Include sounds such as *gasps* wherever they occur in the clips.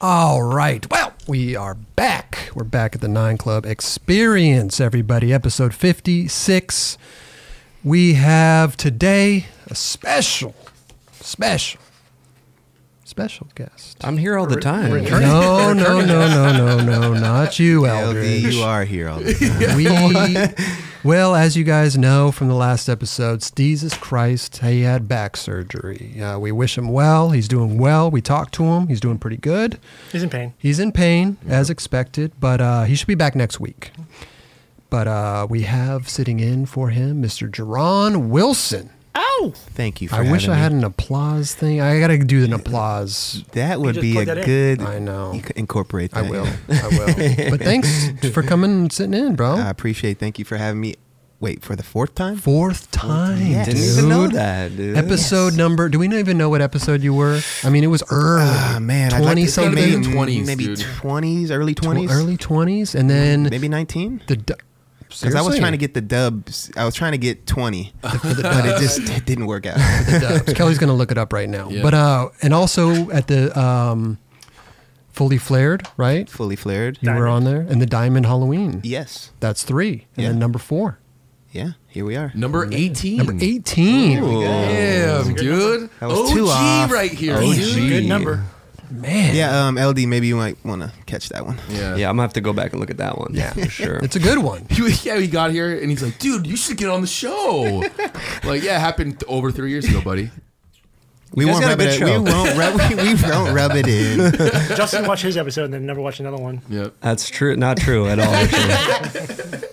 All right. Well, we are back. We're back at the Nine Club Experience, everybody. Episode 56. We have today a special, special, special guest. I'm here all the time. No, no, no, no, no, no, not you, Eldridge. LD, you are here all *laughs* the time. *laughs* We, well, as you guys know from the last episode, Jesus Christ, he had back surgery. Uh, we wish him well. He's doing well. We talked to him. He's doing pretty good. He's in pain. He's in pain, Mm-hmm. as expected, but uh, he should be back next week. But uh, we have sitting in for him Mr. Jerron Wilson. Ow! Thank you for I wish having I had me. an applause thing. I got to do an applause. That would just be plug a that in. good. I know. You could incorporate I that. will. I *laughs* will. But thanks for coming and sitting in, bro. I appreciate Thank you for having me. Wait, for the fourth time? Fourth time. Yeah, didn't dude. even know that, dude. Episode number? Do we not even know what episode you were? I mean, it was early. Ah, man. I'd like twenty to say something, maybe- Maybe 20s, Maybe dude. 20s, early 20s. early twenties, and then Maybe 19? the. du- Because I was Seriously? trying to get the dubs. I was trying to *laughs* get 20, but it just it didn't work out. the dubs. *laughs* Kelly's gonna look it up right now. Yeah. But uh, and also at the um, fully flared, right? *laughs* Fully flared. You were Diamond. on there, and the diamond Halloween. Yes. That's three, and Yeah. then number four, Yeah. Here we are. Number 18. number eighteen. Ooh. Damn, dude. That was OG two off. right Oh, here. OG. dude. *laughs* Good number. Man, Yeah. Um. LD. Maybe you might want to catch that one. Yeah. Yeah, I'm gonna have to go back and look at that one. Yeah, for *laughs* sure. it's a good one. *laughs* He was- yeah, he got here and he's like, dude, you should get on the show. like, yeah, it happened th- over three years ago, buddy. We guys won't, got a rub it good in. we show. won't rub we, we won't rub it *laughs* in. Justin watched his episode and then never watched another one. Yep. That's true. Not true at all. Actually.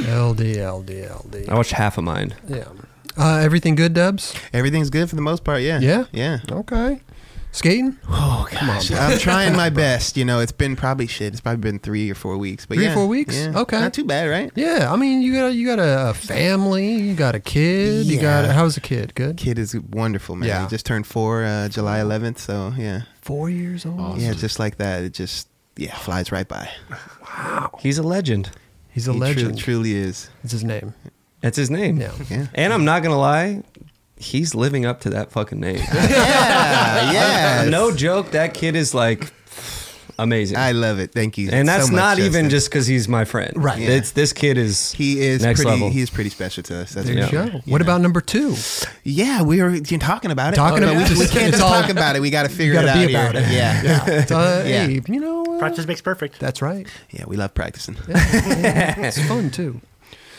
LD, LD, LD. I watched half of mine. Yeah. Uh, everything good, Dubs? Everything's good for the most part. Yeah. Yeah? Yeah. Okay. Skating? Oh gosh. I'm trying *laughs* my best. You know, it's been probably shit. It's probably been three or four weeks. But Three or yeah, four weeks? yeah. Okay. Not too bad, right? Yeah, I mean, you got you got a, a family, you got a kid, you got Yeah. how's the kid? Good. Kid is wonderful, man. Yeah. He just turned four, uh, July 11th. So yeah, Four years old. Awesome. yeah, just like that. It just yeah flies right by. He's a legend. He's a He tru- legend. *laughs* truly is. That's his name. That's his name. Yeah. Yeah. And I'm not gonna lie, he's living up to that *laughs* fucking name. Yeah. yeah. No joke. That kid is like amazing. I love it. Thank you. and that's so much, not even Justin. just because he's my friend. Right. Yeah. It's this kid is He is next pretty. level. He is pretty special to us. That's There for you go. sure. What about number two? Yeah, we were talking about it. Talking Oh, about- no, we we, just- can't it's just all- talk about it. We got to figure gotta it out. be here. about it. *laughs* Yeah. yeah, It's, uh, Yeah. hey, you know, uh, Practice makes perfect. that's right. We love practicing. It's fun too.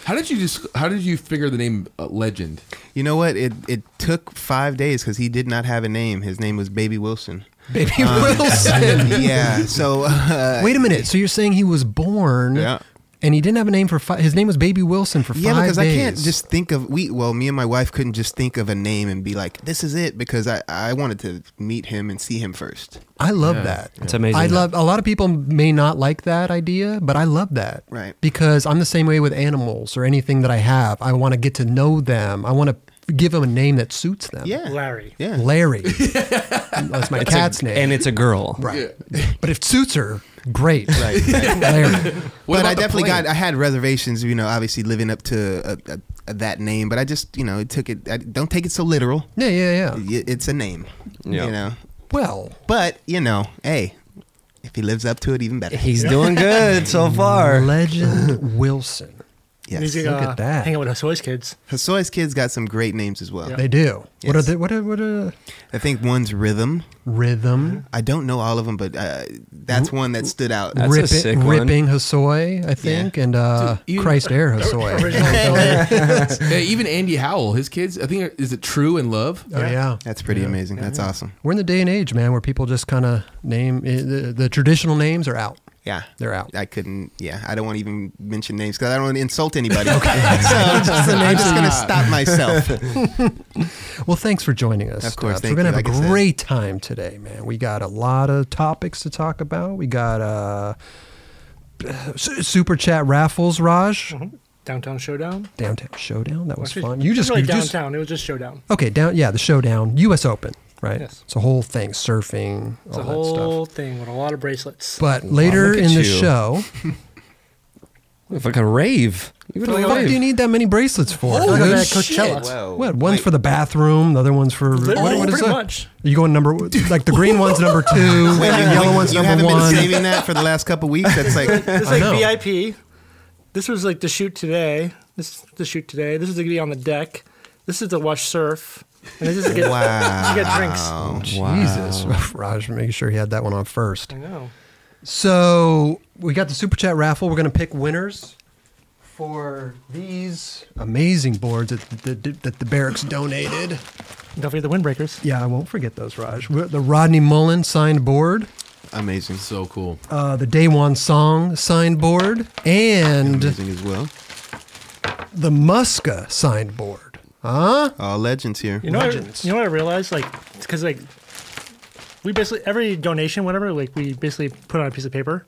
How did you just? How did you figure the name uh, Legend? You know what? It it took five days because he did not have a name. His name was *laughs* Baby Wilson. Baby Wilson. *laughs* yeah. So uh, Wait a minute. So you're saying he was born, Yeah. and he didn't have a name for five? His name was Baby Wilson for Yeah, five because days. I can't just think of we. Well, me and my wife couldn't just think of a name and be like, "This is it," because I I wanted to meet him and see him first. I love Yeah. that. It's amazing. I love a lot of people may not like that idea, but I love that. Right. Because I'm the same way with animals or anything that I have. I want to get to know them. I want to give them a name that suits them. Yeah. Larry. Yeah. *laughs* Larry. That's my It's a- cat's name. And it's a girl. right. *laughs* But if it suits her, great. Right, *laughs* Larry. What but about I the definitely plane? got. I had reservations, you know, obviously living up to uh uh that name. But I just, you know, it took it. I, don't take it so literal. Yeah, yeah, yeah. Y- It's a name. Yeah. You know, Well, but you know, hey, if he lives up to it, even better. Mm-hmm. He's doing *laughs* good so far. Legend Wilson. Yes. He's Look gonna, at that. uh, Hang out with *laughs* Hosoy's kids. Hassoy's kids got some great names as well. They do. What are Yes. they? What are, what are I think one's Rhythm. rhythm? I don't know all of them, but uh, that's one that stood out. That's a Ripping, sick one. ripping Hosoi, I think, and uh, Dude, you- Christ Air *laughs* Hosoi. *laughs* Yeah, even Andy Howell, his kids. I think uh, is it True and Love? Oh yeah. That's pretty amazing. That's awesome. We're in the day and age, man, where people just kind of name eh, the, the traditional names are out. Yeah. They're out. I couldn't, yeah, I don't want to even mention names because I don't want to *laughs* insult anybody. okay. So just the I'm just going to stop myself. Well, thanks for joining us. Of course, Dubs. thank We're gonna you. have Like I a said. great time today, man. We got a lot of topics to talk about. We got uh, s- super chat raffles, Raj. Downtown Showdown. Downtown showdown. That was Mm-hmm. Actually, fun. You just really you just- downtown. It was just Showdown. okay down. Yeah, the showdown. U.S. Open, right? Yes. It's a whole thing. Surfing, It's all a that stuff. whole thing with a lot of bracelets. But later look in at the you. show, Like a rave. You go What to the a fuck do you rave. need that many bracelets for? Look at dude? that Coachella. Oh, What? One's for the bathroom, the other one's for what, Literally, what is pretty that? much. Are you going number like the green one's *laughs* number two, and Wait, the you- yellow one's you number haven't one? been saving that for the last couple weeks. *laughs* That's like This I is know. like VIP. This was like the shoot today. This is the shoot today. This is to be on the deck. This is to watch surf. And this is to get, wow. to get drinks. Jesus, *laughs* Raj, making sure he had that one on first. I know. So we got the super chat raffle. We're gonna pick winners for these amazing boards that the, that, the barracks donated. Don't forget the windbreakers. Yeah, I won't forget those, Raj. We're- The Rodney Mullen signed board, Amazing. So cool. uh, the Day One Song signed board, and Amazing as well. the Muska signed board. Huh? All uh, legends here. You know, what I, Legends. you know what I realized? Like, because like we basically every donation, whatever, like we basically put on a piece of paper.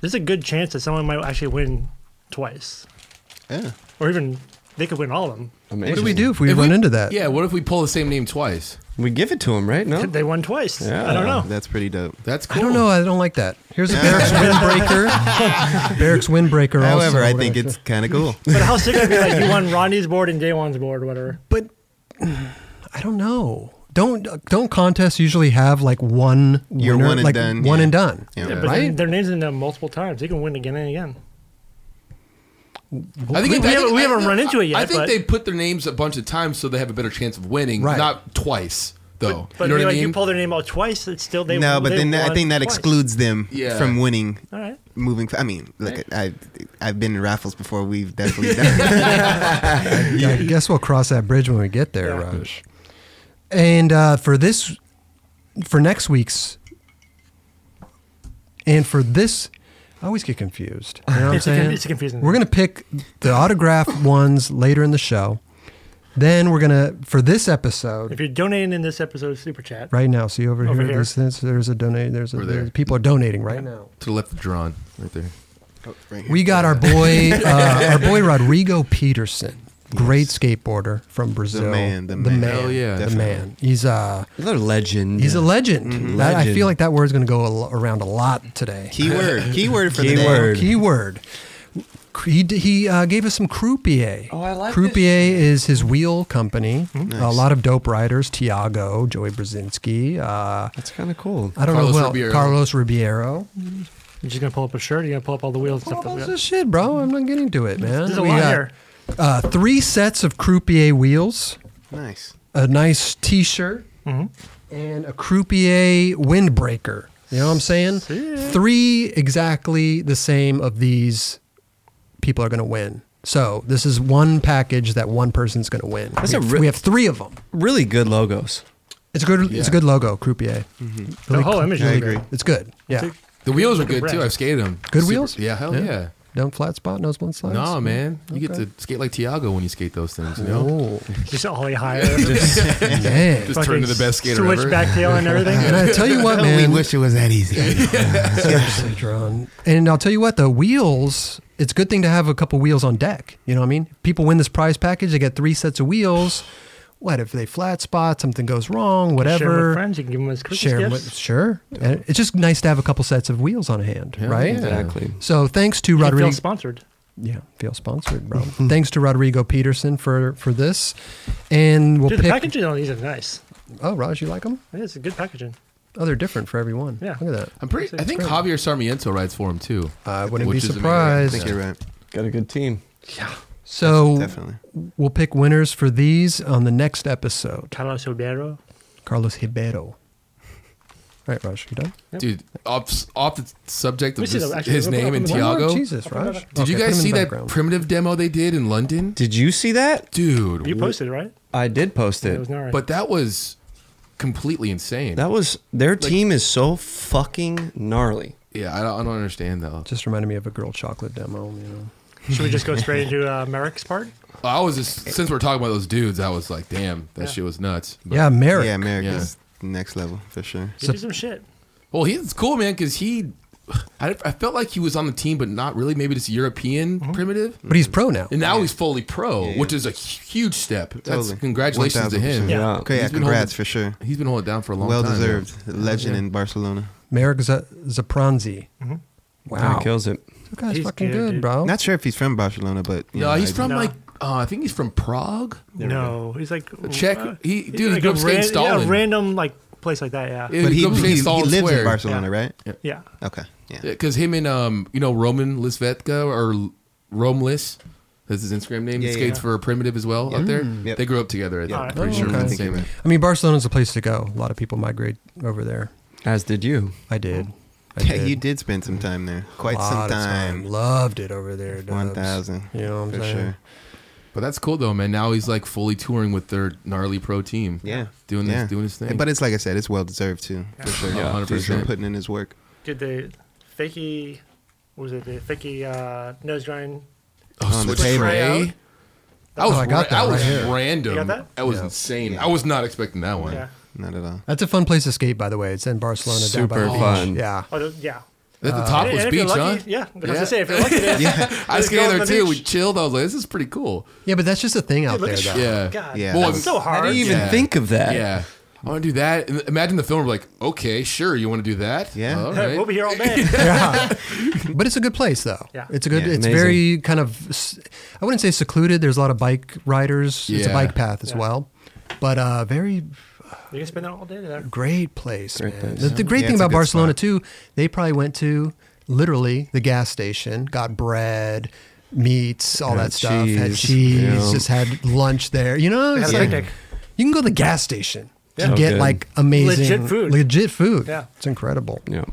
There's a good chance that someone might actually win twice, Yeah. or even they could win all of them. Amazing. What do we do if we If run we- into that? Yeah, what if we pull the same name twice? We give it to him, right? No. They won twice. I Yeah. don't know. That's pretty dope. That's cool. I don't know. I don't like that. Here's a Barracks *laughs* windbreaker. Barracks windbreaker. also However, I would think actually- it's kind of cool. But how sick would it be like you won Rodney's board and Day One's board, or whatever. But I don't know. Don't don't contests usually have like one You're winner, one and like done, one yeah. and done? Yeah, Yeah, but Right? then their names in there multiple times. They can win again and again. I think We- it- we I think- haven't- we I- haven't no, run into it yet, I think but- they put their names a bunch of times so they have a better chance of winning, Right. not twice though. But you know like, what I mean? you pull their name out twice, it's still they. no, but they then that- I won think that twice. excludes them Yeah. from winning. All right. Moving, f- I mean, look, I, I've been in raffles before. We've definitely done. I guess we'll cross that bridge when we get there, Yeah. Raj. And uh, for this, for next week's, and for this, I always get confused. You know what I'm *laughs* It's a con- saying? it's a confusing We're thing. gonna pick the autograph ones later in the show. Then we're gonna for this episode If you're donating in this episode of Super Chat, right now. See over, Over here, here. There's, there's- there's a donate. There's, a, We're there. there's- people are donating right now. to the left of Drawn, right there. Oh, Right here. We got our boy, uh, our boy Rodrigo Peterson, great skateboarder from Brazil. man, the man. Hell yeah, the definitely. Mm-hmm. man. He's uh, Another legend. he's a legend. That, I feel Legend. like that word's going to go a lo- around a lot today. *laughs* keyword, keyword for Keyword. Keyword. He, d- he uh, gave us some croupier. Oh, I like Croupier is his wheel company. Mm-hmm. A lot of dope riders: Tiago, Joey Brzezinski. Uh, That's kind of cool. I don't Carlos know who else. Ribeiro. Carlos Ribeiro. you're just gonna pull up a shirt. You're gonna pull up all the wheels and What stuff. that we about got. this shit, bro? I'm not getting to it, man. There's a We lot got, here. Uh, three sets of croupier wheels. today. Nice. a nice t-shirt Mm-hmm. and a croupier windbreaker you know what i'm saying three exactly the same of these people are going to win so this is one package that one person's going to win That's we, a have, re- we have three of them Really good logos. it's a good it's a good logo croupier The Mm-hmm. whole image. is I really agree. good. it's good yeah The wheels are good Brad. too. I've skated them. Good wheels? Yeah, hell yeah. Yeah. down flat spot nose blunt slides No, man, you get Okay. to skate like Tiago when you skate those things. You know, oh Just Ollie higher. Just man just turn to the best skater ever. Switchback tail *laughs* and and everything. i tell you what *laughs* We man wish it was that easy. *laughs* Seriously, Jerron. And I'll tell you what, the wheels, it's a good thing to have a couple wheels on deck. You know what I mean? People win this prize package, they get three sets of wheels. What if they flat spot, something goes wrong, whatever? Share with friends. You can give them as Christmas Share 'em gifts. with- sure. And it's just nice to have a couple sets of wheels on hand, right? yeah. Exactly. So thanks to You feel Rodrigo. sponsored. yeah, feel sponsored, *laughs* bro. thanks to Rodrigo Peterson for for this, and we'll Dude, the pick. packaging on these is nice. Oh, Raj, you like them? Yeah, it's a good packaging. Oh, they're different for everyone. Yeah. look at that. I'm pretty. I think Javier Sarmiento rides for him too. I wouldn't Which be is amazing. I surprised. think you're right. Got a good team. So Definitely. We'll pick winners for these on the next episode. Carlos Ribeiro. Carlos Ribeiro. *laughs* All right, Raj, you done? Dude, off off the subject of Let me see this- that. Actually, his let me put name it and up in the- Tiago. Oh, Did Jesus, Raj. you Okay, put him in guys the see that background. primitive demo they did in London? Did you see that? Dude, You posted it, right? I did post It it. was not but that was completely insane. That was their team is so fucking gnarly. yeah, I don't, I don't understand though. Just reminded me of a girl chocolate demo. You know, Should we just go straight into uh, Merrick's part? I was just since we're talking about those dudes, I was like, damn, that shit was nuts. But- yeah, Merrick. Yeah, America's next level for sure. You So- do some shit. Well, he's cool, man, because he, *sighs* I, I felt like he was on the team, but not really. Maybe just European Mm-hmm. primitive, but he's pro now. and now he's fully pro, which is a huge step. That's Totally. congratulations to him. 1000%. Yeah. Okay, yeah, He's been congrats holding- for sure. He's been holding it down for a long Well time. man. deserved. Legend in Barcelona. Merrick Z- Zapranzi. Wow, Kinda kills it. That guy's Mm-hmm. He's fucking good, good, dude. bro. Not sure if he's from Barcelona, but you No, know, he's I- from No. like uh, I think he's from Prague. no, he's like Czech- uh, he- he's dude, he like grew a up saying ran- Yeah, Stalin. a random like place like that. Yeah, Yeah. But he, He lives in he, he Stalin lives Square. in Barcelona, Yeah. right? yeah. Okay. Yeah. Yeah, because him and um, you know, Roman Lisvetka or L- Romeless, that's his Instagram name. Yeah, Mm-hmm. he skates yeah. for Primitive as well out there. Yep. They grew up together. I think. Alright. I'm pretty Oh, sure okay. we're the I think same. you're right. I mean, Barcelona's a place to go. A lot of people migrate over there. As did you. I did. I Yeah, you did spend some time there. Quite A some lot of time. Loved it over there. Dubs. One thousand. You know what I'm For saying? sure. But that's cool though, man. Now he's like fully touring with their gnarly pro team. Yeah. doing yeah. this, doing his thing. But it's like I said, it's well deserved too. For sure. Yeah, 100%. Dude's been putting in his work. Did the fakey, what was it the fakey uh, nose grind? on the Oh, Switch table. tray. Out. That was Oh, I got ra- that that right was here. random. You got that? was Yeah. insane. I was not expecting that one. Yeah. Not at all. That's a fun place to skate, by the way. It's in Barcelona. down Super by the fun. Beach. Yeah. Oh, the- yeah. That Uh, the top And- was and if beach, you're huh? lucky, yeah. I was Yeah. gonna say if you're lucky, it is. I Just go skated on the there too. We beach. chilled. I was like, this is pretty cool. Yeah, but that's just a thing out Dude, look there, at though. Sean. Yeah. God, Yeah. that's Well, so hard. I didn't even Yeah. think of that. Yeah. I want to do that. And Imagine the film. We're like, okay, sure. You want to do that? Yeah. All Hey, right. We'll be here all day. Yeah. *laughs* but it's a good place though. Yeah. It's a good. Yeah, it's amazing. very kind of. s- I wouldn't say secluded. There's a lot of bike riders. It's a Yeah. bike path as Yeah. well, but uh, very You can spend all day there. great place. Great man. place. The, the great Yeah, thing it's a about good Barcelona spot. too, they probably went to literally the gas station, got bread. Meats, all Had that stuff. Had cheese. cheese. Yeah. Just had lunch there. You know, They it's had a like- picnic. you can go to the gas station and So get good. like amazing Legit food. Legit food. Yeah. it's incredible. Yeah.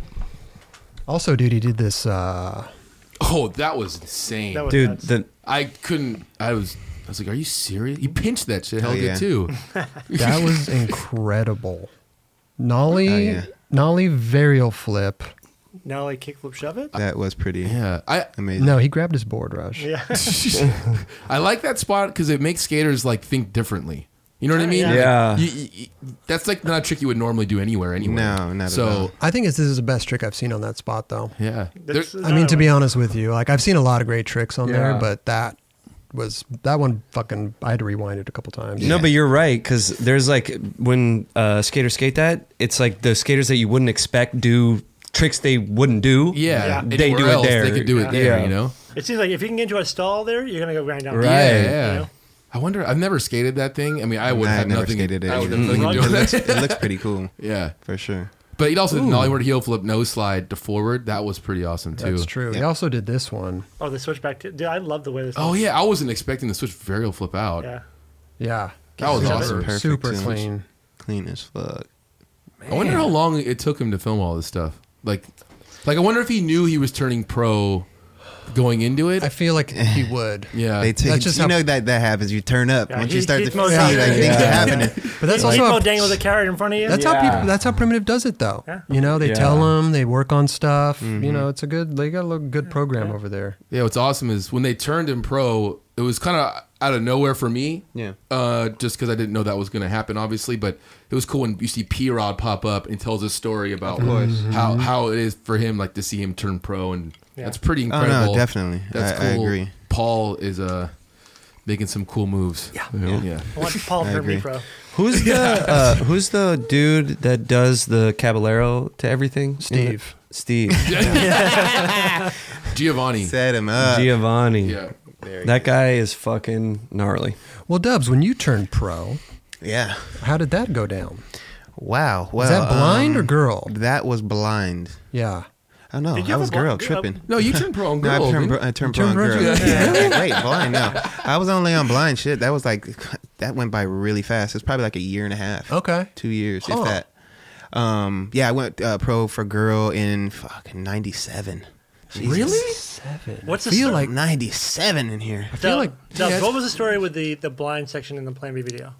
Also, dude, he did this. uh Oh, that was insane. That was Dude, nuts. the I couldn't. I was. I was like, are you serious? You pinched that shit Oh, hell yeah. *laughs* good too. *laughs* That was incredible. Nolly, Oh, yeah. Nolly varial flip. now like kickflip shove it. That was pretty yeah. I. amazing. No, he grabbed his board rush. *laughs* Yeah. *laughs* I like that spot because it makes skaters like think differently. You know what I mean? Yeah. Yeah. Like, you- you- you- that's like not a trick you would normally do anywhere. Anyway. No, not at so, all. I think it's, this is the best trick I've seen on that spot, though. Yeah. That's- There- I mean, to be honest with you, like I've seen a lot of great tricks on there, Yeah. but that was that one fucking. I had to rewind it a couple times. No, but you're right because there's like when uh, skaters skate that, it's like the skaters that you wouldn't expect do tricks they wouldn't do. yeah. Yeah. anywhere They do it else, there. They could do it there. Yeah. You know. It seems like if you can get into a stall there, you're gonna go grind down. Right. Yeah. You yeah. know? I wonder. I've never skated that thing. I mean, I would Nah, have I've never nothing. skated it I would have either. nothing to do with it, *laughs* looks, that. it *laughs* looks pretty cool Yeah. for sure. But he also did Nollywood heel flip nose slide to forward. That was pretty awesome too. that's true. He Yeah. also did this one. Oh, the switchback. T- dude, I love the way this. Oh yeah, I wasn't expecting the switch varial flip out. Yeah. Yeah, That was super, awesome. Perfect Super too. clean. Clean as fuck. I wonder how long it took him to film all this stuff. Like, like I wonder if he knew he was turning pro going into it. I feel like he would. yeah, They take That's just you how- know that that happens. You turn up Yeah, once he- you start he to see throws like out there. *laughs* things Yeah. are happening. But that's Like, oh, also Mo a- dangles a carrot in front of you. That's how Yeah. people. That's how primitive does it, though. Yeah. You know, they Yeah. tell 'em, tell them, they work on stuff. You know, it's a good. They got a little good program over there. yeah. What's awesome is when they turned him pro, it was kind of out of nowhere for me. Yeah. uh, just because I didn't know that was going to happen, obviously. But it was cool when you see P Rod pop up and tells a story about how Mm-hmm. how it is for him, like to see him turn pro, and Yeah. that's pretty Oh, no, incredible. definitely. that's I- I cool. agree. Paul is uh making some cool moves. Yeah, yeah. I want Paul I to agree. me pro. Who's the uh, Who's the dude that does the Caballero to everything? Steve. Steve Giovanni. Set him Uh, up. Giovanni. Yeah. That guy is fucking gnarly. Well, Dubs, when you turned pro, Yeah. how did that go down? Wow. Well, Was that blind um, or girl? That was blind. Yeah. I don't know. Did I you have a was girl blind- tripping. No, you *laughs* turned pro on No, girl. I turned, didn't bro- I turned brown turned girl. brown, *laughs* Yeah. Wait, blind? No, I was only on blind shit. That was like, that went by really fast. It's probably like a year and a half. Okay. two years, Huh. if that. Um, yeah, I went uh, pro for girl in fucking '97. Really? Seven. What's I the feel story? like? '97 in here. feel Dub- like- Dub, yeah. what was the story with the the blind section in the Plan B video?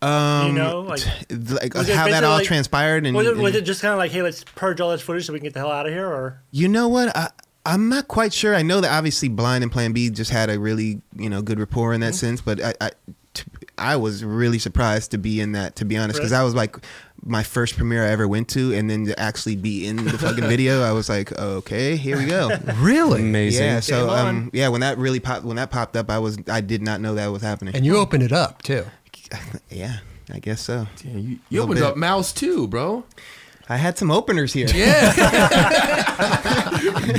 Um, know, like- t- like Was it how that basically all like- transpired, and, Was it, was and- it just kind of like, hey, let's purge all this footage so we can get the hell out of here, or you know what? I, I'm not quite sure. I know that obviously Blind and Plan B just had a really you know good rapport in that sense, but I. I t- I was really surprised to be in that, to be honest, because Really? I was like my first premiere I ever went to, and then to actually be in the fucking video, I was like, okay, here we go. Really? Amazing. Yeah, *laughs* Game so on. um, yeah, when that really popped, when that popped up, I was I did not know that was happening. And you opened it up too. yeah, I guess so. Yeah, you, you Little opened bit. up Mouse too, bro. I had some openers here. Yeah.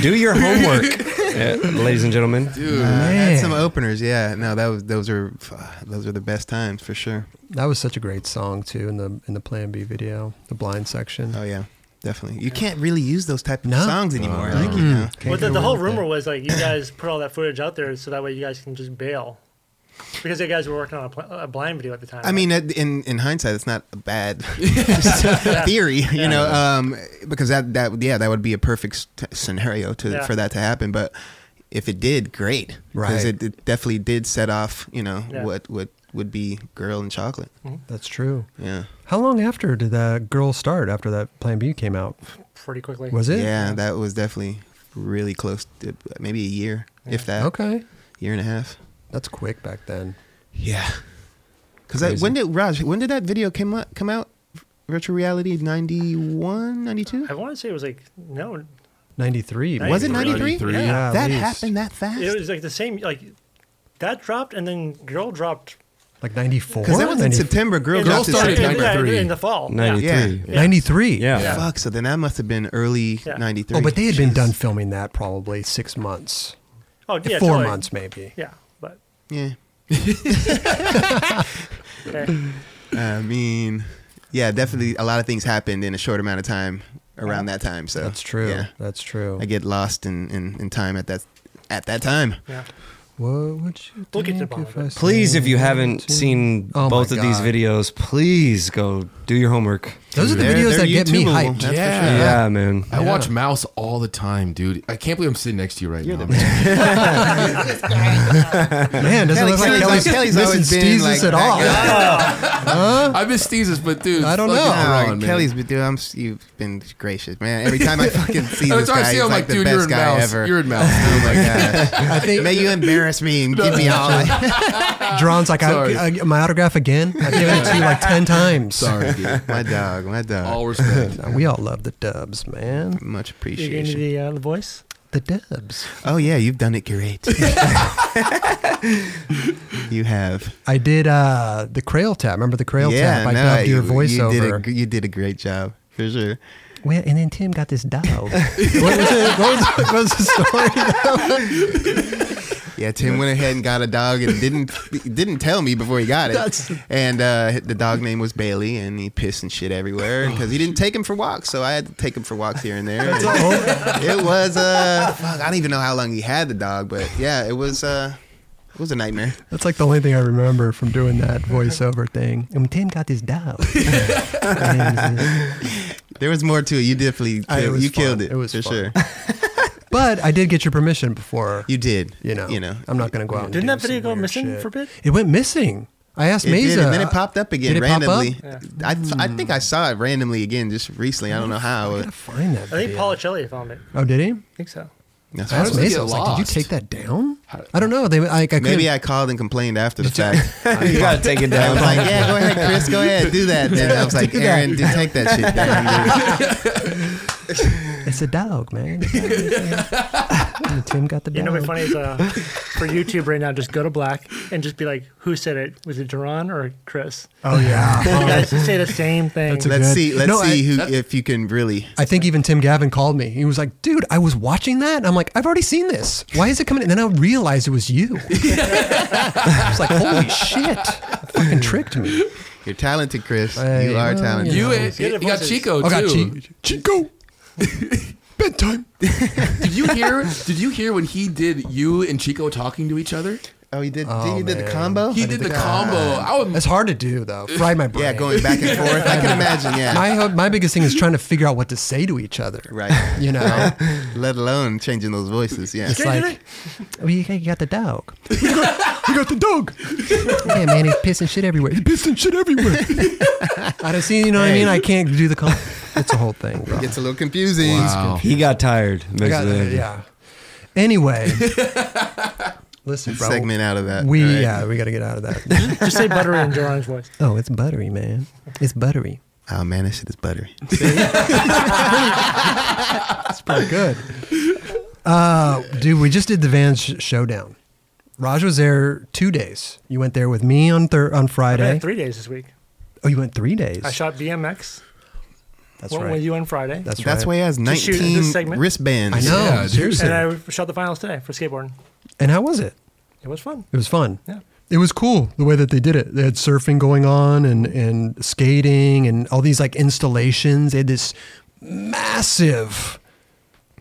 *laughs* Do your homework. Yeah, ladies and gentlemen. Uh, Dude, I had some Man. openers, yeah. No, that was those are f- those are the best times for sure. *laughs* That was such a great song too in the in the Plan B video, the blind section. Oh yeah, definitely. You can't really use those type of No. songs anymore. No. Like you know, Can't Well, go the, the whole wrong with rumor was like you guys put all that footage out there so that way you guys can just bail because you guys were working on a, pl- a blind video at the time. I mean, at- in in hindsight, it's not a bad *laughs* theory, you know, um, because that that yeah, that would be a perfect s- t- scenario to Yeah. for that to happen. But if it did, great, Right. 'Cause It, it definitely did set off, you know, Yeah. what what would be girl and chocolate. that. That's true. Yeah, How long after did that girl start after that Plan B came out? pretty quickly. Was it? yeah, that was definitely really close, to, maybe a year, if that, Okay. year and a half. That's quick back then. Yeah. Crazy. Because when did Raj? When did that video came out? Come out? Virtual reality 91, 92? I want to say it was like no, 93. Was it 93? Yeah. Yeah. at that least. happened that fast. it was like the same like that dropped and then girl dropped. Like 94? Because that was in September. Girl, in Girl dropped the- in started September. in yeah, in, 93. the fall. Yeah. 93. Yeah. Yeah. 93. Yeah. Yeah. Fuck. So then that must have been early Yeah. '93. Oh, but they had Jeez. been done filming that probably six months, Oh yeah, four totally. months maybe. Yeah, but Yeah. okay. *laughs* I mean, yeah, definitely a lot of things happened in a short amount of time around that time. So That's true. Yeah. That's true. I get lost in, in, in time at that at that time. yeah. What would you We'll get to the think bottom if of it. I Please, if you said haven't to- seen Oh my both of these God. videos, please go do your homework. those are the They're- videos they're that get me YouTubeable, hyped. that's for Yeah. Yeah, man. I Yeah. watch Mouse all the time, dude. I can't believe I'm sitting next to you right now. Man, doesn't Kelly- look like Kelly's, Kelly's always- Kelly's always listened been to like at that all. *laughs* guy. *laughs* I miss thesis, but dude, I don't *laughs* fucking know. Nah, Ron, man. Kelly's been dude, I'm s- you've been gracious, man. Every time *laughs* I fucking see That's this why I guy, see. he's I'm like like, the dude, you're best in guy Mouse. ever. Oh You're *laughs* in Mouse. dude. *laughs* Like, I think May you embarrass me *laughs* and give me all. Dron's like, Sorry. I, I, my autograph again? I've given it to you like *laughs* 10 times. sorry, dude. my dog, my dog. All respect. Now, we all love the dubs, man. Much You gave me appreciation. the uh, the voice. The dubs. Oh yeah, you've done it *laughs* great. *laughs* you have. I did uh, the Crail tap. Remember the Crail yeah, tap? I no, dubbed your you- you did, a, voiceover. gr- you did a great job for sure. well, and then Tim got this dog. *laughs* what was it? What was, what was the story? Yeah, Tim went ahead and got a dog *laughs* and didn't didn't tell me before he got it. That's- and uh, the dog name was Bailey, and he pissed and shit Oh, everywhere because he didn't take him for walks. So I had to take him for walks here and there. it was uh, fuck, I don't even know how long he had the dog, but yeah, it was uh, it was a nightmare. That's like the only thing I remember from doing that voiceover thing. And Tim got this *laughs* dog. There was more to it. You definitely Uh, it killed, was you fun. killed it. It was for fun. *laughs* sure. but I did get your permission before. You did. you know, Uh, You know. I'm not going to go out. and Didn't do that video some go weird missing shit. for a bit? It went missing. I asked It Maza, did, and then it popped up again did it pop up? randomly. I, I think I saw it randomly again just recently. I don't know I how. gotta find that. I think video. Policelli found it. Oh, did he? I think so. That's I what asked did it Maza. get I was like, "Did you lost? take that down?" How did- I don't know. They, I, I couldn't- *laughs* Maybe I called and complained after *laughs* the fact. You gotta take it I down. was like, yeah, go ahead, Chris, go ahead, *laughs* do that. Then I was like, Aaron, did take that shit down. *laughs* It's a dog, *laughs* man. And Tim got the dog. You know, what'd be funny is uh, for YouTube right now, just go to black and just be like, who said it? Was it Duran or Chris? oh yeah. You guys say the same thing. That's a- Let's Good. see, let's No, I- see who if you can really. I think even Tim Gavin called me. He was like, "Dude, I was watching that." I'm like, "I've already seen this. Why is it coming?" And then I realized it was *laughs* you. *laughs* I was like, "Holy shit!" Fucking tricked me. You're talented, Chris. Hey, you are well, talented. *laughs* You, Yeah. you, Good got voices. Chico too. Oh, I got Chi- Chico. Bedtime. *laughs* Did you hear? Did you hear when he did you and Chico talking to each other? oh, you did. Oh, you did man. the combo. He did the combo. I would. That's hard to do though. Fry my brain. Yeah, going back and forth. I can imagine. Yeah. My my biggest thing is trying to figure out what to say to each other. Right. You *laughs* know, Let alone changing those voices. Yeah. it's like, well, you got- you got the dog. *laughs* You got, the dog. yeah, man, he's pissing shit everywhere. He's pissing shit everywhere. *laughs* I don't see. You know what I mean? I can't do the call. It's a whole thing. Bro. Gets a little confusing. Wow. He got tired. I got- basically. yeah. *laughs* Anyway, listen, bro. Segment out of that. We uh, all right? yeah, we got to get out of that. *laughs* Just say buttery in Duran's voice. oh, it's buttery, man. It's buttery. Oh man, that shit is buttery. pretty Oh, good. Uh, dude, we just did the Vans sh- Showdown. Raj was there two days. You went there with me on thir- on I Friday. had three days this week. Oh, you went three days. I shot BMX. That's what right. were you on Friday? That's That's right. why he has To shoot this 19 segment. wristbands. I know. Yeah, dude. seriously. and And, I shot the finals today for skateboarding. how was it? It was fun. It was fun. Yeah. It was cool the way that they did it. They had surfing going on and and skating and all these like installations. They had this massive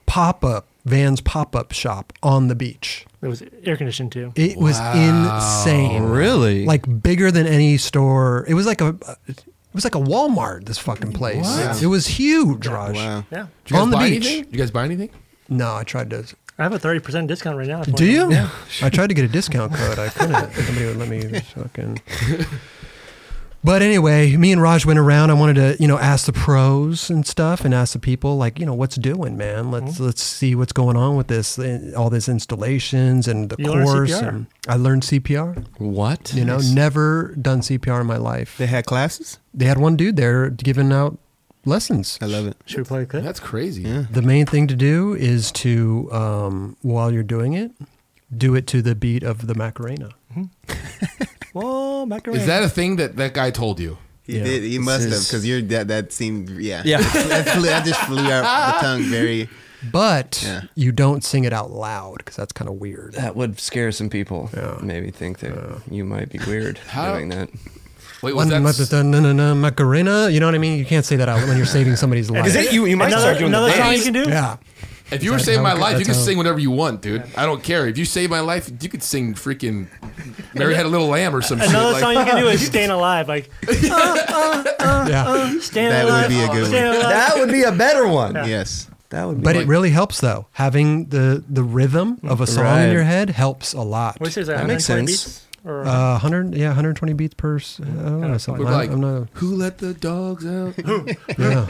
pop up Vans pop up shop on the beach. It was air conditioned too. It was insane. Really? Like bigger than any store. It was like a it was like a Walmart this fucking place. What? It was huge, Raj. Wow. Yeah. Did you guys On the buy beach. Anything? Did you guys buy anything? No, I tried to I have a 30% discount right now. Do you? I tried to get a discount code. I couldn't. Nobody would let me fucking. But anyway, me and Raj went around. I wanted to, you know, ask the pros and stuff, and ask the people, like, you know, what's doing, man. Let's Hmm. let's see what's going on with this, and all these installations and the You learned course. CPR. And I learned CPR. What? You know, never done CPR in my life. They had classes? They had one dude there giving out lessons. I love it. Should we play a clip? That's crazy. Yeah. The main thing to do is to, um, while you're doing it, do it to the beat of the Macarena. Whoa, Macarena. Is that a thing that that guy told you? He Yeah. did. He must have is- because you're that. That seemed yeah. Yeah. *laughs* that, flew, that just flew out the tongue. *laughs* Very. But Yeah. you don't sing it out loud because that's kind of weird. That would scare some people. Maybe think that you might be weird How- doing that. Wait, was that? s- Na-na-na-na, Macarena. You know what I mean? You can't say that out when you're saving somebody's life. it- you- you might another, start doing the another song you dance. can do? Yeah. If you were that saving my how- life, you that's can how- sing whatever you want, dude. I don't care. If you save my life, you could sing freaking "Mary Had a Little Lamb" or some shit. Another *laughs* like- song you can do is "Staying Alive." Like Yeah. "Staying That would Alive." be a good staying Alive. *laughs* That would be a better one. Yes. That would be. But it really helps though. Having the the rhythm of a song in Right. your head helps a lot. What is this, like, That makes 120 sense. Beats? Or, Uh, 100 yeah 120 beats per s- I don't know something. We're like, I'm not who let the dogs out? yeah.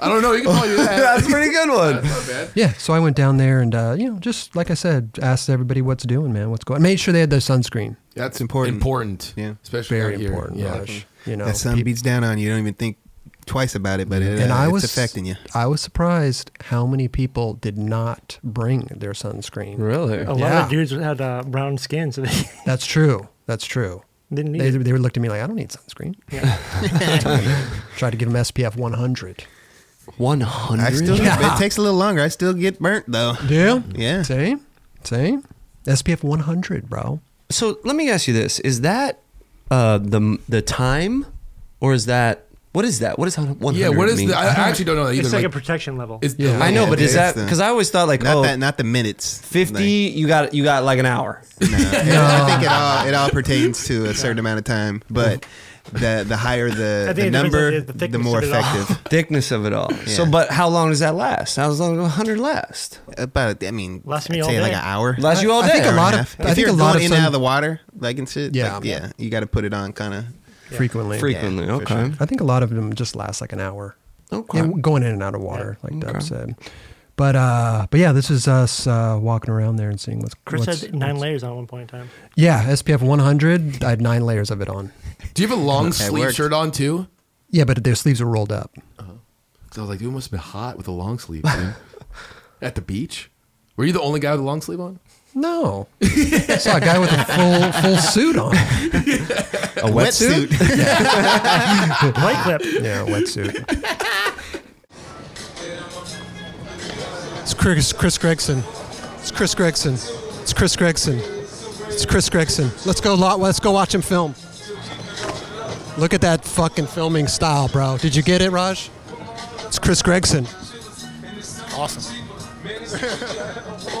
I don't know. You can call you that. *laughs* *laughs* That's a pretty good one. Not bad. Yeah, so I went down there and uh, you know, just like I said, asked everybody what's doing, man, what's going. Made sure they had their sunscreen, That's important. Important. Yeah. Especially very out here. important. Yeah. Raj. You know, that sun peop- beats down on you. You don't even think twice about it, but it, and uh, I it's was affecting you. I was surprised how many people did not bring their sunscreen. Really? a lot yeah. of dudes had uh, brown skin, so they *laughs* That's true. That's true. didn't need They, it. they looked at me like I don't need sunscreen. *laughs* Yeah. *laughs* Tried to give them SPF 100. One hundred. I still. Yeah. It takes a little longer. I still get burnt though. Yeah. Yeah. See? See? SPF 100, bro. So let me ask you this: Is that uh, the the time, or is that what is that? What is one hundred? Yeah. What is the? I, I actually don't know that either. It's like a like, protection level. it's the- Yeah. I know, Yeah, but dude, is that it's the- because I always thought like Not oh, that. Not the minutes. 50, you got you got like an hour. *laughs* Like, no. I think it all it all pertains to a certain amount of time, but the the higher the, the think it depends on number, the- the the, thickness more of it all. effective. Thickness of it all. So, Yeah. but how long does that last? How long does 100 last? About I mean, Lasts I'd me all say like day. an hour. Lasts you all I think day. a lot Hour and a of half. if I think you're a lot going of in some- and out of the water, like and shit. Yeah. Yeah, yeah, you got to put it on kind of. Frequently. Frequently. Yeah, for okay. I think a lot of them just last like an hour. Oh, Okay. Yeah, going in and out of water, like Dub Okay. said. But uh, but yeah, this is us uh, walking around there and seeing what's. Chris what's- had nine layers on one point in time. Yeah, SPF 100. I had nine layers of it on. do you have a long It sleeve worked. shirt on too? Yeah, but their sleeves are rolled up. Because I was like, dude, it must have been hot with a long sleeve. dude. At the beach, were you the only guy with a long sleeve on? *laughs* No, I saw a guy with a full full suit on. A wetsuit? Play clip. Yeah, a wetsuit. It's Chris, Chris Gregson. It's Chris Gregson. It's Chris Gregson. It's Chris Gregson. Let's go. lo- Let's go watch him film. Look at that fucking filming style, bro. Did you get it, Raj? It's Chris Gregson. Awesome.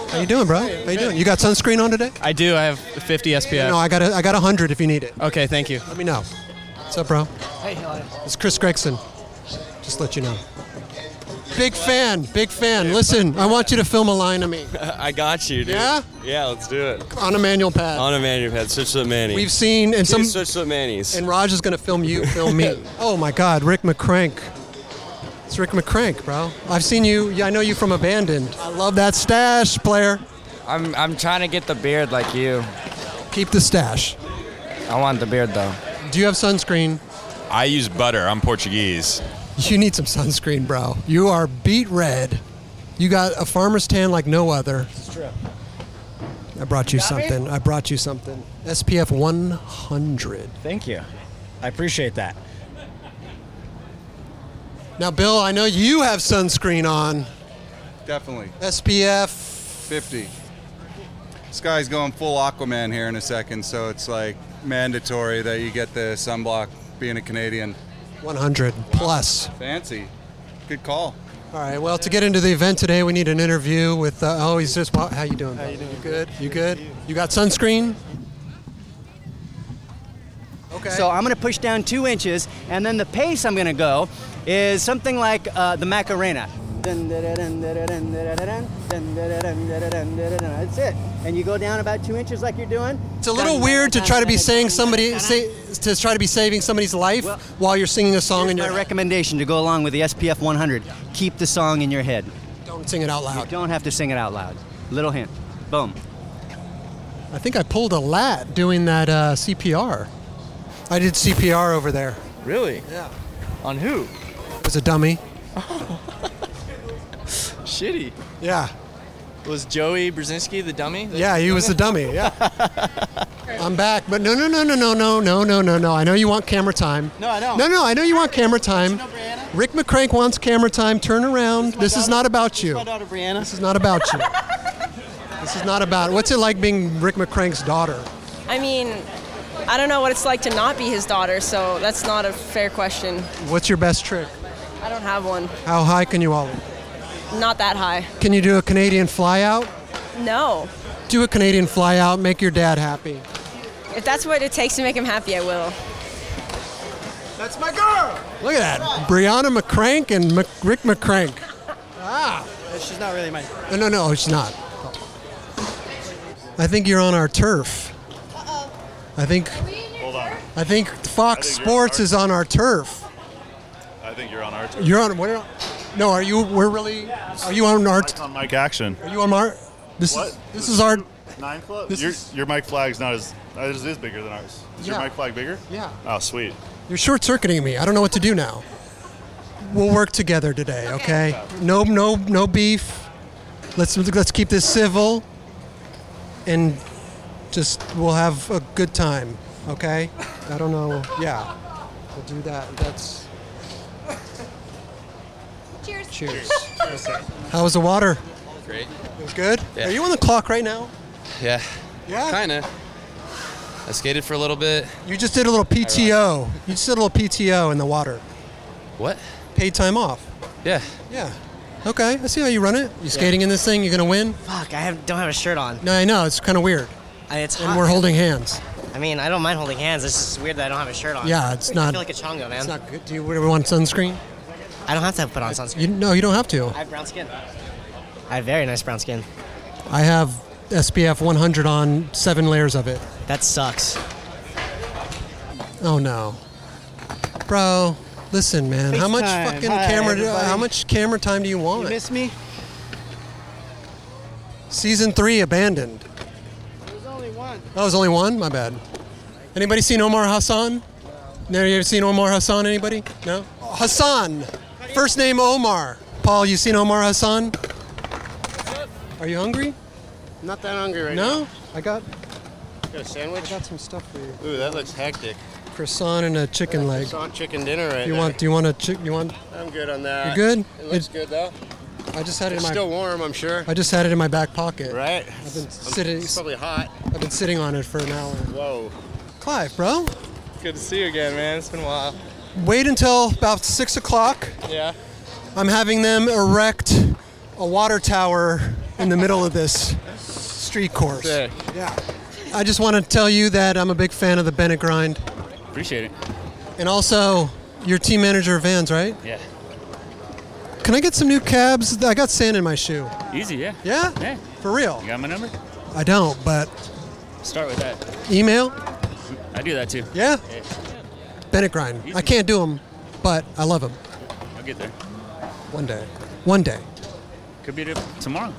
How you doing, bro? How you doing? You got sunscreen on today? I do. I have 50 SPF. No, I got a, I got a hundred if you need it. okay, *laughs* thank you. Let me know. What's up, bro? It's Chris Gregson. Just let you know. Big fan, big fan. Listen, I want you to film a line of me *laughs* I got you, dude. Yeah? Yeah, let's do it. on a manual pad. On a manual pad, switch to the Manny. We've seen and Two some switch to the Manny's. and Raj is gonna film you, film me. Oh my God, Rick McCrank. It's Rick McCrank, bro. I've seen you. Yeah, I know you from Abandoned. I love that stash, player. I'm I'm trying to get the beard like you. Keep the stash. I want the beard though. Do you have sunscreen? I use butter. I'm Portuguese. You need some sunscreen, bro. You are beat red. You got a farmer's tan like no other. I brought you something. I brought you something. SPF 100. Thank you. I appreciate that. Now, Bill, I know you have sunscreen on. Definitely. SPF. 50. This guy's going full Aquaman here in a second, so it's like mandatory that you get the sunblock being a Canadian. 100 plus. Fancy. Good call. All right. Well, to get into the event today, we need an interview with. Uh, oh, he's just. wa- How you doing? How you doing? good? You good? You got sunscreen? Okay. So I'm going to push down two inches, and then the pace I'm going to go is something like uh, the Macarena. That's it. And you go down about two inches like you're doing. It's a little weird to try to be saying somebody say, to try to be saving somebody's life while you're singing a song in Here's your. my recommendation to go along with the SPF 100. Keep the song in your head. Don't sing it out loud. You don't have to sing it out loud. Little hint. Boom. I think I pulled a lat doing that uh, CPR. I did CPR over there. Really? Yeah. On who? It was a dummy. Shitty. Yeah. Was Joey Brzezinski the dummy? Yeah, he was the dummy. Yeah. *laughs* I'm back, but no, no, no, no, no, no, no, no, no, no. I know you want camera time. No, I don't. No, no, I know you want camera time. Rick McCrank wants camera time. Turn around. This is not about you. my daughter, Brianna. This is not about *laughs* you. This is not about. What's it like being Rick McCrank's daughter? I mean, I don't know what it's like to not be his daughter, so that's not a fair question. What's your best trick? I don't have one. How high can you ollie? Not that high. Can you do a Canadian fly out? No. Do a Canadian fly out. Make your dad happy. If that's what it takes to make him happy, I will. That's my girl! Look at that, Brianna McCrank and Mc- Rick McCrank. Ah! She's not really my. No, no, no, it's not. I think you're on our turf. I think. Hold on. I think Fox I think you're Sports on our- is on our turf. I think you're on our turn. You're on what? are- No, are you? We're really. Are you on our? t- on Mike action. Are you on our? This is What? this is our. Nine club. This Your, is- your mic flag's not as ours is bigger than ours. Is Yeah. your mic flag bigger? Yeah. Oh, sweet. You're short circuiting me. I don't know what to do now. We'll work together today, okay? No, no, no beef. Let's let's keep this civil, and just we'll have a good time, okay? I don't know. Yeah, we'll do that. That's Cheers. Cheers. *laughs* how was the water? Great. It was good. Yeah. Are you on the clock right now? Yeah. Yeah. Kinda. I skated for a little bit. You just did a little PTO. You just did a little PTO in the water. What? Paid time off. Yeah. Yeah. Okay, I see how you run it. You skating in this thing, you're gonna win. Fuck, I have, don't have a shirt on. No, I know it's kind of weird. I- It's hot. And we're holding hands. I mean, I don't mind holding hands. It's just weird that I don't have a shirt on. Yeah, it's I not- feel like a chongo, man. It's not good. Do you we want sunscreen? I don't have to put on sunscreen. You, no, you don't have to. I have brown skin. I have very nice brown skin. I have SPF 100 on seven layers of it. That sucks. Oh no, bro. Listen, man. how much FaceTime. fucking Hi, camera? Do, everybody. how much camera time do you want? You miss me? Season three abandoned. There's only one. Oh, there's only one. My bad. Anybody seen Omar Hassan? No, you ever seen Omar Hassan? Anybody? No. Hassan. First name Omar. Paul, you seen Omar Hassan? Are you hungry? Not that hungry right now. No. I got Got a sandwich? I got some stuff for you. Ooh, that looks hectic. croissant and a chicken leg. It's on chicken dinner right you there. want? Do you want a chick? You want? I'm good on that. You're good? It looks It- good though. I just had it in It's my- still warm, I'm sure. I just had it in my back pocket. Right? I've been It's- sitting. It's probably hot. I've been sitting on it for an hour. Whoa. Clive, bro, Good to see you again, man. It's been a while. wait until about six o'clock. Yeah. I'm having them erect a water tower in the middle of this street course. Sick. Yeah. I just want to tell you that I'm a big fan of the Bennett grind, Appreciate it. and also your team manager Vans, right? Yeah. Can I get some new cabs? I got sand in my shoe. Easy, yeah. Yeah? Yeah. For real. You got my number? I don't, but Start with that. email. I do that too. Yeah? Bennett grind. I can't do them, but I love them. I'll get there. One day. One day. Could be t- tomorrow.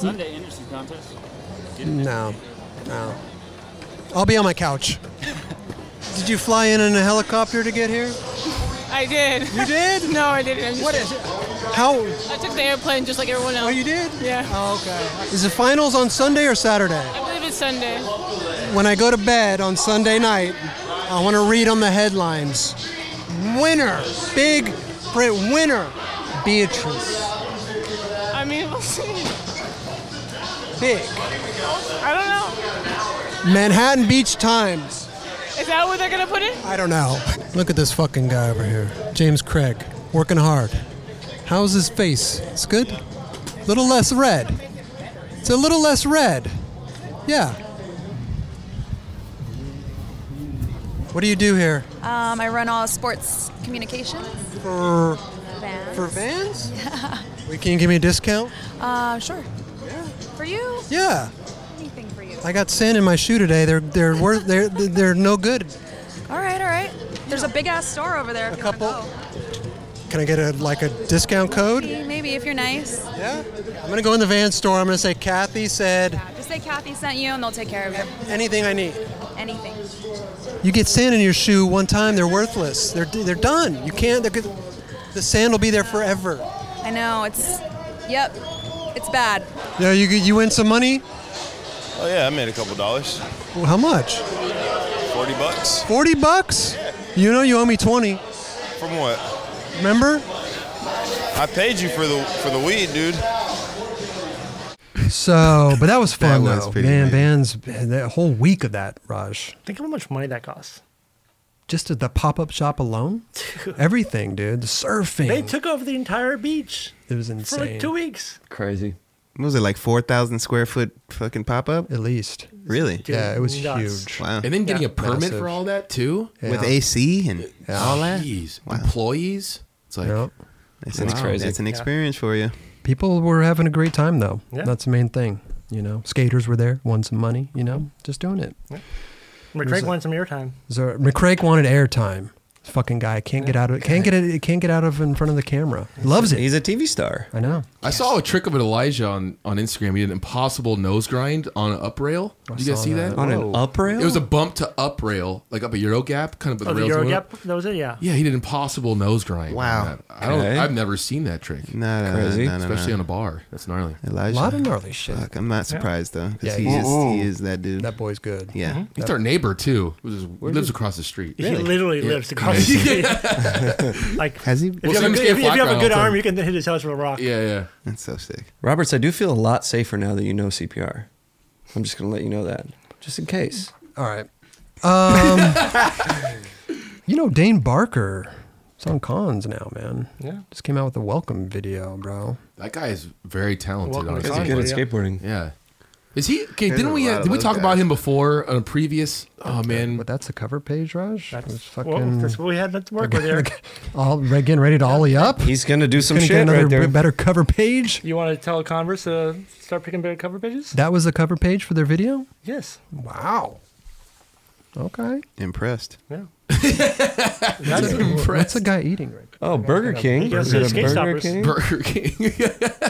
Sunday industry contest. No, no. I'll be on my couch. Did you fly in in a helicopter to get here? I did. You did? *laughs* no, I didn't. What is it? How I took the airplane just like everyone else. Oh, you did? Yeah. Oh, okay. is the finals on Sunday or Saturday? I believe it's Sunday. When I go to bed on Sunday night, I want to read on the headlines. Winner, big sprint winner, Beatrice. I mean, we'll see. Big. I don't know. Manhattan Beach Times. Is that what they're gonna put in? I don't know. Look at this fucking guy over here, James Craig, working hard. How's his face? It's good. Little less red. It's a little less red. Yeah. What do you do here? Um, I run all sports communications. For Vans. For Vans? Yeah. wait, *laughs* can you give me a discount? Uh, sure. Yeah. For you? Yeah. Anything for you. I got sand in my shoe today. They're they're worth they're they're no good. All right, all right. There's a big ass store over there. If you couple. Go. Can I get a like a discount code? Maybe, maybe if you're nice. Yeah. I'm gonna go in the van store. I'm gonna say Kathy said Just say Kathy sent you, and they'll take care of you. Anything I need. Anything. you get sand in your shoe one time, they're worthless. They're they're done. You can't. They're good. The sand will be there forever. I know it's. Yep. It's bad. Yeah, you you win some money. Oh yeah, I made a couple dollars. Well, How much? Forty bucks. Forty bucks. You know you owe me twenty. From what? Remember? I paid you for the for the weed, dude. So, but that was That fun was though, pretty man. amazing. Bands, that whole week of that, Raj. Think how much money that costs. Just at the pop-up shop alone, everything, dude. The surfing. They took over the entire beach it was for like two weeks. Crazy. *laughs* What was it like four thousand square foot fucking pop up? At least. Really? Dude, Yeah, it was nuts. huge. Wow. And then getting Yeah. a permit Massive. for all that, too? With Yeah. AC and Yeah. all that. Jeez. Employees. It's like That's an ex- That's an experience for you. People were having a great time though. Yeah. That's the main thing. You know, skaters were there, won some money. You know, just doing it. McCraig won some airtime. So McCrake wanted airtime. Fucking guy can't get out of can't get it can't get out of in front of the camera. Loves it. He's a TV star. I know. I saw a trick of an Elijah on, on Instagram. He did an impossible nose grind on an up rail. I Did you guys saw see that. that? On an Whoa. up rail? It was a bump to up rail, like up a Euro gap, kind of. But Oh, the rails Euro going Gap. up. That was it. Yeah. Yeah, he did impossible nose grind. Wow, I don't. Okay. I've never seen that trick. No, no, no, Crazy. no, no, no. especially on a bar. That's gnarly. Elijah. lot of gnarly shit. Fuck, I'm not surprised though. 'cause Yeah, he he's- is, he is that dude. That boy's good. Yeah. Mhm. He's our neighbor too. Who just Where lives did- across the street. He literally Yeah. lives across the street. *laughs* Amazing. like, Has he- If, We'll you, see have him a good, skate if, you flat have a ground good all the arm, time. you can hit his house with a rock. Yeah, yeah. That's so sick. Roberts, I do feel a lot safer now that you know CPR. I'm just gonna let you know that, just in case. All right. Um, *laughs* you know, Dane Barker. It's on cons now, man. Yeah. Just came out with a welcome video, bro. That guy is very talented. Welcome to honestly. Cons, He's good at yeah. skateboarding. Yeah. Is he? Okay, There's didn't a we? lot Uh, of did we those talk about guys. him before on a previous? Oh man. But that's the cover page, Raj. That's fucking. Well, that's what we had to work with there. all re- getting ready to ollie up. He's gonna do some gonna shit get another right there. b- better cover page. You want to tell Converse to start picking better cover pages? That was the cover page for their video. Yes. Wow. Okay. Impressed. Yeah. That's is a, what's impressed. a guy eating right Oh, Burger King. He goes Is it to a Skate Stoppers. Burger King. *laughs*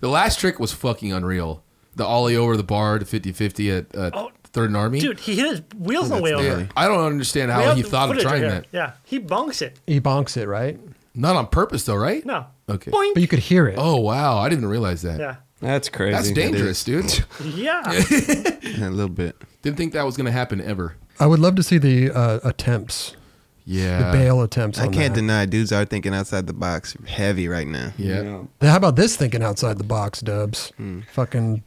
the last trick was fucking unreal. The ollie over the bar to 50-50 at uh, Third and Army. Oh, Dude, he hit his wheels on the way Yeah. over. I don't understand We how have he the thought of footage trying right here. that. Yeah, he bunks it. He bonks it, right? Not on purpose, though, right? No. Okay. Boink. But you could hear it. Oh wow, I didn't even realize that. Yeah. That's crazy. That's dangerous, *laughs* dude. Yeah. a little bit. Didn't think that was gonna happen ever. I would love to see the uh, attempts. Yeah. The bail attempts. I on can't that. deny dudes are thinking outside the box heavy right now. Yeah. Now, How about this thinking outside the box, Dubs? Hmm. Fucking.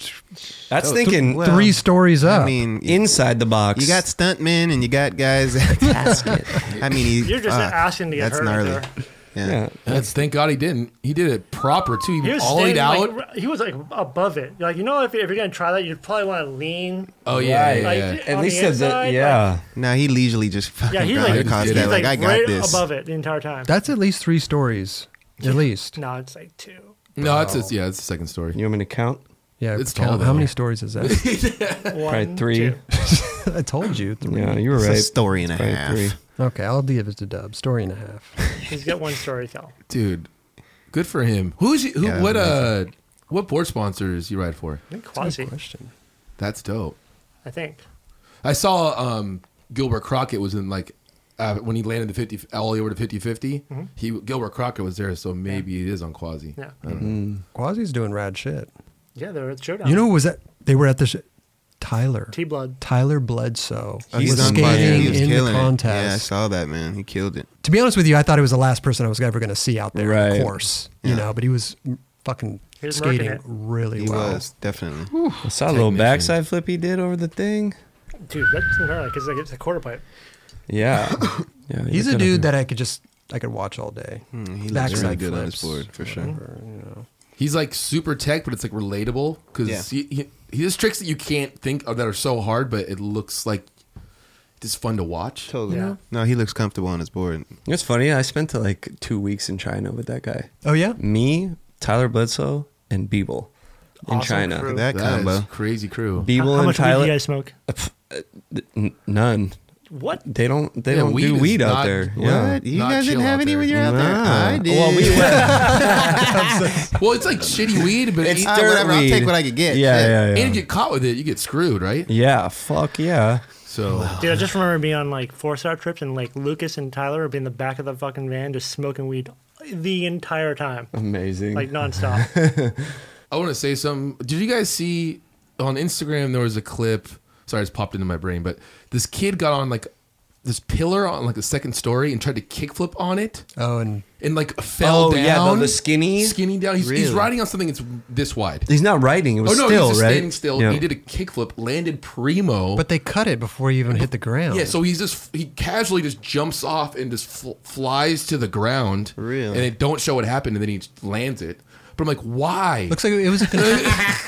That's th- thinking- th- three Well, stories up. I mean, inside the box. You got stuntmen and you got guys at the basket. *laughs* I mean, he, You're just fuck, asking to get That's hurt right gnarly. there. Yeah. That's thank God he didn't. He did it proper too. He, He was ollied standing, out. Like, r- he was like above it. Like you know, if, if you're gonna try that, you probably want to lean. Oh, yeah, yeah, like, yeah. on the inside, yeah. no, he leisurely just Like, fucking yeah, he got like, across he's that. Like, like, I got right this. above it the entire time. That's at least three stories. At least. No, it's like two. No, it's a, yeah, it's the second story. You want me to count? Yeah, it's count. tall. How though. many stories is *laughs* that? Probably three. I told you. Three. Yeah, you were It's a right. story and a Probably half. three. Okay, I'll give it to Dub. Story and a half. He's *laughs* got one story to tell. dude. Good for him. Who's he, who? Yeah, what uh? amazing. What board sponsors you ride for? I think Quasi. That's dope. I think. I saw um, Gilbert Crockett was in like uh, when he landed the fifty all the way over to 50 50 Mhm. He Gilbert Crockett was there, so maybe it is on Quasi. Yeah. Mm-hmm. I don't know. Quasi's doing rad shit. Yeah, they're at the showdown. You know, who was that they were at the sh- Tyler. T Blood. Tyler Bledsoe. He's was done by skating He was in the killing it. contest. Yeah, I saw that man. He killed it. To be honest with you, I thought it was the last person I was ever going to see out there on Right. the course. You know, but he was m- fucking He was working skating it. really He well. was definitely. I saw a little backside flip he did over the thing. Dude, that's gnarly because like, it's a quarter pipe. Yeah. yeah he He's a could've dude been- that I could just I could watch all day. he Hmm, looks Backside really good on his flips, board, for sure. whatever, you know. He's like super tech, but it's like relatable because Yeah. he, he he does tricks that you can't think of that are so hard, but it looks like just fun to watch. Totally. No, he looks comfortable on his board. It's funny. I spent uh, like two weeks in China with that guy. Oh, yeah? Me, Tyler Bledsoe, and Beeble in Awesome China. crew. That combo. crazy crew. Beeble How- how and much weed do Tyler. you guys smoke? Uh, pff, uh, th- n- none. What? They don't. They Yeah, don't weed do is weed out not- there. what? Yeah. You Not guys didn't chill have out any there. when you were out there? Nah. I did. Well, *laughs* *laughs* we well, it's like shitty weed, but It's it- Ah, dirt whatever, I'll weed. take what I could get. Yeah, Shit. yeah, yeah. And you get caught with it, you get screwed, right? Yeah. Fuck yeah. So Dude, I just remember being on like four star trips and like Lucas and Tyler would be in the back of the fucking van just smoking weed the entire time, Oh amazing. like nonstop. I want to say something. Did you guys see on Instagram there was a clip? Sorry, it's popped into my brain, but this kid got on like this pillar on like the second story and tried to kickflip on it. Oh, and and like fell Oh, down. yeah, the- the skinny? skinny down. He's, he's Really? riding on something that's this wide. He's not writing. It was oh no, still he's just right. standing still. Yeah. He did a kickflip, landed primo. But they cut it before you even hit the ground. Yeah, so he's just he casually just jumps off and just fl- flies to the ground. Really? And it don't show what happened, and then he just lands it. But I'm like, why? *laughs* Looks like it was a *laughs* con-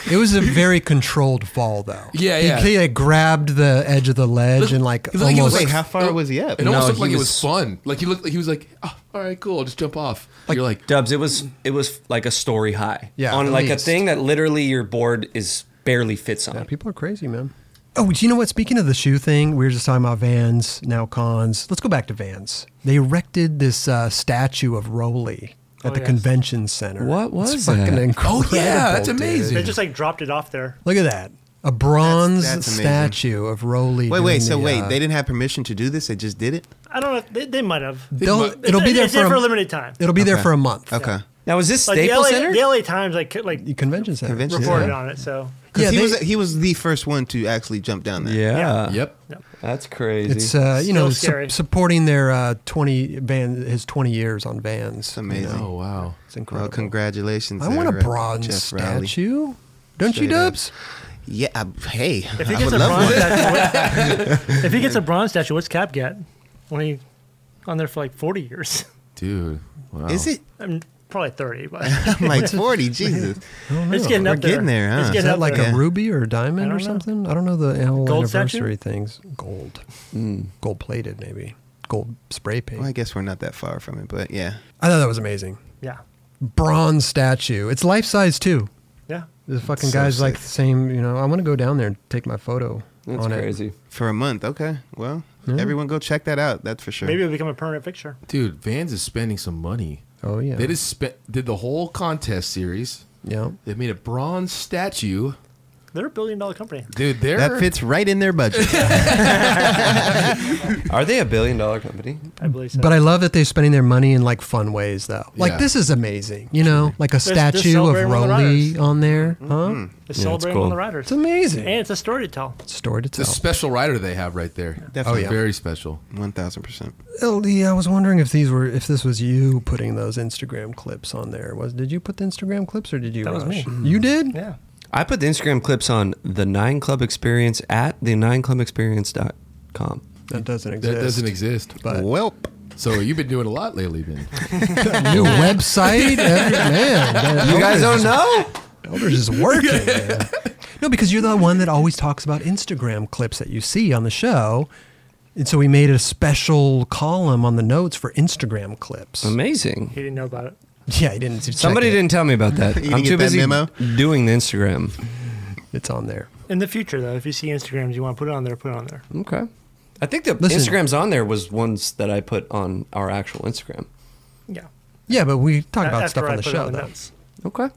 it was a very controlled fall though. Yeah, He yeah. kinda grabbed the edge of the ledge and like It's like he almost was like- far was he It almost looked like it was fun. Like he looked like he was like, oh, all right, cool, I'll just jump off. You're like Dubs. It was. It was like a story high. Yeah, On at like a least. thing that literally your board is barely fits on. people are crazy, man. Oh, do you know what? Speaking of the shoe thing, we were just talking about Vans, now cons. Let's go back to Vans. They erected this uh, statue of Rowley at Oh, the yes. convention center. What was it's fucking Oh, incredible. dude. They just like dropped it off there. Look at that. A bronze that's amazing. statue of Rowley. Wait, wait. doing So the, wait, uh, they didn't have permission to do this. They just did it. I don't know. If they, they might have. Don't- It's- it'll be there it's for a- a, limited time. It'll be there Okay. for a month. Okay. Now is this like the Staples LA, Center? The LA Times like c- like convention center Convention *laughs* reported center. on it. So Because he they- was he was the first one to actually jump down there. uh, Yeah. Yep. That's crazy. It's uh, you know Still scary. su- supporting their uh, twenty van his twenty years on Vans. It's amazing. Oh wow, it's incredible. Well, congratulations. I want a there, uh, bronze Jeff Rowley. statue. Don't you, Straight up. Dubs? Yeah. I, hey, if he I gets would a love bronze one. statue, what- if he gets a bronze statue, what's Cap get when he on there for like forty years? *laughs* dude. Wow. Is it? I'm probably thirty, but *laughs* I'm like forty. Jesus. It's getting We're up there. getting there, huh? It's getting Is that up like there. a ruby or a diamond or don't know. something? I don't know the whole Gold statue? anniversary things. Gold, Mm. gold plated maybe, gold spray paint. Well, I guess we're not that far from it, but yeah. I thought that was amazing. Yeah. Bronze statue. It's life size too. Yeah. The fucking That's so guy's like sick. the same. You know, I want to go down there and take my photo on it. For a month, okay. Well, Yeah. everyone go check that out. That's for sure. Maybe it'll become a permanent fixture. Dude, Vans is spending some money. Oh yeah. They just spent did the whole contest series. Yeah. They made a bronze statue. They're a billion dollar company. Dude, they're that fits right in their budget. *laughs* Are they a billion dollar company? I believe so. But I love that they're spending their money in like fun ways though. Like Yeah. this is amazing. You know, like a They're- they're statue of celebrating with the Rowley riders. on there. Mm-hmm. Huh? They're celebrating on the riders. It's amazing. and it's a story to tell. Story to It's a tell. special rider they have right there. Definitely. Oh, yeah. Very special. 1000%. LD, I was wondering if these were if this was you putting those Instagram clips on there. Was did you put the Instagram clips or did you? That was Raj? me. Mm. You did. Yeah. I put the Instagram clips on the Nine Club Experience at the Nine Club Experience.com. That doesn't exist. That doesn't exist. But Welp. So you've been doing a lot lately, Ben. *laughs* new *laughs* website, every, man. that- You guys don't know? Elder's just working. *laughs* man. No, because you're the one that always talks about Instagram clips that you see on the show. And so we made a special column on the notes for Instagram clips. Amazing. He didn't know about it. Yeah, I didn't. check Somebody it. didn't tell me about that. You didn't I'm get too that busy memo? doing the Instagram. It's on there. In the future, though, if you see Instagrams, you want to put it on there, put it on there. Okay. I think the Listen. Instagrams on there was ones that I put on our actual Instagram. Yeah, but we talk A- about after stuff I on the put it show, on the though. notes. Okay.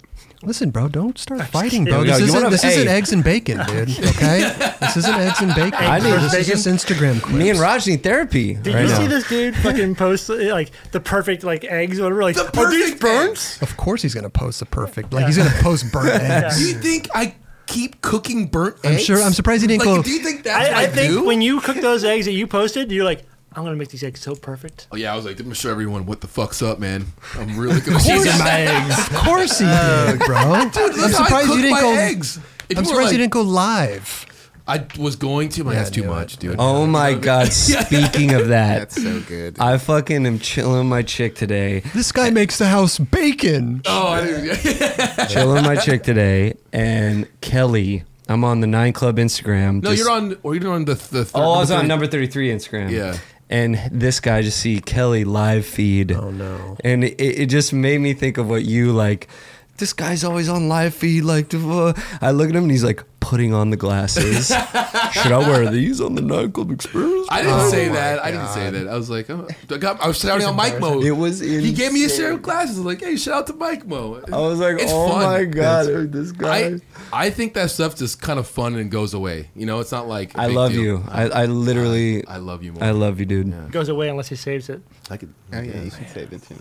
Listen, bro, don't start fighting, kidding. bro. Yo, This, you isn't, wanna- this isn't hey. eggs and *laughs* bacon, dude. Okay, this isn't eggs and bacon. I need- this is just Instagram clips. Me and Raj need therapy. Did right you see now. this *laughs* dude fucking post like the perfect like eggs or whatever? Like the perfect burnt? *laughs* Of course, he's gonna post the perfect. Like he's gonna post burnt eggs. Do you think I keep cooking burnt I'm eggs? sure- I'm surprised he didn't like, go- *laughs* Do you think that's I, what I, I think do? when you cook those eggs that you posted, you're like, I'm gonna make these eggs so perfect. Oh yeah, I was like, I'm gonna show everyone what the fuck's up, man. I'm really Of good. course he- Of *laughs* course he did, bro. Uh, Dude, I'm that's how I surprised cook you didn't my go. eggs. If I'm you were surprised you like- didn't go live. I was going to, but that's too much, dude. *laughs* Oh my god! Speaking of that, That's so good. I fucking am chilling my chick today. This guy makes the house *laughs* bacon. Oh, I didn't. chilling my chick today, and Kelly. I'm on the Nine Club Instagram. No, just- you're on. Or you're on the. the third, Oh, I was on number 33 Instagram. Yeah. And this guy just see Kelly live feed. Oh no! And it, it just made me think of what you like. This guy's always on live feed. Like, uh, I look at him and he's like putting on *laughs* the glasses. Should I wear these on the nightclub experience? I didn't Oh say my that. I didn't say that. I was like, oh, I, got, I was shouting out Mike Mo. It was He gave me a insane. share of glasses. I was like, hey, shout out to Mike Mo. I was like, oh my God, this guy. I, I think that stuff's just kind of fun and goes away. You know, it's not like. a I big love deal. you. I, I literally. I love you more. I love you, dude. Goes away unless he saves it. I could. Oh yeah, you can save it too.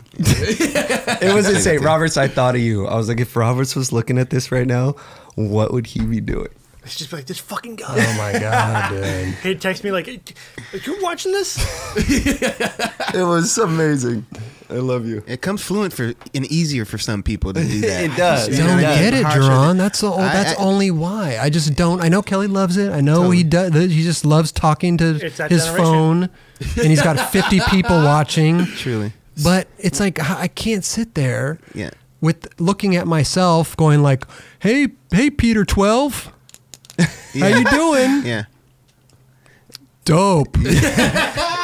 *laughs* It was insane, Roberts. I thought of you. I was like, if Roberts was looking at this right now, what would he be doing? It's just like this fucking guy. Oh my God, dude. He texts me like, "Are you watching this?" it was amazing. I love you. It comes fluent for and easier for some *laughs* people to do that. It does. You You know don't what I mean? get it, Harsher Duran. than- That's all. I- That's I- only why. I just don't. I know Kelly loves it. I know he does. He just loves talking to his It's that generation. phone, *laughs* and he's got fifty people watching. Truly, but it's like I I can't sit there Yeah. with looking at myself, going like, "Hey, hey, Peter, *laughs* twelve, Yeah. how you doing? Yeah. *laughs* Dope,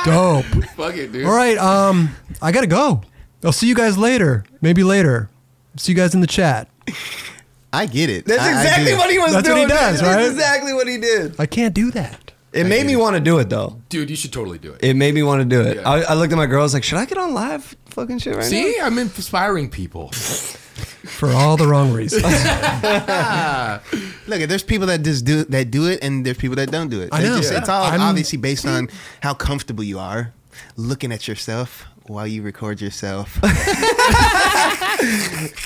dope. Fuck it, dude. All right, um, I gotta go. I'll see you guys later. Maybe later. See you guys in the chat. I get it. That's exactly what he was That's doing. what he does, That's right? exactly what he did. I can't do that. It made me want to do it though. Dude, you should totally do it. It made me want to do it. I, I looked at my girl. I was like, should I get on live fucking shit right now? See, I'm inspiring people. For all the wrong reasons. *laughs* Look, there's people that just do that do it, and there's people that don't do it. I It's know. just- it's all I'm- obviously based on how comfortable you are looking at yourself while you record yourself. *laughs*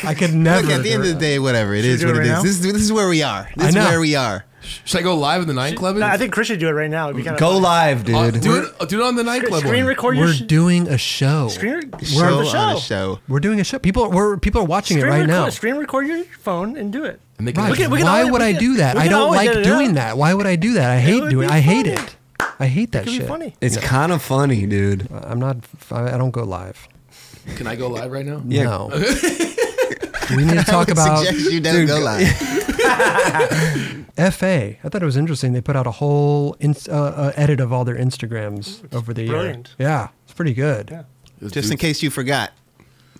I could never. Look, at the end of the day, whatever it Should we is, do it what it right is. now? This, is this is where we are. I This is know. where we are. Should I go live in the nine club? No, I think Chris should do it right now. It'd be kinda Go fun. live, dude. do it. uh, Do it on the night club. screen one. record your We're sh- doing a show. Screen- we're Show on a on a show. show. We're doing a show. People, we're people are watching Screen it right record, now. Screen record your phone and do it. Right. We can- we can Why always- would we I can- do that? we I can don't always like edit it doing out. that. Why would I do that? I hate would doing. be I hate funny. it. I hate that could be shit. Uh, funny. It's kind of funny, dude. I'm not. I I don't go live. Can I go live right now? Yeah. *laughs* No. We need to talk about Suggest you don't go *laughs* live. FA. I thought it was interesting. They put out a whole ins uh, uh, edit of all their Instagrams over the brilliant. year. Yeah, it's pretty good. Just in case you forgot,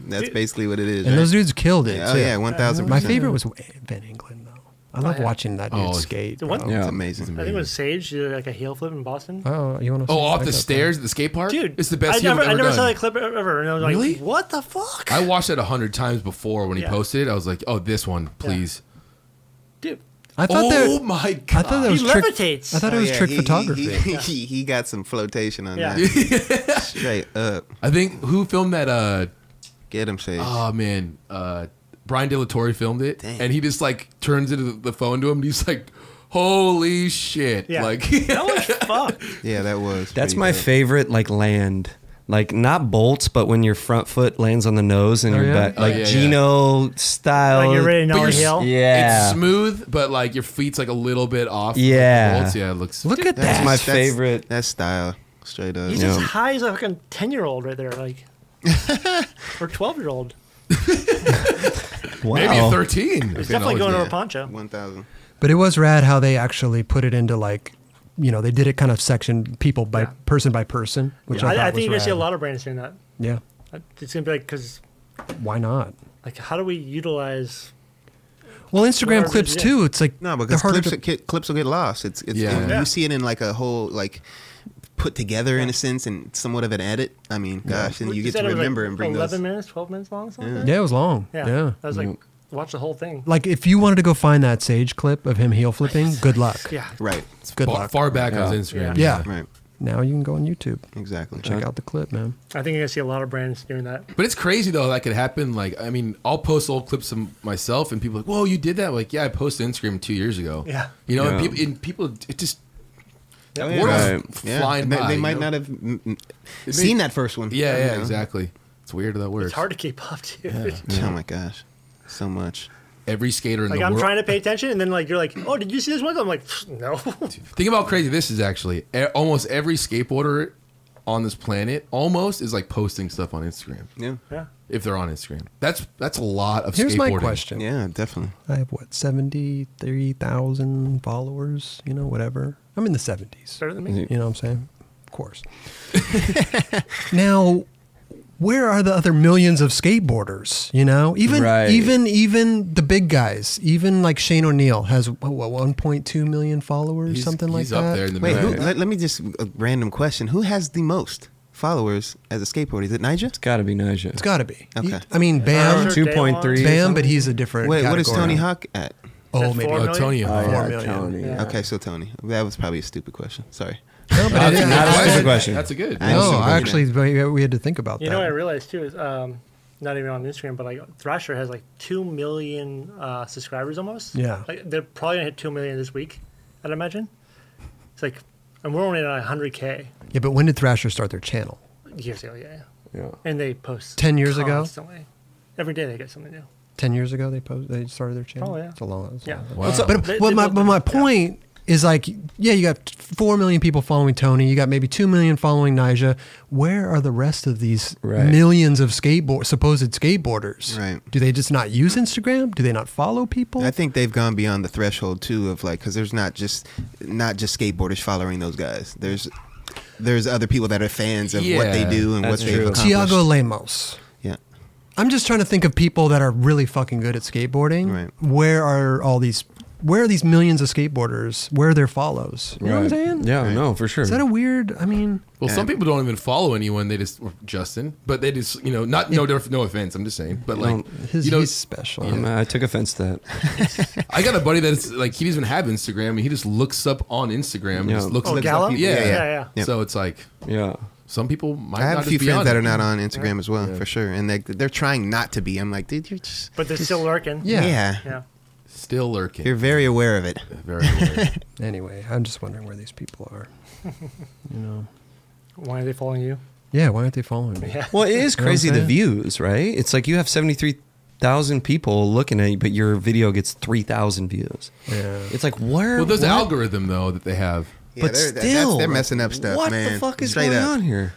that's basically what it is. And those right? dudes killed it. Oh too. yeah, one thousand. My favorite was Van England though. I love watching that dude Oh, skate. The one- bro. Yeah. It's amazing. I think it was Sage, did like a heel flip in Boston. Oh, you want to? Oh, off the stairs at the skate park, dude. It's the best I you've never, ever I never done. saw that clip e- ever, and I was like, Really? "What the fuck, I watched that a hundred times before when he Yeah. posted it. I was like, oh, this one, please. *laughs* dude?" I thought oh that- my god! I thought that was trick. I thought it Oh, was yeah, trick he- he- photography. He, he, he got some flotation on Yeah. that. Straight up. *laughs* I think who filmed that? Uh, Get him, Sage. Oh man, uh, Brian De La Torre filmed it, and he just like turns into the phone to him, and he's like, "Holy shit!" Yeah. Like, that *laughs* was fucked. Yeah, that was. That's my favorite like land. Like not bolts, but when your front foot lands on the nose and Oh, your yeah? back, Oh, like yeah, yeah. Gino style. But you're s- Yeah, It's smooth, but like your feet's like a little bit off. from Yeah. the bolts. yeah, it looks. Look at That's that. my favorite. That style, straight up. He's as high as a fucking ten year old right there, like or twelve year old. Maybe a Oh. Wow. thirteen. It's definitely going over Poncho. One thousand. But it was rad how they actually put it into like, you know, they did it kind of section people by person by person, which I, I, thought think was you're gonna rad. see a lot of brands doing that. Yeah, It's gonna be like, because why not? like, how do we utilize? Well, Instagram Whatever, clips yeah. too. It's like No, they're because harder clips, to- ki- clips will get lost. It's, it's Yeah. if Yeah. you see it in like a whole like put together in a sense and somewhat of an edit. I mean, gosh, and you get said to it was, like, remember and bring eleven those. minutes, twelve minutes long. *laughs* Something Yeah, it was long. Yeah. Yeah. I was like, watch the whole thing. like if you wanted to go find that sage clip of him heel flipping, good luck. Yeah. Right. Good far, luck. Far back yeah. on his Instagram. Yeah. Right. Now you can go on YouTube. Exactly. Check out the clip, man. I think you're gonna see a lot of brands doing that. But it's crazy though that could happen. Like, I mean, I'll post old clips of myself, and people are like, "Whoa, you did that!" Like, yeah, I posted Instagram two years ago. Yeah. you know, and Yeah. people, and people, it just that Yeah. word's Right. f- Yeah. flying They- by. they you might know? not have, mm, mm, It seen that first one. Yeah, You yeah, know? exactly. It's weird how that works. It's hard to keep up, *laughs* dude. Oh my gosh, so much. Every skater in Like the I'm world. trying to pay attention, and then like you're like, oh, did you see this one? I'm like, "Pfft, no. *laughs* Think about how crazy this is actually. E- Almost every skateboarder on this planet almost is like posting stuff on Instagram. Yeah. Yeah. If they're on Instagram. That's that's a lot of Here's my skateboarding. question. Yeah, definitely. I have what seventy three thousand followers. You know, whatever. I'm in the seventies. Better than me. You know what I'm saying? Of course. *laughs* now, where are the other millions of skateboarders? You know, even Right. even even the big guys, even like Shane O'Neill has what, what 1.2 million followers, something like that. Wait, who, let, let me just a random question. Who has the most followers as a skateboarder? Is it Nija? It's got to be Nija. It's got to be. Okay. I mean, Bam, Two point three. Bam, but he's a different. Wait, what is category. Tony Hawk at? Oh, maybe Four oh, Tony. million? Four million. Yeah. Okay, so Tony. That was probably a stupid question. Sorry. No, but it is- I No, understand. I actually we we had to think about You that. know what I realized too is um, not even on Instagram, but like Thrasher has like two million uh, subscribers almost. Yeah. like, they're probably gonna hit two million this week, I'd imagine. It's like, and we're only at hundred k yeah, but when did Thrasher start their channel? years ago. Yeah, Yeah. and they post 10 years ago? constantly. Every day they get something new. Ten years ago, they posted, they started their channel. Oh, yeah. it's a long. It's a Yeah. long- Wow. But, but, They- they my built but my point is like, yeah, you got four million people following Tony. You got maybe two million following Nija. Where are the rest of these Right. millions of skateboard supposed skateboarders? Right. Do they just not use Instagram? Do they not follow people? I think they've gone beyond the threshold too of like because there's not just not just skateboarders following those guys. There's there's other people that are fans of what they Yeah, do and what that's they've true. accomplished. Tiago Lemos. Yeah. I'm just trying to think of people that are really fucking good at skateboarding. Right. Where are all these? Where are these millions of skateboarders? Where are their follows? You know what I'm saying? Yeah, no, for sure. Is that a weird? I mean, Well, some people don't even follow anyone. They just or Justin, but they just you know not no diff- no offense. I'm just saying, but like Oh, you know, special. Yeah. I took offense to that. *laughs* I got a buddy that's like he doesn't even have Instagram. and He just looks up on Instagram. And Yeah. just looks Oh, looks Gallo? up people. Yeah. Yeah, Yeah, yeah, yeah. So it's like yeah, some people might. I have not a few just be friends on that it. are not on Instagram as well, for sure, and they they're trying not to be. I'm like, dude, you're just But they're still lurking. Yeah. Yeah. yeah. Still lurking. You're very aware of it. Very aware. anyway, I'm just wondering where these people are. You know. Why are they following you? Yeah, why aren't they following me? Yeah. *laughs* Well, it is You know what I'm crazy the saying? views, right? It's like you have 73,000 people looking at you, but your video gets 3,000 views. Yeah. It's like, where? Well, there's what? an algorithm though that they have. Yeah, But they're- that- that's- still, they're messing up stuff, what man. the fuck is Straight going up. on here?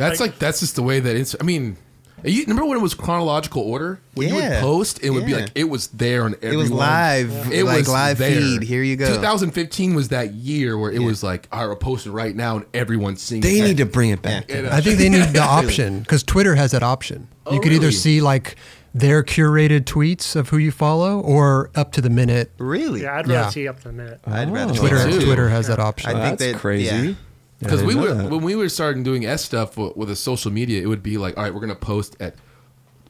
That's like that's just the way that it's. I mean, you remember when it was chronological order when you would Yeah. post, it would be Yeah. like it was there on everyone. It was live, It like was live there. feed. Here you go. 2015 was that year where it was like, all right, we're posting right now, and everyone's seeing. They it. need to bring it back. Yeah. I think they need *laughs* the option because Twitter has that option. Oh, you could either really? see like their curated tweets of who you follow or up to the minute. Really? Yeah, I'd rather see up to the minute. I'd rather Twitter. too. Twitter has that option. Because we were Yeah. when we were starting doing S stuff w- with the social media, it would be like, all right, we're gonna post at,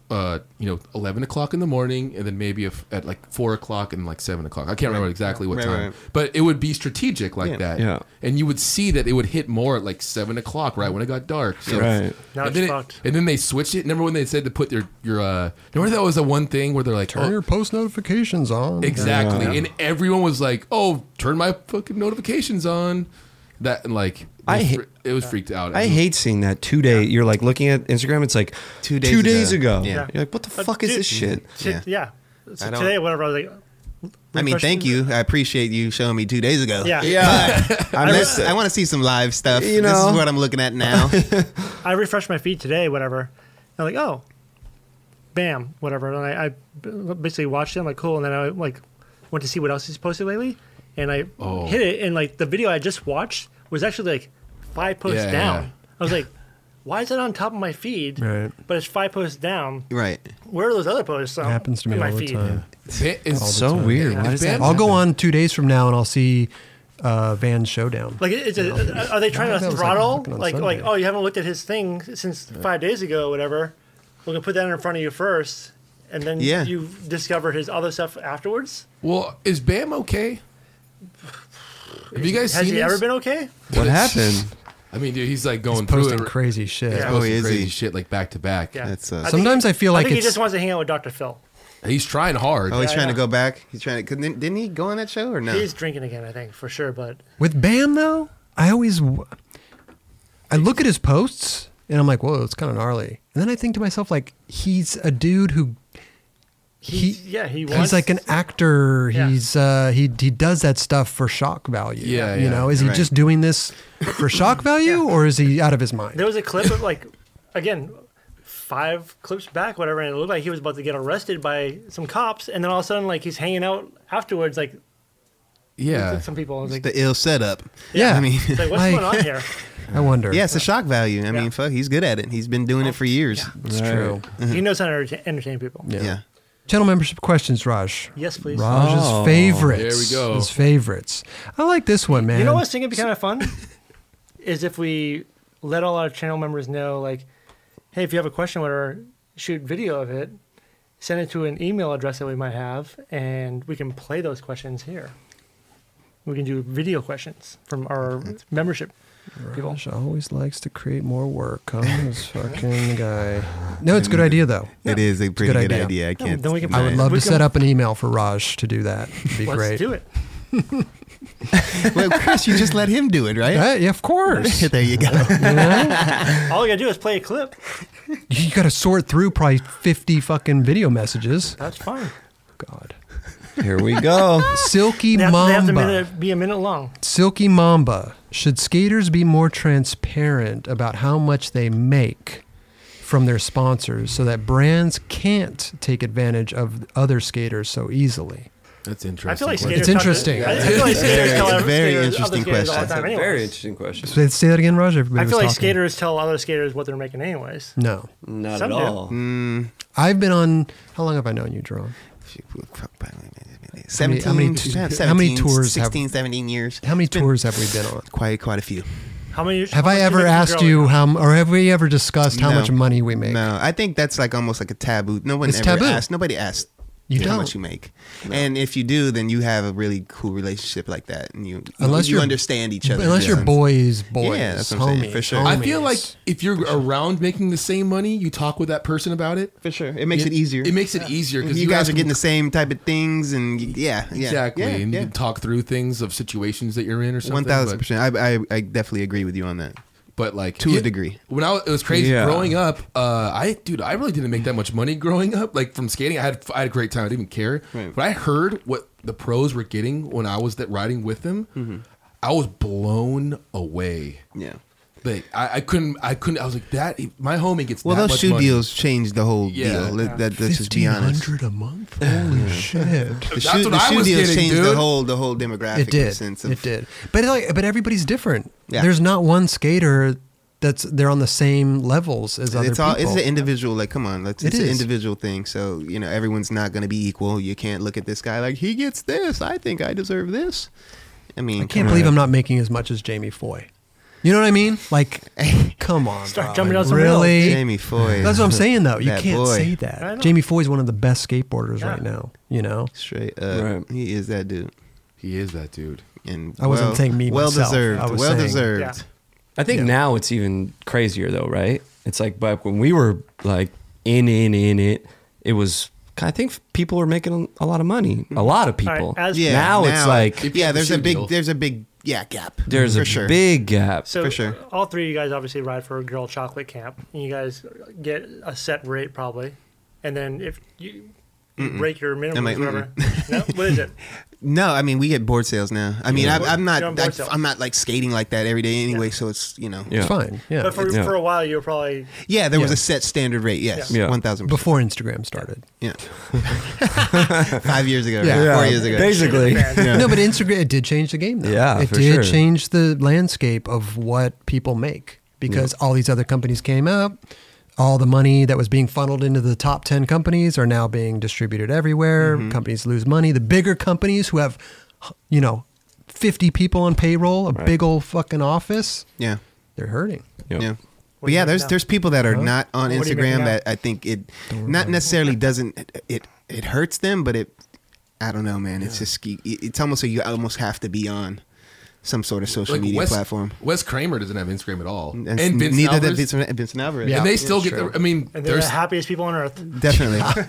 uh, you know, eleven o'clock in the morning, and then maybe if, at like four o'clock and like seven o'clock. I can't remember exactly what Right, time, right. but it would be strategic like Yeah. that. Yeah. And you would see that it would hit more at like seven o'clock, right when it got dark. So Right. Now and it's then it- fucked. and then they switched it. Remember when they said to put your your uh? Remember that was the one thing where they're like, Turn oh, your post notifications on. Exactly. And everyone was like, "Oh, turn my fucking notifications on." That and like it I was, hate- fre- it was freaked out. I hate seeing that two day. You're like looking at Instagram. It's like two days days, ago. ago. Yeah. You're like, what the Uh, fuck is dude, this shit? t- yeah. So I don't- today, whatever, I was like, I mean, thank you. I appreciate you showing me two days ago. Yeah. Yeah. *laughs* But I I, missed I want to see some live stuff. You this know. is what I'm looking at *laughs* now. I refreshed my feed today, whatever. And I'm like, oh, bam, whatever. And I, I b- basically watched it. I'm like, cool. And then I like went to see what else he's posted lately, and I Oh. hit it. And like the video I just watched was actually like five posts Yeah, down. yeah. I was like, why is it on top of my feed? Right. But it's five posts down. Right. Where are those other posts? on- happens to me in my all the feed? time. Ba- it's All the so weird. Why does that I'll go happen? on two days from now and I'll see uh, Van Showdown. Like, it's a, are they trying God, that to was, like, throttle? fucking on Like, like, Sunday. oh, you haven't looked at his thing since five days ago, or whatever. We're gonna put that in front of you first, and then Yeah. you discover his other stuff afterwards. Well, is Bam okay? Have you guys Has seen he ever this? been okay? What happened? I mean, dude, he's like going He's through posting it. crazy shit. He's Yeah. posting Oh, is crazy he? shit like back to back. Yeah. That's, uh, Sometimes I feel like I think it's- he just wants to hang out with Dr. Phil. He's trying hard. Oh, he's Yeah, trying to yeah. go back. He's trying to. Didn't, didn't he go on that show or no? He's drinking again, I think, for sure. But With Bam though, I always w- I look at his posts and I'm like, whoa, it's kind of gnarly. And then I think to myself, like, he's a dude who he, yeah, he wants. he's like an actor. He's uh, he he does that stuff for shock value. Yeah, you yeah. know, is he Right. just doing this for *laughs* shock value or is he out of his mind? There was a clip of like, again, five clips back, whatever, and it looked like he was about to get arrested by some cops, and then all of a sudden, like he's hanging out afterwards, like Yeah. with some people. I was It's like, the ill setup. Yeah. I mean, It's *laughs* like, what's going on here? I *laughs* wonder. Yeah, it's a shock value. I mean, fuck, he's good at it. He's been doing it for years. It's Right. true. he knows how to entertain, entertain people. Yeah. Channel membership questions, Raj. Yes, please. Raj's Oh, favorites. there we go. His favorites. I like this one, man. You know what's going to be kind of fun is if we let all our channel members know, like, hey, if you have a question, whatever, shoot video of it, send it to an email address that we might have, and we can play those questions here. We can do video questions from our membership people. Raj always likes to create more work. Huh? *laughs* This fucking guy. No, it's a good idea though. It is a It's pretty good idea. I can't Then we can- I would deny love it. to we can- set up an email for Raj to do that. It'd be Let's great. do it. *laughs* Well, Chris, you just let him do it, right? Yeah, yeah, of course. *laughs* *laughs* there you go. All you gotta do is play a clip. You got to sort through probably fifty fucking video messages. That's fine. Here we go. Silky They have, they have to Mamba. minute, be a minute long. Silky Mamba. Should skaters be more transparent about how much they make from their sponsors so that brands can't take advantage of other skaters so easily? That's interesting. I feel like It's skaters talk to- interesting. I I feel like skaters tell other skaters- other skaters all the time anyways. Very interesting question. Say say that again, Roger. Everybody I was feel like talking. skaters tell other skaters what they're making anyways. No. Not Some at do. all. I've been on. How long have I known you, Jerome? How many- 17, how many- how many tours have- 16, 17 years. How many It's been tours have we been on? Quite, quite a few. How many? Have I ever asked you how, m- or have we ever discussed how No. much money we make? No, I think that's like almost like a taboo. No one It's ever taboo. asks. Nobody asks You how don't. much you make. And if you do, then you have a really cool relationship like that, and you Unless you you're- understand each other. unless you're boys, boys, yeah, that's what I'm homies, saying, for sure. I feel like if you're around making the same money, you talk with that person about it. For sure, it makes it easier. It makes it easier you, because you, guys ask are them- getting the same type of things, and y- yeah, yeah exactly, yeah, and yeah. you can talk through things of situations that you're in or something. One thousand but- percent. I, I I definitely agree with you on that. But like to yeah, a degree. When I was- it was crazy Yeah. growing up, uh, I dude, I really didn't make that much money growing up. Like from skating, I had I had a great time. I didn't even care. But I heard what the pros were getting when I was that riding with them. Mm-hmm. I was blown away. Yeah. Like I, I couldn't, I couldn't. I was like that. My homie gets Well, that those much shoe money. deals changed the whole Yeah. deal. Let, that, let's just be honest. 1500 a *laughs* month? Holy shit. The shoe, the shoe deals changed the whole the whole demographic. It In the did. sense of, it did. But like, but everybody's different. Yeah. There's not one skater that's they're on the same levels as other it's all people. it's an individual like come on let's It it's an is. individual thing so you know everyone's not going to be equal you can't look at this guy like he gets this i think i deserve this i mean I can't believe I'm not making as much as Jamie Foy. You know what I mean? *laughs* Like, come on, Start bro. jumping down some really? hills. Jamie Foy. That's what I'm saying, though. You That can't boy. say I know. that. Jamie Foy is one of the best skateboarders Yeah. right now. You know, straight up he is that dude he is that dude and I wasn't well- saying me well myself. deserved I was well saying- deserved Yeah. I think now it's even crazier though, right? It's like back when we were like in in in it, it was I think people were making a lot of money. A lot of people. yeah now, it's like yeah there's a big there's a big yeah gap there's for a sure big gap. So all three of you guys obviously ride for a girl chocolate camp, and you guys get a set rate probably, and then if you, you Mm-mm. break your minimum, Am I- whatever. *laughs* no, what is it? No, I mean we get board sales now. I mean Yeah. I, I'm not You're on I, board sales. I'm not like skating like that every day anyway, so it's you know Yeah. It's fine, yeah. But for, It's- for a while, you were probably Yeah, there was a set standard rate. Yes, Yeah. Yeah. one thousand before Instagram started. Yeah, *laughs* five years ago, right? four years ago, Yeah. No, but Instagram it did change the game though. Yeah, it for did sure. change the landscape of what people make because all these other companies came up. All the money that was being funneled into the top 10 companies are now being distributed everywhere. Mm-hmm. Companies lose money. The bigger companies who have, you know, 50 people on payroll, a big old fucking office, yeah, they're hurting. yeah. do But you yeah, make there's now? there's people that are Huh? not on What do you make Instagram now? that I think it not necessarily doesn't it, it it hurts them, but it I don't know, man. It's just it- it's almost like you almost have to be on. some sort of social Like, media Wes- platform. Wes Kramer doesn't have Instagram at all, and, And Vince neither did Alvarez. Vincent- Vincent Alvarez. Yeah, Yeah. and they still It's get. true. The, I mean, And they're there's the happiest people on earth. *laughs* Definitely. I don't *laughs*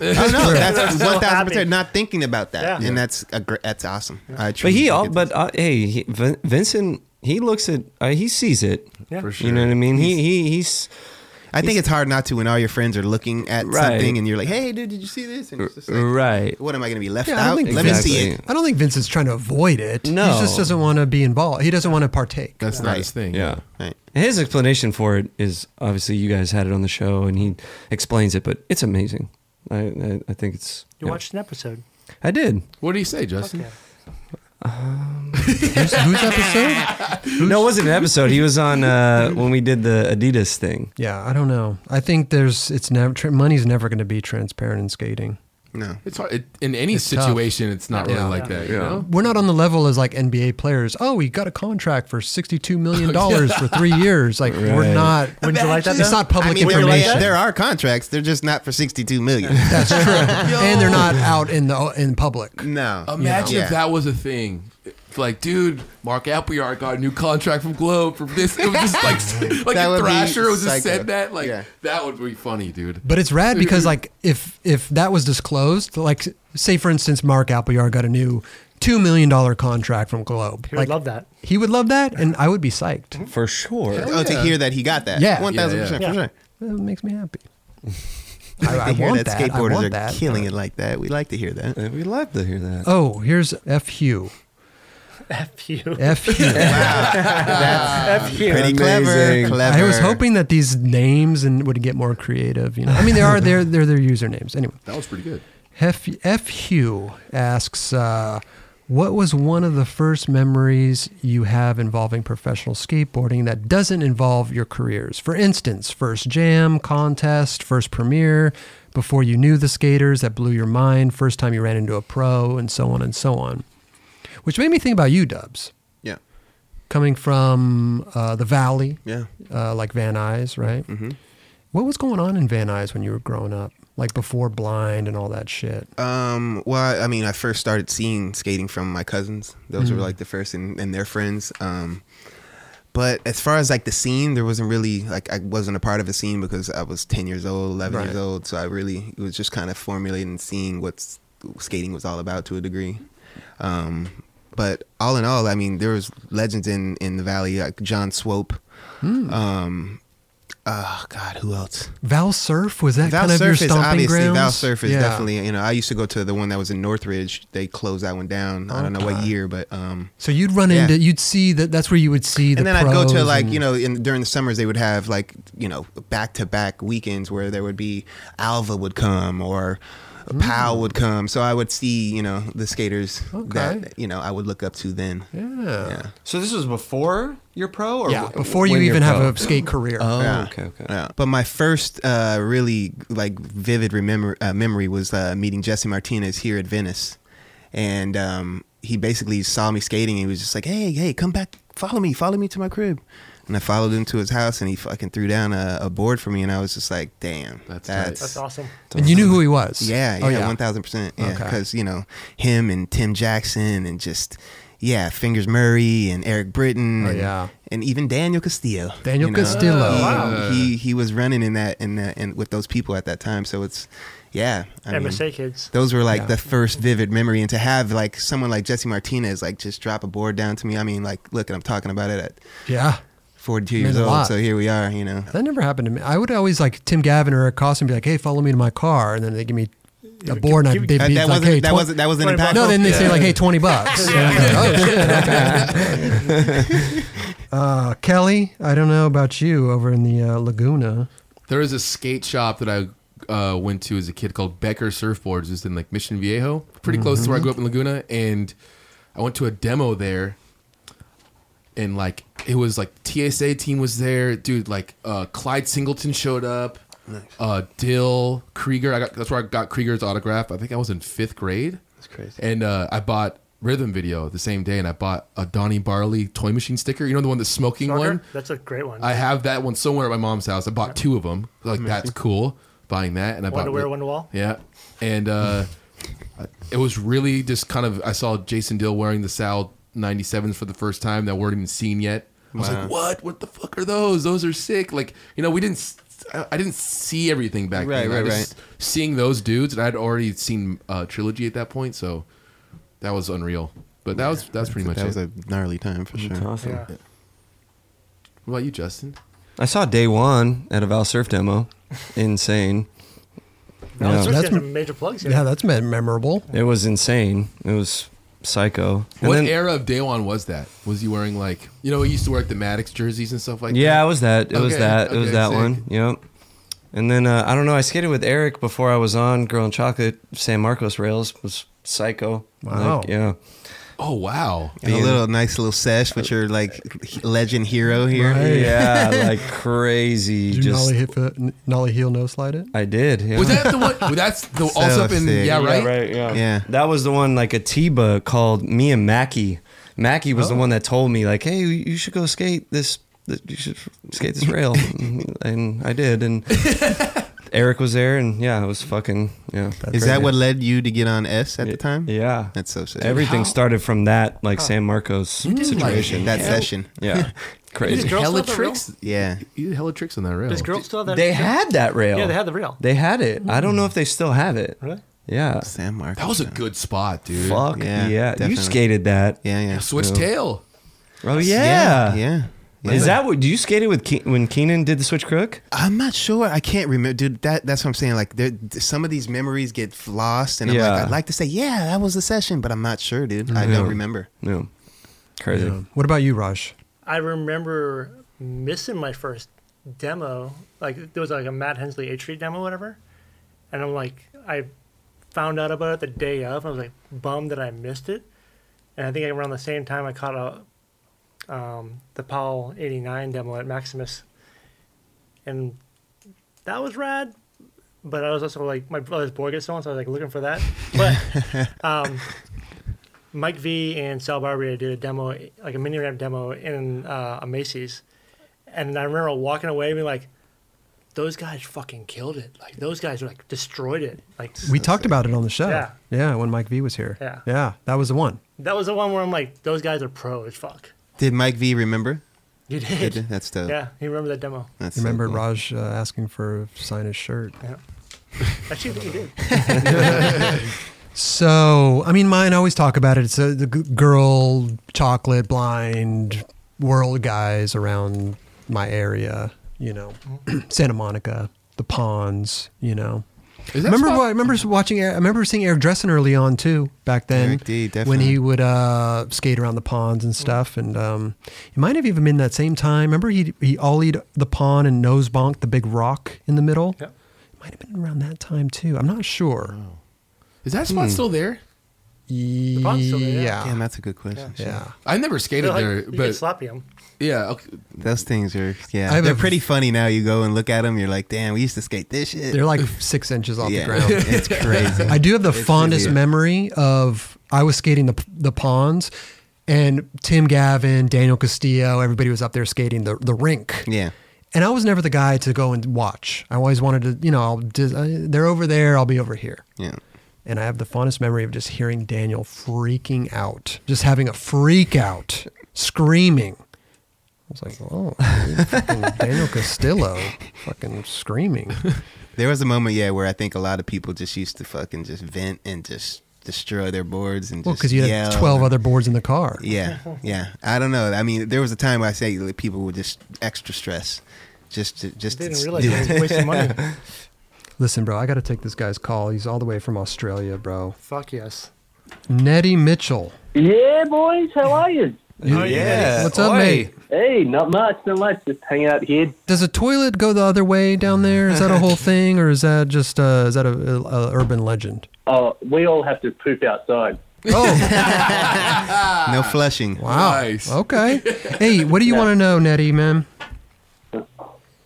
*laughs* know. That's So one thousand happy. percent not thinking about that, Yeah. and that's a gr- that's awesome. I But truly he think all, it's- but uh, hey, he, Vin- Vincent, he looks at, uh, he sees it. Yeah. For You know sure. what I mean? He, he, he's. I think it's hard not to when all your friends are looking at Right. something and you're like, "Hey, dude, did you see this?" And it's just like, right. What am I going to be left Yeah, I out? don't think Let Vincent- me see it. I don't think Vincent's trying to avoid it. No. he just doesn't want to be involved. He doesn't want to partake. That's not his thing. Yeah. Right. His explanation for it is obviously you guys had it on the show and he explains it, but it's amazing. I, I, I think it's. You yeah. watched an episode. I did. What do you say, Justin? Who's *laughs* episode? no, it wasn't an episode. He was *laughs* on uh, when we did the Adidas thing. Yeah, I don't know. I think there's it's never tr- money's never going to be transparent in skating. No, it's hard it, in any It's tough. situation. It's not really Yeah. like that. You know, We're not on the level as like NBA players. Oh, we got a contract for sixty-two million dollars for three years. Like we're Right. not. It's not public I mean, there- information. There are contracts. They're just not for sixty-two million. *laughs* That's *laughs* true. and they're not out in the in public. No. Imagine Yeah. if that was a thing. Like, dude, Mark Appleyard got a new contract from Globe for this. It was just *laughs* like, like That would a be Thrasher was just psycho. said that. Like, that would be funny, dude. But it's rad because like if if that was disclosed, like say for instance, Mark Appleyard got a new two million dollar contract from Globe. He would like, love that. He would love that, and I would be psyched. For sure. Oh, to hear that he got that. Yeah. one thousand percent Yeah, for yeah. sure. That makes me happy. I, like I to hear want that that. I skateboarders want are that. Uh, killing it like that. We like to hear that. We love to hear that. Oh, here's F Hugh. F you. *laughs* F you. *laughs* Wow. That's F you. pretty clever. Clever. I was hoping that these names and would get more creative. You know, I mean, they are they're they're their usernames anyway. That was pretty good. F. F. Hugh asks, uh, "What was one of the first memories you have involving professional skateboarding that doesn't involve your careers? For instance, first jam contest, first premiere, before you knew the skaters that blew your mind, first time you ran into a pro, and so on and so on." Which made me think about you, Dubs Yeah. coming from uh, the valley, Yeah. uh, like Van Nuys, right? Mm-hmm. What was going on in Van Nuys when you were growing up, like before Blind and all that shit? Um, well, I- I mean, I first started seeing skating from my cousins. Those Mhm. were like the first, and, and their friends. Um, but as far as like the scene, there wasn't really like I wasn't a part of a scene because I was ten years old, eleven years Right. old. So I really it was just kind of formulating and seeing what s- skating was all about to a degree. Um, but all in all, I mean, there was legends in in the valley like John Swope. Hmm. Um, oh God, who else? Val Surf was that Val kind of your Surf is stomping obviously grounds? Val Surf is Yeah. definitely you know I used to go to the one that was in Northridge. They closed that one down. Oh, I don't know what Okay. year, but um. So you'd run Yeah. into, you'd see that. That's where you would see the. And then I'd go to pros like and- you know in, during the summers they would have like you know back to back weekends where there would be Alva would come or Mm. Powell would come. So I would see you know the skaters that you know I would look up to then. Yeah. So this was before you're pro, or Yeah, wh- before you when you're even have pro? a skate career. Oh, Yeah. okay, okay. Yeah. But my first uh, really like vivid remember uh, memory was uh, meeting Jesse Martinez here at Venice, and um, he basically saw me skating. and He was just like, "Hey, hey, come back, follow me, follow me to my crib." And I followed him to his house, and he fucking threw down a, a board for me, and I was just like, "Damn, that's That's awesome. And you knew who he was. Yeah, yeah, Oh, one thousand percent. Yeah, Okay. because you know him and Tim Jackson and just yeah, Fingers Murray and Eric Britton. Oh, and, yeah. and even Daniel Castillo. Daniel you Castillo. He, Wow. he he was running in that in that and with those people at that time. So it's yeah, MSA kids. Those were like Yeah. the first vivid memory, and to have like someone like Jesse Martinez like just drop a board down to me. I mean, like look, and I'm talking about it at Yeah. 42 Means years a old. lot. So here we are, you know. That never happened to me. I would always like Tim Gavin or Eric Costin be like, "Hey, follow me to my car," and then they give me a board and I, they'd That- be that like, wasn't- "Hey, that twen- wasn't- that wasn't impactful? No, then they say Yeah. like, "Hey, twenty bucks." *laughs* And I'm like, oh *laughs* shit. Okay. uh, Kelly, I don't know about you over in the uh, Laguna. There was a skate shop that I uh, went to as a kid called Becker Surfboards. It's in like Mission Viejo, pretty close to where I Mhm. grew up in Laguna. And I went to a demo there, and like it was like TSA team was there, dude. Like uh, Clyde Singleton showed up, uh, Dill Krieger. I got that's where I got Krieger's autograph. I think I was in fifth grade. That's crazy. And uh, I bought. Rhythm video the same day, and I bought a Donnie Barley toy machine sticker. You know the one, the smoking one. That's a great one. I have that one somewhere at my mom's house. I bought two of them. Like that's cool. Buying that and I One bought to wear, one to wall? Yeah, and uh, it was really just kind of. I saw Jason Dill wearing the Sal 97s for the first time that weren't even seen yet. I was Wow. like, what? What the fuck are those? Those are sick. Like, you know, we didn't. s- I I didn't see everything back Right, then. I right, just- Seeing those dudes, and I'd already seen uh, trilogy at that point, so that was unreal. But that was that's pretty much that it. was a gnarly time for sure. awesome. Yeah. What about you, Justin? I saw day one at a Val Surf demo. Insane. Val Surf Yeah. did some major plugs here. Yeah, that's been memorable. It was insane. It was psycho. And what then- era of Daewon was that? Was he wearing like you know he used to wear like the Maddox jerseys and stuff like that? yeah, it was that. It was Okay, that. it was okay, that sick. one. Yep. And then uh, I don't know. I skated with Eric before I was on Girl in Chocolate San Marcos rails. Was psycho. Wow. Like, yeah. Oh wow. And a little nice little sesh with your like he- legend hero here. Right. Yeah, *laughs* like crazy. Did you just nollie, hit foot, nollie heel no slide it? I did. Yeah. Was that the one? well, that's the *laughs* also up in yeah right. That was the one like Atiba called me and Mackie. Mackie Oh. was the one that told me like, hey, you should go skate this. th- You should skate *laughs* this rail, and I *laughs* did. And Eric was there, and yeah, it was fucking yeah. Is that what led you to get on S at the time? Yeah, that's so sick. Everything started from that like Huh. San Marcos You did, like, situation. that session. *laughs* Yeah, You crazy. did hella tricks. Yeah, you did hella tricks on that rail. Does girls still have that? They had that rail. Yeah, they had the rail. They had it. I don't know if they still have it. Really? Yeah. San Marcos. That was a good spot, dude. Fuck yeah! You skated that. Yeah, yeah. Switch tail. Oh yeah, Yeah, yeah. Is Yeah. that what? Do you skated with Ke- when Keenan did the switch crook? I'm not sure. I can't remember, dude. That that's what I'm saying. Like, there, some of these memories get lost, and I'm Yeah. like, I'd like to say, yeah, that was the session, but I'm not sure, dude. I Yeah. don't remember. No, crazy. Yeah. What about you, Raj? I remember missing my first demo. Like there was like a Matt Hensley H Street demo, whatever. And I'm like, I found out about it the day of. I was like bummed that I missed it. And I think around the same time I caught a um, the Powell '89 demo at Maximus, and that was rad. But I was also like my brother's boy gets stolen, so I was like looking for that. But um, Mike V and Sal Barbier did a demo, like a mini ramp demo in uh, a Macy's, and I remember walking away and being like, "Those guys fucking killed it! Like those guys like destroyed it! Like We talked about it on the show. Yeah. Yeah, when Mike V was here. Yeah. Yeah, that was the one. that was the one where I'm like, those guys are pro as fuck. Did Mike V remember? You did. Did- that's dope. Yeah, he remembered that demo. That's so Remember cool. Raj uh, asking for sign his shirt. Yeah. Actually, I think he did. So, I mean, mine I always talk about it. It's uh the g- girl, chocolate, blind world guys around my area, you know, *clears throat* Santa Monica, the ponds, you know. that Remember spot- what I remember watching I remember seeing Eric Dressen early on too back then Eric D, when definitely. he would uh, skate around the ponds and stuff and um, it might have even been that same time remember he he ollied the pond and nose bonked the big rock in the middle Yep. it might have been around that time too I'm not sure Is that spot Hmm. still there? the pond's still there, yeah. Damn, that's a good question. Yeah. Yeah. I never skated They're like, there, you but could sloppy him. yeah, okay. Those things are I yeah, have they're a- pretty funny now. You go and look at them, you're like, damn, we used to skate this shit. They're like *laughs* six inches off the Yeah, ground. *laughs* *laughs* it's crazy. I do have the It's fondest really- memory of I was skating the the ponds, and Tim Gavin, Daniel Castillo, everybody was up there skating the the rink. Yeah. And I was never the guy to go and watch. I always wanted to, you know, I'll just, uh, they're over there, I'll be over here. Yeah. And I have the fondest memory of just hearing Daniel freaking out, just having a freak out, screaming. I was like, oh, *laughs* fucking Daniel Castillo, fucking *laughs* screaming. There was a moment, yeah, where I think a lot of people just used to fucking just vent and just destroy their boards and Well, just because you had yell. twelve other boards in the car. *laughs* Yeah, yeah. I don't know. I mean, there was a time where I say like, people would just extra stress, just to, just Didn't to realize do they was it. wasting money. Listen, bro, I got to take this guy's call. He's all the way from Australia, bro. Fuck yes. Nettie Mitchell. Yeah, boys, how are you? Oh, yeah. What's up, Oi. mate? Hey, not much, not much. Just hanging out here. Does a toilet go the other way down there? Is that *laughs* a whole thing, or is that just uh, is that a, a, a urban legend? Oh, we all have to poop outside. no flushing. Wow. Oh. Okay. Hey, what do you want to know, Nettie, man?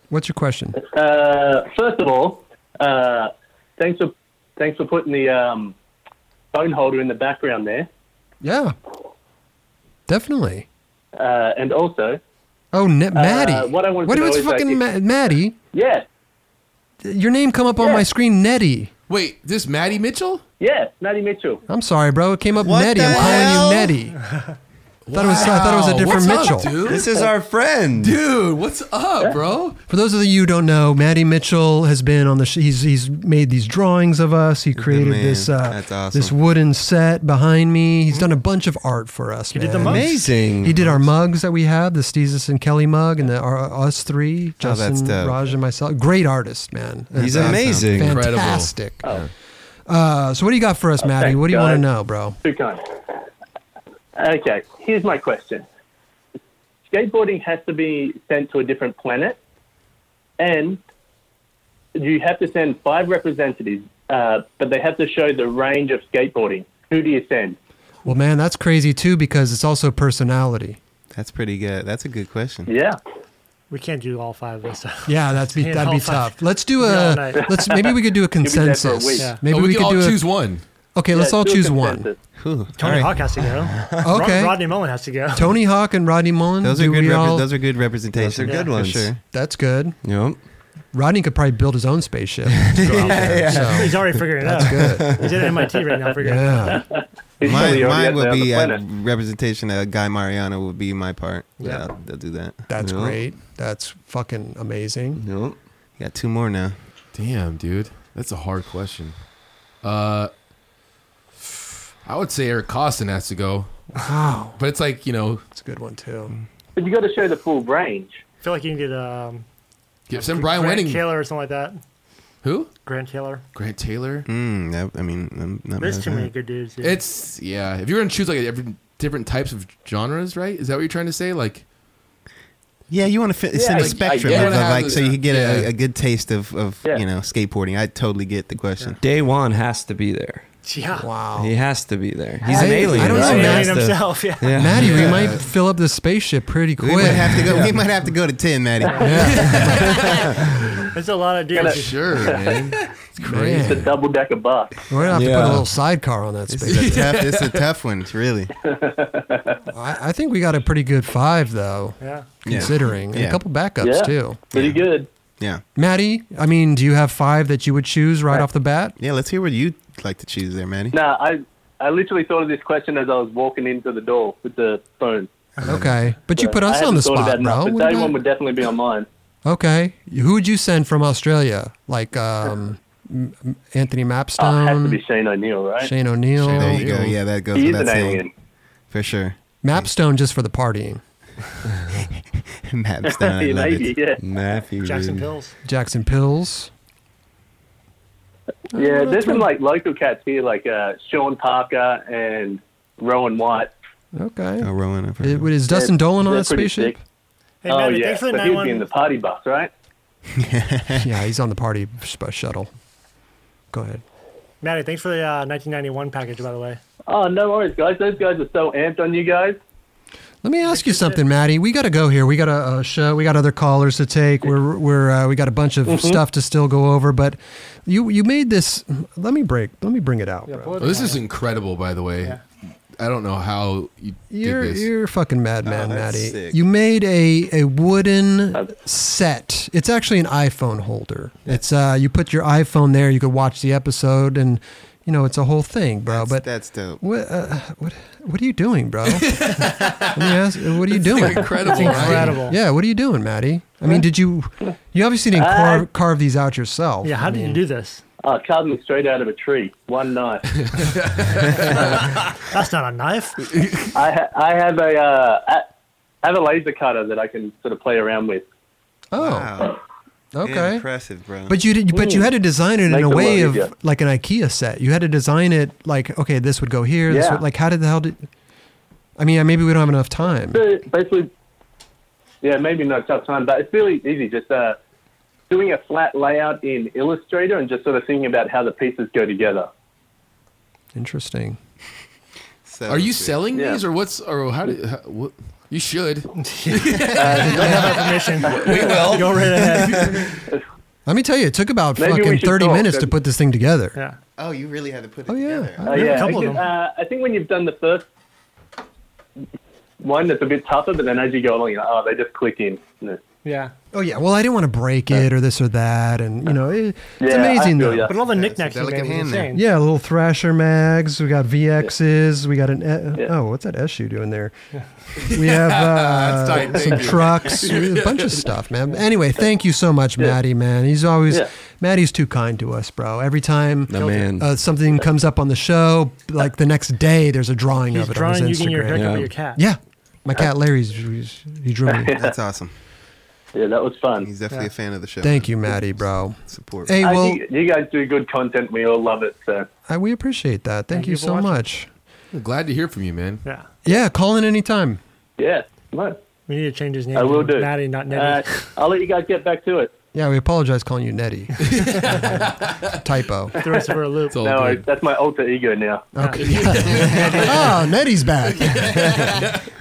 What's your question? Uh, first of all, uh, thanks for thanks for putting the um, phone holder in the background there. Yeah, definitely. Uh, and also, Oh, Net- Uh, Maddie. what I wanted to know what's is, like, fucking if- Ma- Maddie? Yeah. Your name come up on my screen, Nettie. Wait, this Maddie Mitchell? Yeah, Maddie Mitchell. I'm sorry, bro. It came up What Nettie. I'm the calling hell? you Nettie. thought it was, I thought it was a Wow, different what's Mitchell. up, *laughs* dude? This is our friend, Dude, what's up, bro? For those of you who don't know, Maddie Mitchell has been on the. Sh- he's he's made these drawings of us. He created man. this uh, That's awesome. this wooden set behind me. He's done a bunch of art for us. He man. did the mugs. Amazing. He did our mugs that we had, the Steezus and Kelly mug, and the our, us three, Oh, that's Justin, dope. Raj, and myself. Great artist, man. He's That's amazing. Incredible. fantastic. Oh. Uh, so what do you got for us, Maddie? thanks, What do you want to guys. know, bro? Too kind. Okay, here's my question. Skateboarding has to be sent to a different planet, and you have to send five representatives, uh, but they have to show the range of skateboarding. Who do you send? Well, man, that's crazy too because it's also personality. That's pretty good. That's a good question. Yeah. We can't do all five of us. *laughs* Yeah, that'd be Can't that'd *laughs* all be five. tough. Let's do Yeah, all a night. let's maybe we could do a *laughs* You'll be there for a consensus. week. Yeah. Maybe Oh, we could could all do a- choose one. Okay, Yeah, let's all do a choose one. consensus. Tony Hawk has to go. Rod- Okay. Rodney Mullen has to go. Tony Hawk and Rodney Mullen. Those are do good we repre- all- those are good representations, Those are yeah, good for ones. sure. That's good. Yep. Rodney could probably build his own *laughs* spaceship. Just go out there, so He's already figuring it that's out. good. He's at MIT right now figuring it out. Mine, probably already mine out there will on be the uh, planet. representation of Guy Mariano will be my part. Yep. Yeah, I'll, I'll do that. That's Cool. great. That's fucking amazing. Nope. You got two more now. Damn, dude. That's a hard question. Uh, I would say Eric Costin has to go. Wow. But it's like, you know. It's a good one, too. But you got to show the full range. I feel like you can get um, Give some Brian Grant Wenning. Taylor or something like that. Who? Grant Taylor. Grant Taylor. Mm, that, I mean, I'm not mad There's at too that. many good dudes. dude. It's, yeah. If you're going to choose like every different types of genres, right? Is that what you're trying to say? Like, Yeah, you want to fit, Yeah, it's in I- a I spectrum get of, it. of, Have like the- so you could get yeah. a, a good taste of, of Yeah. you know skateboarding. I totally get the question. Day one has to be there. Yeah. Wow. He has to be there. He's I- an I alien. don't know, so he man. has to- Himself, *laughs* yeah. Maddie, we Yeah. might fill up this spaceship pretty quick. We might have to go. We might have to go to ten, *laughs* Maddie. There's a lot of dudes. Gotta- Sure, man. It's crazy. It's a double decker bus. We're gonna have to Yeah. put a little sidecar on that This space. is a tough. This is a tough one. It's really. I, I think we got a pretty good five though. Yeah. Considering and Yeah. a couple backups yeah. too. Pretty good. Yeah. Maddie, I mean, do you have five that you would choose right off the bat? Yeah. Let's hear what you'd like to choose there, Maddie. Nah, I I literally thought of this question as I was walking into the door with the phone. Okay, but you put I us on hadn't the thought of spot, that bro. enough, But What day about- one would definitely be on mine. Okay, who would you send from Australia? Like um, M- M- Anthony Oh, it has to Mapstone, be Shane O'Neill, right? Shane O'Neill. There you go. Yeah, that goes He is without an saying. alien. For sure. *laughs* Mapstone just for the partying. Maps down. *laughs* I love Maybe, it. yeah. Matthew. Jackson Pills. Jackson Pills. Oh, Yeah, there's some like local cats here, like uh, Sean Parker and Rowan White. Okay. Oh, Rowan. I've heard Is, of is They're- Dustin Dolan on they're that pretty spaceship? sick. Hey, oh Maddie, yeah, thanks for the but he'd 911. be in the party bus, right? yeah, he's on the party sp- shuttle. Go ahead. Maddie, thanks for the uh, 1991 package, by the way. Oh, no worries, guys. Those guys are so amped on you guys. Let me ask you something, Maddie. We got to go here. We got a, a show. We got other callers to take. We're we're uh, we got a bunch of Mhm. stuff to still go over. But you you made this. Let me break. Let me bring it out, bro. Oh, this is incredible, by the way. I don't know how you You're did this. you're a fucking madman, Oh, that's Maddie. sick. Uh, You made a a wooden set. It's actually an iPhone holder. It's uh you put your iPhone there. You could watch the episode, and you know it's a whole thing, bro. but That's dope. What, uh, what what are you doing, *laughs* bro? Let me ask, uh, what are you doing? incredible, That's right? incredible. Yeah, what are you doing, Maddie? I mean, did you? You obviously didn't Uh, carve, carve these out yourself. Yeah, how I did you mean, Do this. Oh, carved me straight out of a tree. One knife. That's not a knife. I ha- I have a uh, I have a laser cutter that I can sort of play around with. Oh. Okay. Impressive, bro. But you did, but you had to design it in Makes a it a way lot of easier. like an IKEA set. You had to design it like okay, this would go here. This Yeah. would, like how did the hell did? I mean, maybe we don't have enough time. So basically, yeah, maybe not tough time, but it's really easy. Just uh, doing a flat layout in Illustrator and just sort of thinking about how the pieces go together. Interesting. Are you selling Yeah. these or what's or how do how, what? You should. permission. We will. Go right ahead. Let me tell you, it took about Maybe we fucking should thirty talk minutes to and- put this thing together. Yeah. Oh, you really had to put it oh, together. Uh, yeah, I, think, uh, I think when you've done the first one, it's a bit tougher, but then as you go along, you're like, oh, they just click in. And it's- Yeah. Oh yeah. Well, I didn't want to break it or this or that, and you know, it, it's Yeah, I amazing feel though. ya. But all the Yeah, it's a knickknacks you delicate made was hand there. insane. Yeah, little Thrasher mags. We got VXs. We got an uh, oh, what's that SU doing there? *laughs* We have uh, That's tight, some thank you. trucks, a bunch of stuff, man. Anyway, thank you so much, Yeah. Maddie, man. He's always Yeah. Maddie's too kind to us, bro. Every time The man. Uh, something comes up on the show, like the next day, there's a drawing He's of it drawing on you his Instagram. getting your haircut with your cat. Yeah, my cat Larry's he drew me. That's awesome. Yeah, that was fun. He's definitely a fan of the show. Thank you, Maddie, bro. Support. Hey, I well, think you guys do good content. We all love it. So. I, we appreciate that. Thank, Thank you, you for so watching. much. Glad to hear from you, man. Yeah. Yeah, call in anytime. Yeah, no. We need to change his name. I will to do. Maddie, not Nettie. Uh, I'll let you guys get back to it. Yeah, we apologize calling you Nettie. Typo. Throw us for a *laughs* loop. no, I- that's my alter ego now. Okay. *laughs* oh, Nettie's back.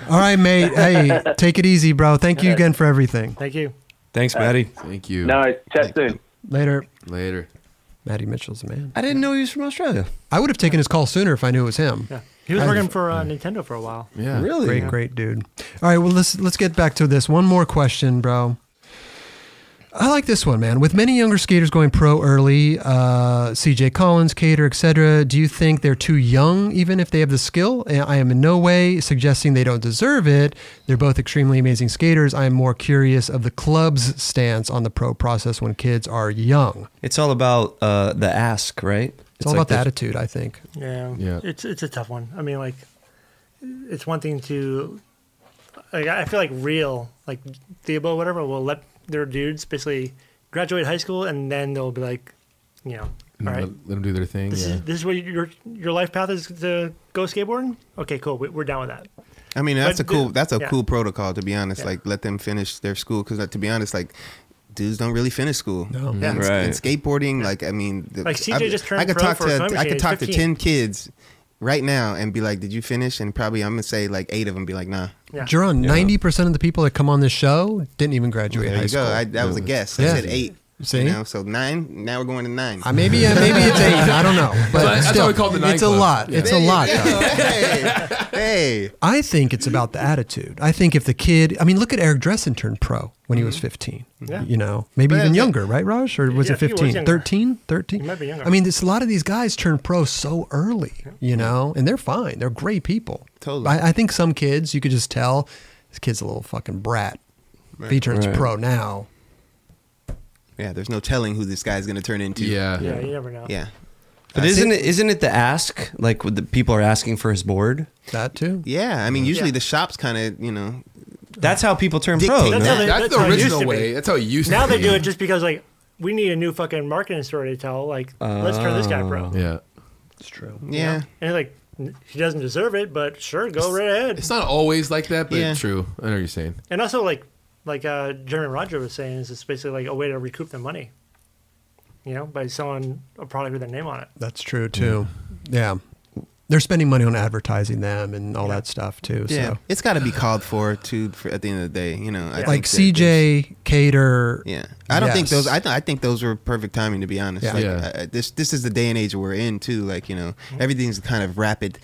All right, mate. Hey, take it easy, bro. Thank you again for everything. Thank you. Thanks, Maddie. Thank you. Uh, No, chat soon. Later. Later. Maddie Mitchell's a man. I didn't know he was from Australia. I would have taken his call sooner if I knew it was him. Yeah. He was I- working for uh, Nintendo for a while. Great, Yeah. great dude. All right, well let's let's get back to this. One more question, bro. I like this one, man. With many younger skaters going pro early, uh, CJ Collins, Cater, etc., do you think they're too young, even if they have the skill? And I am in no way suggesting they don't deserve it. They're both extremely amazing skaters. I am more curious of the club's stance on the pro process when kids are young. It's all about uh, the ask, right? It's, all about the attitude, I think. Yeah. Yeah. It's it's a tough one. I mean, like, it's one thing to, like, I feel like real, like Theobald, whatever, will let their dudes basically graduate high school and then they'll be like, you know, And all right, let, let them do their thing. this yeah. is this is what your your life path is to go skateboarding. Okay, cool. We, we're down with that. I mean, that's But a cool. the- That's a yeah. cool protocol to be honest. Yeah. Like, let them finish their school because, to be honest, like. Dudes don't really finish school. No. And, Yeah. and Right. skateboarding, like I mean, the- Like, CJ I, just turned I could pro talk for a to sewing I machine could at talk to 15. ten kids right now and be like, "Did you finish?" And probably I'm gonna say like eight of them be like, "Nah." Jerron, ninety percent of the people that come on this show didn't even graduate There high you school. go. I, that was a guess. I Yeah. said eight. See? You know, so nine. Now we're going to nine. Uh, maybe uh, maybe it's eight. I don't know, but *laughs* So that's still, why we call it the nine it's a club. lot. Yeah. It's a There you lot. go. guys. *laughs* hey, I think it's about the attitude. I think if the kid, I mean, look at Eric Dressen turned pro when he was 15. Mm-hmm. Yeah. You know, maybe But even that's it. younger, right, Raj? Or was Yeah, it I think he was 15? younger. 13? 13? He might be younger. I mean, this, a lot of these guys turn pro so early, you know, and they're fine. They're great people. Totally. I, I think some kids, you could just tell this kid's a little fucking brat. If he turns Right. pro now, Yeah, there's no telling who this guy's going to turn into. Yeah. Yeah, you never know. Yeah. But That's isn't it, isn't it the ask? Like what the people are asking for his board. That too. Yeah, I mean, usually Yeah. the shops kind of, you know. That's how people turn pro. Dictate no? That's how they- That's the how it used original to be. way. That's how it used to now be. they do it just because like we need a new fucking marketing story to tell. Like let's turn this guy pro. Yeah. It's true. Oh. Yeah. And like n- he doesn't deserve it, but sure, go right ahead. It's not always like that, but Yeah. true. I know what you're saying. And also like like uh, Jeremy Roger was saying, is it's basically like a way to recoup their money. You know, by selling a product with their name on it. that's true too. Yeah. They're spending money on advertising them and all that stuff too. Yeah, So. it's got to be called for too. For, at the end of the day, you know, I like think that there's- CJ Cater. Yeah, I don't Yes. think those. I, th- I think those were perfect timing to be honest. Yeah. Like, Yeah. uh, this this is the day and age we're in too. Like you know, everything's kind of rapid,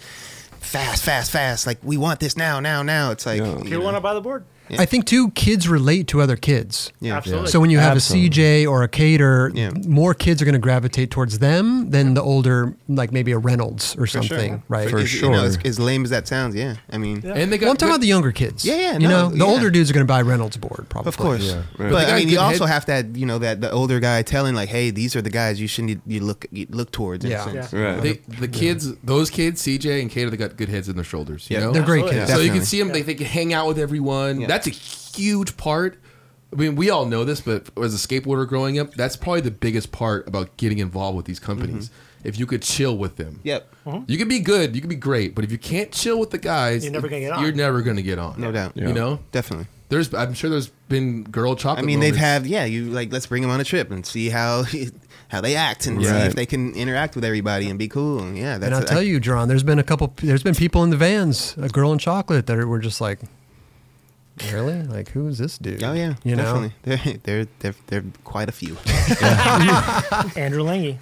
fast, fast, fast. Like we want this now, now, now. It's like If you want to buy the board, I think too kids relate to other kids. Yeah. Absolutely. So when you have Absolutely. a CJ or a Cater, more kids are going to gravitate towards them than the older, like maybe a Reynolds or For sure. something, right? Is- you know, as, as lame as that sounds, yeah. I mean, And they got well, I'm talking good- about the younger kids. Yeah, yeah, You know, no, the yeah. older dudes are going to buy Reynolds board probably. Of course, Right. but They I got mean, good you also head- have that you know that the older guy telling like, "Hey, these are the guys you shouldn't you look you look towards." in a sense. They, the kids, those kids, CJ and Kato, they got good heads in their shoulders. You Yeah, know? they're great Absolutely. kids. So you can Definitely. see them. They, they can hang out with everyone. That's a huge part. I mean, we all know this, but as a skateboarder growing up, that's probably the biggest part about getting involved with these companies. Mm-hmm. If you could chill with them, Yep. you can be good, you can be great, but if you can't chill with the guys, You're never gonna get on. You're never gonna get on. No doubt. You know, definitely. There's, I'm sure there's been girl I chocolate. mean, they've had moments. yeah. You like let's bring them on a trip and see how *laughs* how they act and see Right. if they can interact with everybody and be cool. And yeah, that's and I'll I- tell you, John, there's been a couple, there's been people in the vans, a girl in chocolate, that were just like, really? Like, who is this dude? Oh yeah, You know? definitely. *laughs* There, there, there, there are quite a few. *laughs* Andrew Lange.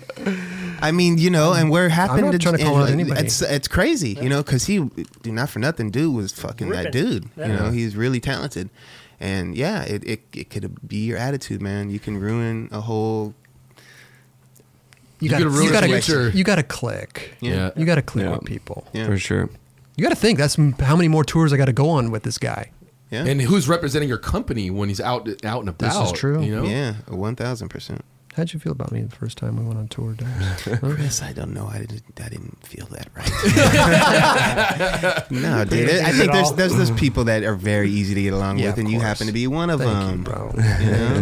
I mean, you know, and where happened? not trying to call and, out anybody. It's it's crazy, you know, because he, dude, not for nothing, dude was fucking that Ripping. dude. Yeah. You know, he's really talented, And yeah, it, it, it could be your attitude, man. You can ruin a whole. You gotta, you, gotta, you gotta click. Yeah. You gotta click with people. for sure. You gotta think that's m- how many more tours I gotta go on with this guy. And who's representing your company when he's out out and This about? is true. You know? Yeah, one thousand percent. How'd you feel about me the first time we went on tour, Dubs? *laughs* Chris, I don't know. I didn't. I didn't feel that *laughs* right. no, dude. I think there's there's those people that are very easy to get along Yeah, with, of and you happen course. to be one of Thank you, them, bro. You know? *laughs*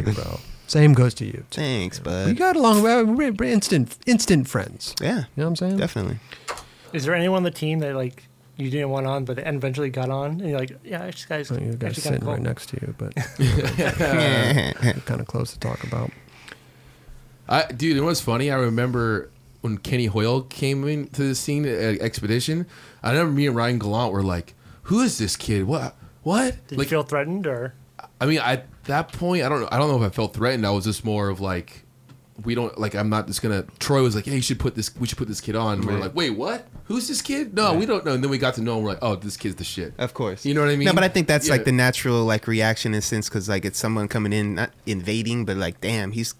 Thank you, bro. Same goes to you. Thanks, bud. We got along. well, We're we're instant, instant friends. Yeah, you know what I'm saying. Definitely. Is there anyone on the team that like you didn't want on, but then eventually got on, and you're like, yeah, this guy's Well, Oh, you guys actually sitting kind of cool. right next to *laughs* *laughs* you, but kind of close to talk about. I, dude, it was funny. I remember when Kenny Hoyle came into the scene at Expedition. I remember me and Ryan Gallant were like, "Who is this kid? What? What?" Did like, you feel threatened or? I mean, at that point, I don't know. I don't know if I felt threatened. I was just more of like, we don't like. I'm not just gonna. Troy was like, "Hey, you should put this. We should put this kid on." And We are Right. like, "Wait, what? Who's this kid? No, we don't know." And then we got to know. him. We're like, "Oh, this kid's the shit." Of course. You know what I mean? No, but I think that's Yeah. like the natural like reaction in a sense because like it's someone coming in not invading, but like damn, he's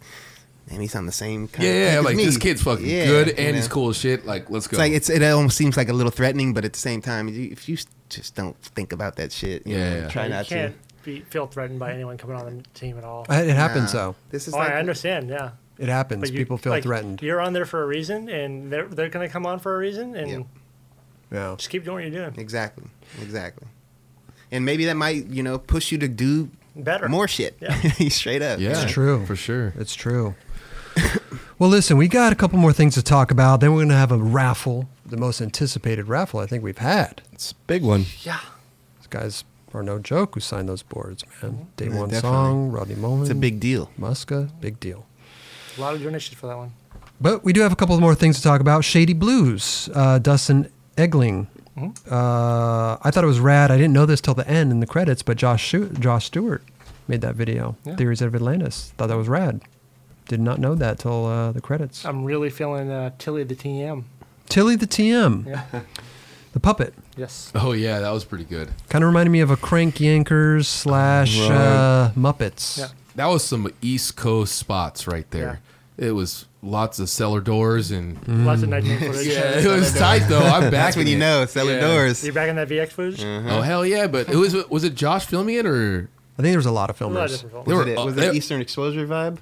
damn, he's on the same kind Yeah, of yeah, as like me. this kid's fucking Yeah, good you and he's know? cool as shit. Like, let's go. It's like it's it almost seems like a little threatening, but at the same time, you- if you s- just don't think about that shit, you know, Yeah. try you not to. can't Be, feel threatened by anyone coming on the team at all. Uh, it happens, Nah. though. This is. Oh, I understand. Yeah. It happens. But you- People feel like, threatened. You're on there for a reason, and they're they're gonna come on for a reason, and Yeah. just keep doing what you're doing. Exactly. Exactly. And maybe that might you know push you to do better, more shit. Straight up. *laughs* you know? It's true. For sure. It's true. *coughs* well, listen, we got a couple more things to talk about. Then we're going to have a raffle, the most anticipated raffle I think we've had. It's a big one. Yeah. These guys are no joke who signed those boards, man. Day Mm-hmm. Yeah, One definitely. Song, Rodney Mullen. It's a big deal. Muska, big deal. A lot of donations for that one. But we do have a couple more things to talk about. Shady Blues, uh, Dustin Egling. Mm-hmm. Uh, I thought it was rad. I didn't know this till the end in the credits, but Josh Shu- Josh Stewart made that video. Yeah. Theories of Atlantis. Thought that was rad. Did not know that till uh, the credits. I'm really feeling uh, Tilly the TM. Tilly the TM, *laughs* Yeah. the puppet, yes. Oh yeah, that was pretty good. kind of reminded me of a Crank Yankers slash Right. uh, Muppets. That was some East Coast spots right there. It was lots of cellar doors and Lots of *laughs* 19 footage. yeah, it was tight though. I'm back. You back in that VX footage? Oh hell yeah! But it was was it Josh filming it or? I think there was a lot of A lot of different filmers. They Was were it- up- was it they- Eastern Exposure vibe.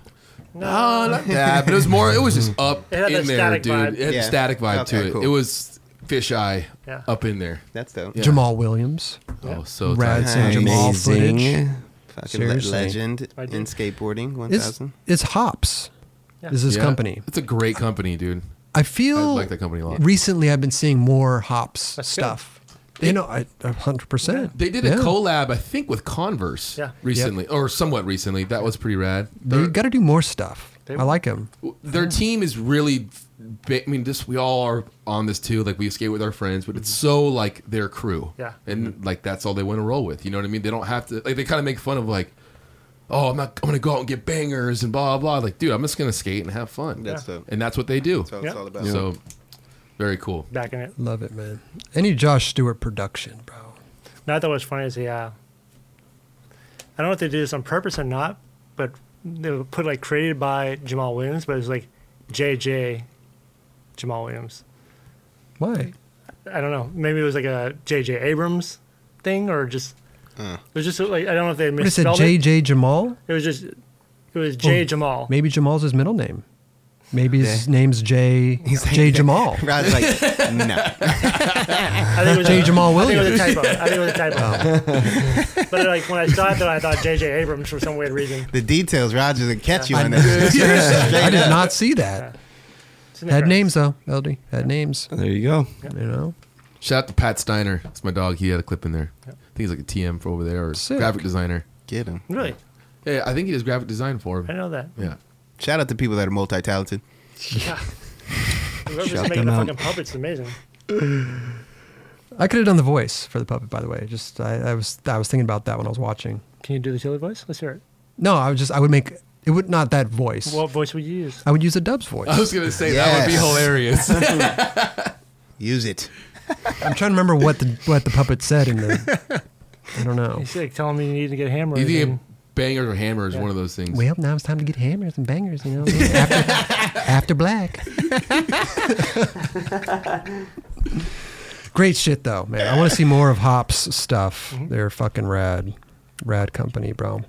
No, not that. *laughs* But it was more. It was just up It had in that there, static dude. vibe. Uh, It had Mm-hmm. Yeah. a static vibe to Okay, it. cool. It was fisheye Yeah. up in there. That's dope. Jamal Williams. Oh, so rad. tight. Some Jamal Amazing. footage. Fucking le- Seriously. legend in skateboarding. One It's, thousand. it's Hops. Is this Yeah. company? It's a great company, dude. I feel I like that company a lot. Recently, I've been seeing more hops That's stuff. You know, I a hundred percent. They did a collab, I think, with Converse Yeah. recently, or somewhat recently. That was pretty rad. You got to do more stuff. They- I like him. their team is really bi- i mean just we all are on this too like we skate with our friends but it's so like their crew Yeah. and like that's all they want to roll with you know what i mean they don't have to like they kind of make fun of like oh i'm not i'm gonna go out and get bangers and blah blah blah. like dude i'm just gonna skate and have fun That's Yeah. dope. and that's what they do That's what it's Yeah. all about. so very cool Back in it. Love it, man. Any Josh Stewart production, bro. No, I thought what was funny is the, uh, I don't know if they did this on purpose or not, but they would put like created by Jamal Williams, but it was like JJ Jamal Williams. Why? I don't know. Maybe it was like a JJ Abrams thing or just, Uh. it was just like, I don't know if they What is it? misspelled it. JJ Jamal? It was just, it was J Oh, Jamal. Maybe Jamal's his middle name. Maybe his name's Jay Jay Jamal. Rod's like, *laughs* no. I think it was J. a- Jamal Williams. *laughs* I think it was a typo. I think it was a typo. *laughs* but like when I saw it, though, I thought JJ Abrams for some weird reason. The details, Roger, didn't catch you on I, *laughs* that. I did not see that. in the Had credits. names though, LD. Had names. There you go. You know. shout out to pat steiner it's my dog he had a clip in there i think he's like a tm for over there or graphic designer get him Really? yeah i think he does graphic design for him I know that. yeah *laughs* Shout out to people that are multi-talented. Yeah. Whoever's Shout making them the out. fucking puppets amazing. I could have done the voice for the puppet, by the way. Just I, I was I was thinking about that when I was watching. Can you do the Tilly voice? Let's hear it. No, I would just I would make it would not that voice. What voice would you use? I would use a Dubs voice. I was gonna say that would be hilarious. *laughs* Use it. I'm trying to remember what the what the puppet said in the I don't know. He's like telling me you need to get hammered. Either you and- get bangers or hammer is one of those things. Well, now it's time to get hammers and bangers, *laughs* you know. after, after black. Great shit, though, man. I want to see more of Hops stuff. Mm-hmm. They're fucking rad, rad company, bro.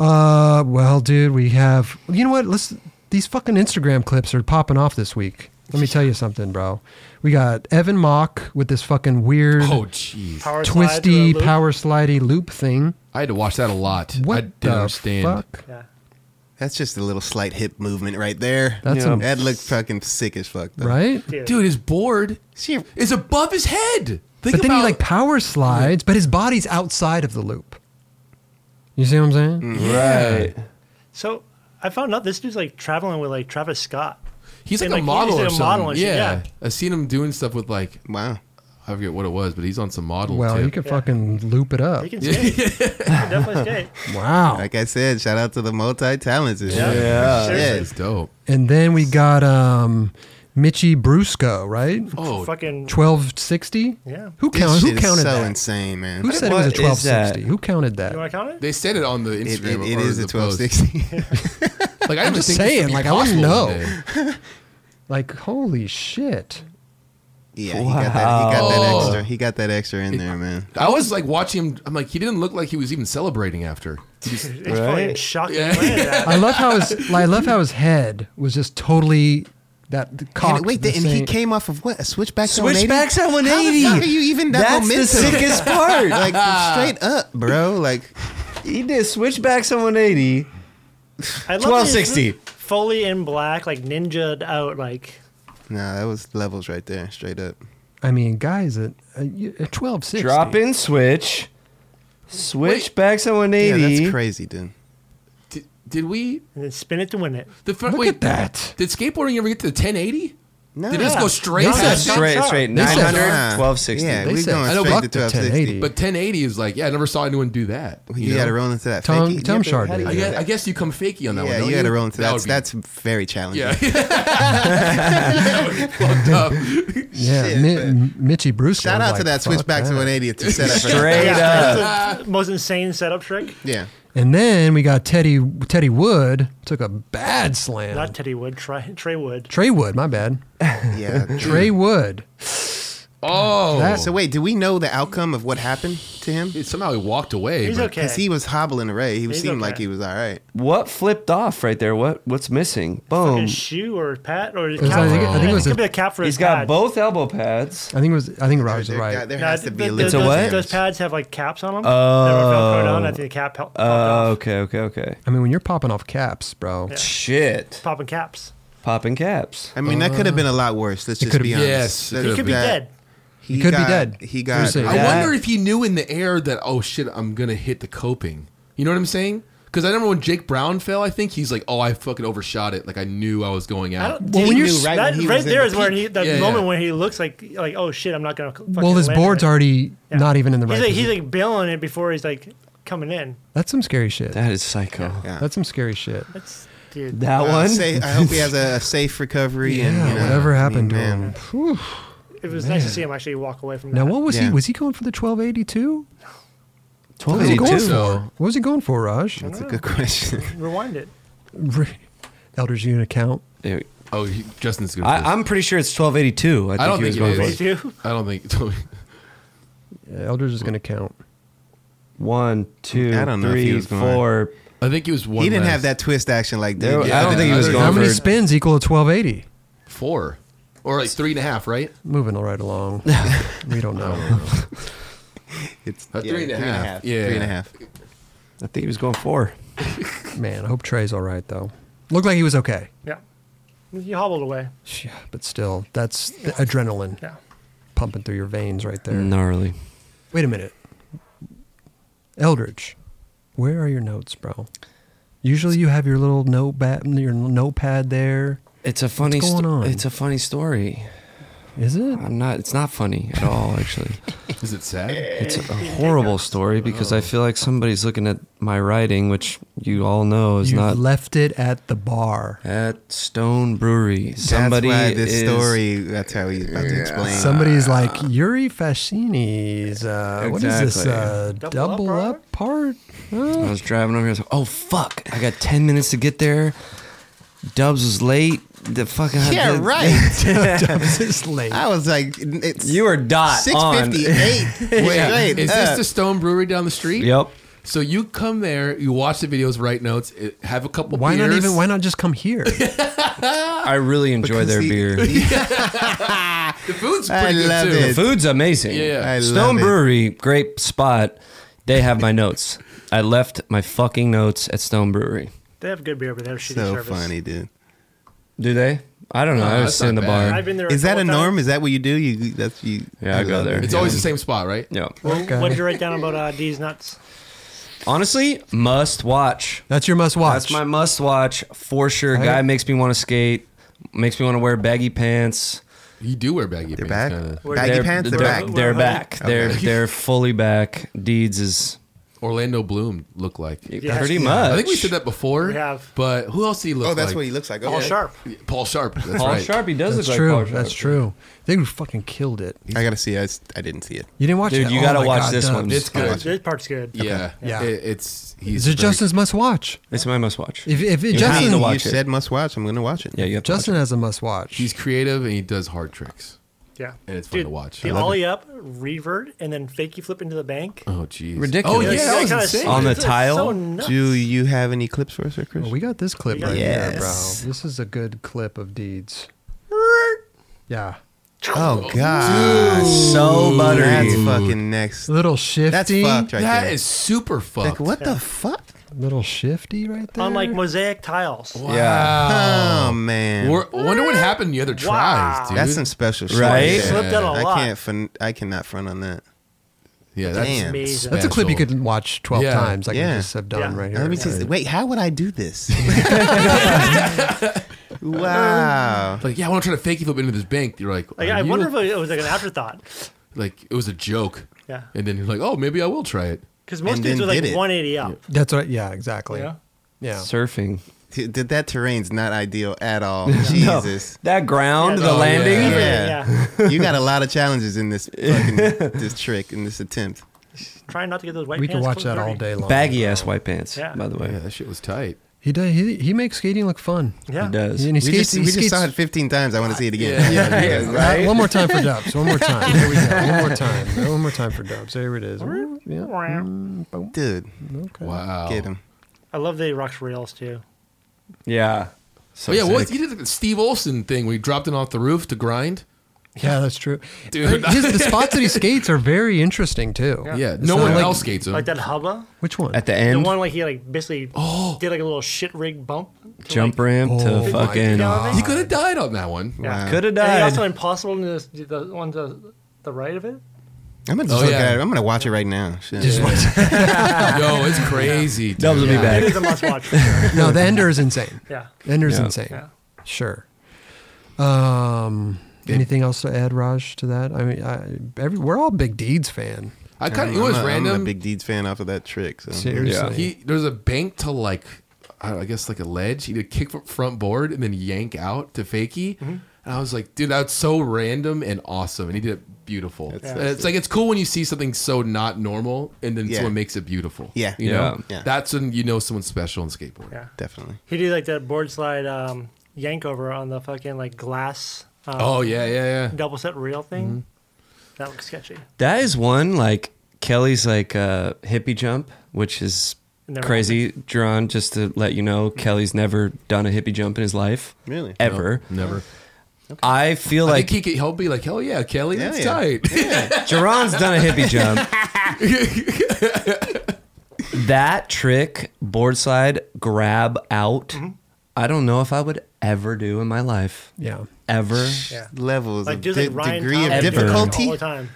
Uh, well, dude, we have. You know what? Let's. These fucking Instagram clips are popping off this week. Let me tell you something, bro. We got Evan Mock with this fucking weird, Oh, jeez. Power slide through a twisty, loop. power slidey loop thing. I had to watch that a lot. What I didn't the understand. fuck? That's just a little slight hip movement right there. That's Yeah. a- that looked fucking sick as fuck, though. Right? Dude, his board is above his head. Think but then about he like power slides, but his body's outside of the loop. You see what I'm Mm, saying? Yeah. Right. So I found out this dude's like traveling with like Travis Scott. He's like And, a model he's or a something. model and shit, yeah. I've seen him doing stuff with like wow. I forget what it was, but he's on some model. Well, too. you *laughs* can fucking loop it up. He can skate. He can definitely skate. Wow. Like I said, shout out to the multi talented. Yeah. Uh, Yeah. Seriously. It's dope. And then we got um Mitchy Brusco, right? Oh. Fucking- twelve sixty. Yeah. Who This counted? shit Who is counted so that? insane, man. Who What said it was a is that? twelve sixty? Who counted that? You want to count it? They said it on the Instagram. it or is the a 1260. post. like I I'm didn't just think this would saying, be like I wouldn't possible know. today. like holy shit. *laughs* Yeah, he got that. He got that Wow. extra. He got that extra in there, man. I was like watching him. I'm like, he didn't look like he was even celebrating after. He's *laughs* probably in shock. he Yeah. landed at. I love how his I love how his head was just totally that cocked. And wait, the and he same- came off of what? A switchback to Switchbacks at 180? How the fuck are you even that That's the momentum? sickest *laughs* *laughs* part. like straight up, bro. Like *laughs* he did switchbacks at I 180. love that he's 1260. Fully in black, like ninja'd out, like Nah, that was levels right there, straight up. I mean, guys, at twelve sixty. Drop in switch. Switchbacks at 180. Yeah, that's crazy, dude. Did, did we? and then spin it to win it. The front, wait, Did skateboarding ever get to the 1080? No. Did it just Yeah. go straight? They said past it? straight- straight They said- 900, 1260. yeah, They we said going I know, straight but- to 1260. But 1080 is like, yeah, I never saw anyone do that. You gotta roll into that Tom- fakie. Tom Yeah, but Shard how do did. I you do guess, that? I guess you come fakie on that yeah, one. don't you got to roll into that. would be- that's very challenging. *laughs* Yeah. *laughs* That would be fucked up. Yeah, Shit, Mi- M- Mitchy Brusco. Shout was out to like, that "Fuck switchback to that." 180 to set up. It's the most insane setup trick. Yeah. And then we got Teddy Teddy Wood took a bad slam. Not Teddy Wood, Trey, Trey Wood. Trey Wood, my bad. Yeah, *clears throat* Trey Wood. Oh. That- so wait, do we know the outcome of what happened to him? somehow he walked away. He's but- okay. Because he was hobbling away. He He's seemed like okay. he was all right. What flipped off right there? What what's missing? Boom. His shoe or pat or his was- cap. I think- I think it was could a- be a cap for his um, He's got pad. both elbow pads. I think it was I think Roger's right. No, th- th- It's a those, what? Those pads have like caps on them. that were velcroed on. I Oh. think the cap helped Oh, okay, okay, okay. I mean, when you're popping off caps, bro. Shit. popping caps. Popping caps. I mean, that could have been a lot worse. Let's it just could've be been- honest. Yes, it That- could've He could be that- dead. He could be got- dead. He You're got. saying I that- wonder if he knew in the air that oh shit, I'm gonna hit the coping. You know what I'm saying? Because I remember when Jake Brown fell, I think he's like, oh, I fucking overshot it. Like I knew I was going out. Well, when you're right, that, right there is where he, that moment when he looks like like oh shit, I'm not gonna. fucking well, his land board's it. already not even in the He's right. like he's position. like bailing it before he's like coming in. That's some scary shit. That is psycho. That's some scary shit. That's dude. That Well, one? say- I hope he has a safe recovery and Yeah, you know, whatever I mean, happened to man. him. Whew. It was nice to Man. see him actually walk away from Now, that. what was he? Was he going for the 1282? What was he 1282. going for? What was he going for, Raj? That's a good question. Rewind it. Re- *laughs* Elders unit count. Oh, he, Justin's good. I, I'm pretty sure it's 1282. I think I don't he was think going it for is. *laughs* I don't think. *laughs* Yeah, Elders is going to count. One, two, I don't know if he three, was going- four. I think he was He didn't have that twist action like There- that. I don't think he was How going many for- spins equal to 1280? four or like three and a half, right? Moving right *laughs* along. we don't know. It's Uh, three and three a and a half. half. Yeah, Three and a half. I think he was going four. Man, I hope Trey's all right, though. Looked like he was okay, Yeah, he hobbled away. but still, that's the adrenaline Yeah. pumping through your veins right there. Gnarly. Wait a minute. Eldridge, where are your notes, bro? Usually you have your little notepad, your notepad there. It's a funny. What's going sto- on? It's a funny story. Is it? I'm not. It's not funny at all. Actually, Is it sad? it's a horrible story because I feel like somebody's looking at my writing, which you all know is You not left it at the bar. at Stone Brewery. Somebody why this is- story- that's how he's about to Uh, explain. Somebody's like Yuri Fascini's. Uh, What is this? Exactly. Uh, double, up, part? I was driving over here. I was like, oh fuck! I got ten minutes to get there. Dubs was late. The fucking Yeah, the- *laughs* right. Dubs is late. I was like, it's You were dot six fifty eight. on. Wait, *laughs* Yeah. is uh, this the Stone Brewery down the street? Yep. So you come there, you watch the videos, write notes, eh, have a couple. Why beers. not even? Why not just come *laughs* here? I really enjoy their beer. The food's pretty good too. The food's amazing. Yeah. I Stone love it. Brewery, great spot. They have my notes. I left my fucking notes at Stone Brewery. They have good beer, but they have shitty So service. funny, dude. Do they? I don't know. I was sitting in the bar. I've been there. Is that couple a norm? Is that what you do? You that's you. Yeah, I go love there. it. It's always the Same spot, right? Yeah. times. What did you write *laughs* down about uh, D's nuts? Honestly, must watch. That's your must watch. That's my must watch for sure. Right. Guy makes me want to skate. Makes me want to wear baggy pants. You do wear baggy uh, they're back? pants. Back. Baggy pants, they're back? They're Okay. back. They're they're fully back. Deeds is Orlando Bloom look like Yeah. pretty much. I think we said that before. We have. But who else do you look? Oh, that's like? what he looks like. Paul Okay. Sharp. Paul Sharp. That's Paul right. Sharp, he does That's look true. like Paul Sharp. That's true. They fucking killed it. I gotta see. it. I, s- I didn't see it. You didn't watch Dude, it? you Oh gotta my watch God, this Dubs. one. This part's good. Yeah, Okay. Yeah. It- it's Is he's it very- Justin's must watch? It's my must watch. If, if it, You have Justin to watch you said must watch. I'm gonna watch it. Yeah, you have to Justin has a must watch. He's creative and he does hard tricks. Yeah. And it's fun Dude, to watch. The I love ollie up, revert, and then fake you flip into the bank. Oh jeez. Ridiculous. Oh yeah, Yeah, that *laughs* was kinda insane. sick. On the It's so tile? nuts. Do you have any clips for us, or Chris? Oh, we got this clip right here, Yes. bro. This is a good clip of deeds. Yeah. Oh god, so buttery. That's fucking next. Little shifty. That's fucked right Oh, That there. is super like fucked. what the fuck? Little shifty right there. On like mosaic tiles. Yeah. Oh man. Wor- wonder what happened in the other tries, dude. That's some special shit. Right? there. Slipped out a I lot. can't. Fin- I cannot front on that. Yeah, that's Damn. amazing. That's a clip you special. could watch 12 Yeah. times. I Yeah. can just have done Yeah. right here. Let me just wait. How would I do this? wow. Like yeah, I want to try to fake you flip into this bank. You're like, Like, are I you- wonder if it was like an afterthought. like it was a joke. Yeah. And then you're like, oh, maybe I will try it. Because most And dudes then are like did it. 180 up. That's right. Yeah, exactly. Yeah. Yeah. surfing. Dude, that that terrain's not ideal at all. *laughs* No, Jesus. that ground, Yeah, the no, landing. yeah. *laughs* Yeah. you got a lot of challenges in this fucking, this trick in this attempt. Trying not to get those white We pants. could watch close that to all 30. day long. Baggy ass white pants. Yeah. By the way, Yeah, that shit was tight. He, does, he, he makes skating look *laughs* fun. Yeah. it does. And he We skates, just, he we just skates- saw it 15 times. I want to see it again. Yeah. Yeah. Yeah, Uh, right. one more time for Dubs. One more *laughs* time. Here we go. One more time. One more time for Dubs. There it is. Yeah. Dude, Okay. Wow. get him. I love the rocks rails too. Yeah. So oh, yeah, what sick. he did like the Steve Olsen thing when he dropped him off the roof to grind. Yeah, that's true. Dude. But his, the spots that he skates are very interesting too. Yeah. Yeah, It's no not one like- else skates him. Like that hubba. Which one? *laughs* at the The end, one like he like basically Oh. did like a little shit rig bump. to, jump like, ramp Oh my to fucking he could have died on that one. Yeah. could have And he also died. impossible in this, the one to the right of it. I'm gonna just Oh, look yeah. at it. I'm gonna watch it right now. Shit. *laughs* Yo, it's *laughs* crazy. Dude. Dubs will be It is back. a must watch for sure. No, the Ender is insane. Yeah. Ender's Yeah. insane. Yeah. Sure. Um, anything else to add, Raj, to that? I mean, I, every, we're all big deeds fan. I kind of I'm it was a- I'm a random. big Deeds fan off of that trick. So. Seriously. Yeah. He there's a bank to like, I, don't know, I guess like a ledge. He did kick from front board and then yank out to fakie. And I was like, dude, that's so random and awesome. And he did it beautiful. That's- And it's like it's cool when you see something so not normal and then Yeah. someone makes it beautiful. Yeah. you Yeah. know, Yeah. that's when you know someone's special in skateboarding. Yeah. Definitely. He did like that board slide um, yank over on the fucking like glass um, Oh yeah, yeah, yeah. double set rail thing. Mm-hmm. That looks sketchy. That is one like Kelly's like uh, hippie jump, which is Never Mm-hmm. crazy. Drawn just to let you know, Kelly's never done a hippie jump in his life. Really? Ever. Never. I feel Like like he could, he'll be like, hell yeah, Kelly, Hell that's yeah. *laughs* tight. Jerron's done a hippie jump. that trick, board slide, grab out, Mm-hmm. I don't know if I would ever do in my life. *laughs* Yeah. Ever. Yeah. Levels, Like of dudes de- like Ryan degree of Thomas does it difficulty. all the time.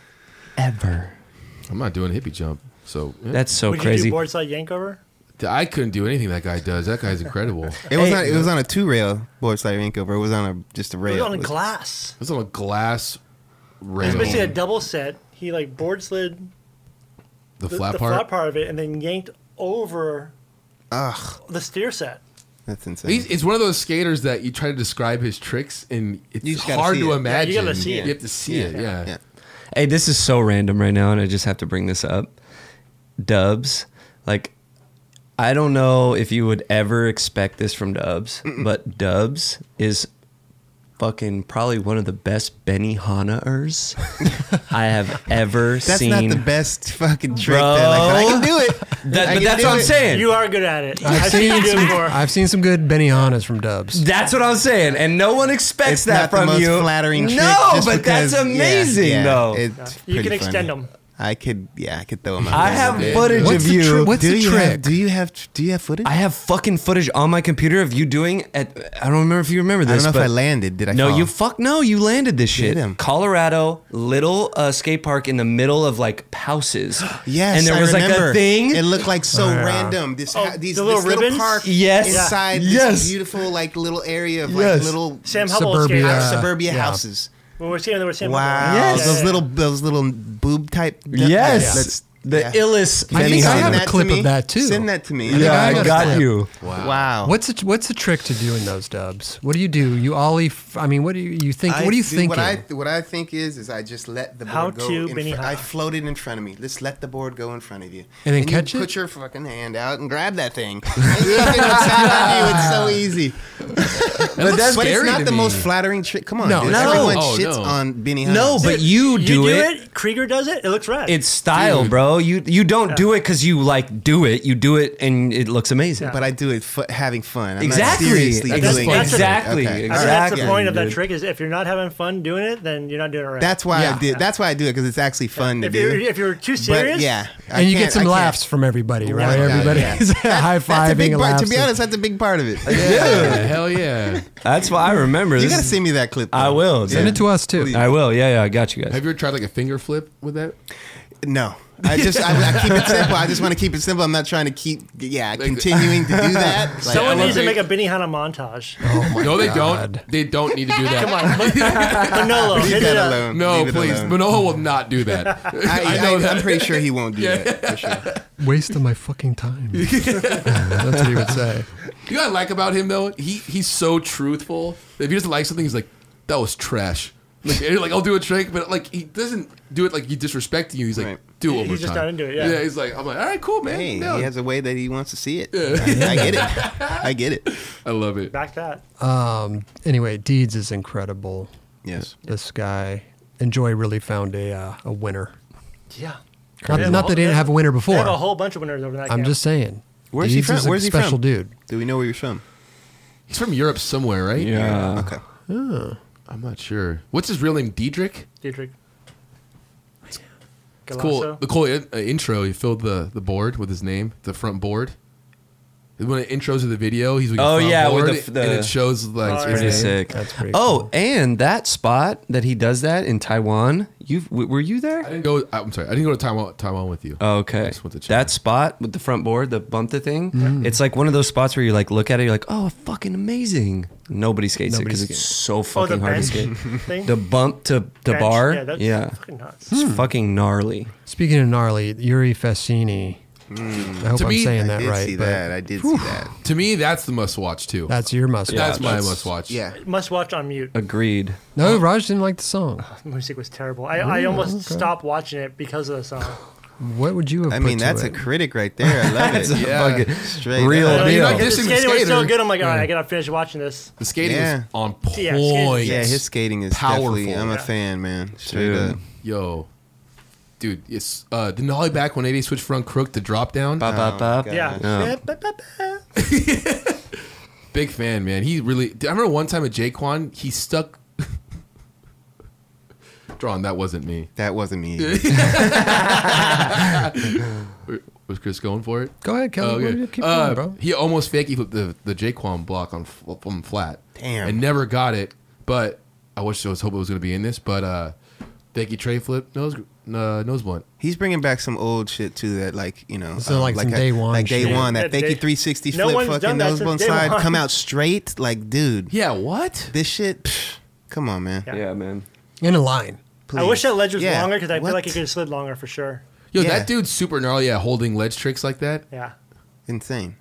Ever. *laughs* I'm not doing a hippie jump, so yeah. That's so Would you crazy. do board slide yank over? Oh, I couldn't do anything that guy does. That guy's incredible. it It was on. It was on a two rail board slide rink over. It was on a just a It rail. was on It was- glass. was on a glass rail. It's basically a double set. He like board slid the the, flat the part. flat part of it and then yanked over Ugh, The steer set. that's insane. He's, it's one of those skaters that you try to describe his tricks and it's gotta hard see to it. Yeah, imagine. you gotta see it. You have to see it. Yeah. Hey, this is so random right now, and I just have to bring this up. Dubs, like, I don't know if you would ever expect this from Dubs, but Dubs is fucking probably one of the best Benny Hanaers *laughs* I have ever That's seen. not the best fucking trick. That, like, but I can do it. That- I but can that's do what I'm it. saying. You are good at it. I've I've seen you do it some, before. I've seen some good Benihana's from Dubs. That's what I'm saying, and no one expects It's that not the from most you. flattering no, trick, just but because- that's amazing yeah, though. It's You can pretty extend funny. them. I could, yeah, I could throw him. I have footage What's of the you. tr- what's Do the you trick? have- do you have? Do you have footage? I have fucking footage on my computer of you doing. At, I don't remember if you remember I don't this. know if but- I landed. Did I No, fall? you fuck. No, you landed this shit. Damn. Colorado, little uh, skate park in the middle of like houses. *gasps* Yes, and there I was like remember. a thing. It looked like so Oh, yeah. random. This Oh, ha- these the little this little ribbons? park Yes. inside Yes. this beautiful like little area of like Yes. little Sam Hubble Suburbia- suburbia, skates. suburbia Yeah. houses. When we're seeing, we're seeing. Wow, Yes. those little those little boob type. Yes. The illest I think I Send have a that to clip me. of that too. Send that to me. think Yeah, have I a got clip. you. Wow. Wow. What's the, what's the trick to doing those dubs? What do you do? You ollie? F- I mean, what do you, you think? I what do you do- think? What I what I think is is I just let the board How go. to in Benny fr- Hana. I float it in front of me. Just let the board go in front of you, And then catch you it? Put your fucking hand out and grab that thing. And you look inside of you, it's so easy. But that's but it's scary not to the me. most flattering trick. Come on, No, dude. no. everyone Oh, shits no. on Benny. Hana. No, but you do, you do it. it. Krieger does it. It looks rad. It's style, bro. You you don't do it because you like do it. You do it and it looks amazing. But I do it fu- having fun. I'm Exactly. Not seriously That's doing fun. it. Exactly. Okay. I think that's the Exactly, point of that dude. trick is if you're not having fun doing it, then you're not doing it right. That's why Yeah. I did. That's why I do it because it's actually fun If to do. you're if you're too But, serious, yeah, I and you can't- get I some can't. laughs from everybody, No right? doubt, Everybody yeah. is *laughs* high That's a big fiving. part. To be honest, that's a big part of it. Yeah. Hell yeah. That's why I remember. You This gotta is- send me that clip, I though. will. Send dude. it to us, too. I will. Yeah, yeah. I got you guys. Have you ever tried like a finger flip with that? No. I just I, I keep it simple. I just want to keep it simple. I'm not trying to keep yeah continuing to *laughs* do that. Like, someone I needs to love make a Benny Hanna montage. no, they God. don't. They don't need to do that. Come *laughs* on, Manolo, Leave hit that it up. alone. No, Leave it please. alone. Manoa will not do that. *laughs* it. I, I know I, that. I'm pretty sure he *laughs* won't do that. For sure. *laughs* Waste of my fucking *laughs* time. That's what he would say. You know what I like about him though? He he's so truthful. If he doesn't like something, he's like, "That was trash." Like, and you're like I'll do a trick, but like he doesn't do it like he disrespecting you. He's like, "Do it He- one more he's just time." not into it, yeah. yeah, he's like, "I'm like, all right, cool, man." Hey, No. he has a way that he wants to see it. I, I get *laughs* it. I get it. I love it. Back that. Um. Anyway, Deeds is incredible. Yes. This guy, Enjoy, really found a uh, a winner. Yeah. Not, not that they didn't have a winner before. They have a whole bunch of winners over that. I'm camp. just saying. Where's he Deeds from? is a Where's he from? special dude. Do we know where you're from? He's from Europe somewhere, right? Uh, Yeah. Okay. Oh, I'm not sure. What's his real name? Diedrich. Dietrich. It's cool. Galasso. The cool in- uh, intro. He filled the the board with his name, the front board. When it intros to the video, he's with your Oh, front yeah, with board, the- the- and it shows like That's his pretty name. sick. oh, and that spot that he does that in Taiwan. You w- were you there? I didn't go. I'm sorry. I didn't go to Taiwan. Taiwan with you. Oh, okay. That spot with the front board, the bump the thing. It's like one of those spots where you like look at it, you're like, oh, fucking amazing. Nobody skates Nobody it because skates. it's so Oh, the fucking hard to skate. bench *laughs* thing? The bump to the Bench? bar. Yeah, that's yeah. fucking nuts. It's Hmm. fucking gnarly. Speaking of gnarly, Yuri Fassini. I hope To I'm me- saying I that did right. see but that. I did Hmm. see that. To me, that's the must watch too. That's your must That's watch. my That's- must watch. Yeah. Must watch on mute. Agreed. No, Raj didn't like the song. Music was terrible. I, I Ooh, Oh, almost okay. stopped watching it because of the *laughs* song. What would you have? I put mean, to that's it? a critic right there. I love *laughs* That's it. a fucking Straight real up. I mean, you're not The Dissing skating was so skater. good. I'm like, all right, I gotta finish watching this. The skating Yeah. is on Yeah, point. skating- Yeah, his skating is Powerful. definitely. I'm a Yeah. fan, man. Straight Dude. up. Yo, dude, it's uh, the nollie back 180 switch front crook to drop down. Bop, bop, bop. Yeah. Big fan, man. He really. I remember one time at Jaquan, he stuck. Drawn. That wasn't me. That wasn't me. *laughs* Was Chris going for it? Go ahead, Kelly. Oh, okay. Keep Uh, going, bro. He almost fakey flipped the the Jaquan block on f- on flat. Damn. And never got it. But I wish I was hoping it was going to be in this. But uh, fakey tray flip nose uh, nose blunt. He's bringing back some old shit too. That like you know, So, like, some day one like day shit. one. That Yeah, day- fakey 360 No flip, one's fucking done that nose since bone day slide, one. come out straight. Like, dude, Yeah. What? this shit. psh, come on, man. Yeah, man. in a line. I wish that ledge was Yeah. longer because I What? feel like it could have slid longer for sure. Yo, Yeah. that dude's super gnarly at holding ledge tricks like that. Yeah. Insane.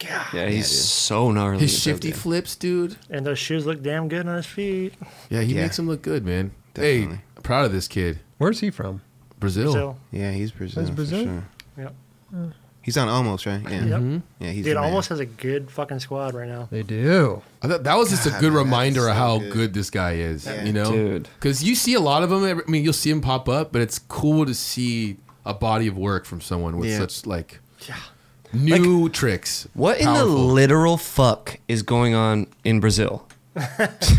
God. Yeah, he's so gnarly. His It's shifty okay. flips, dude. And those shoes look damn good on his feet. Yeah, he Yeah. makes him look good, man. Hey, Definitely. I'm proud of this kid. Where's he from? Brazil. Brazil. Yeah, he's Brazil. for Brazil? sure. Yep. Uh. He's on almost, right? Yeah. Yep. Mm-hmm. Yeah, he's Dude the man. almost has a good fucking squad right now. They do. I thought that was just God, a good man, that reminder is of so how good. good. this guy is. Yeah. You know, Dude. because you see a lot of them. every- I mean, you'll see him pop up, but it's cool to see a body of work from someone with Yeah. such like new tricks. What in the literal fuck is going on *laughs* in Brazil?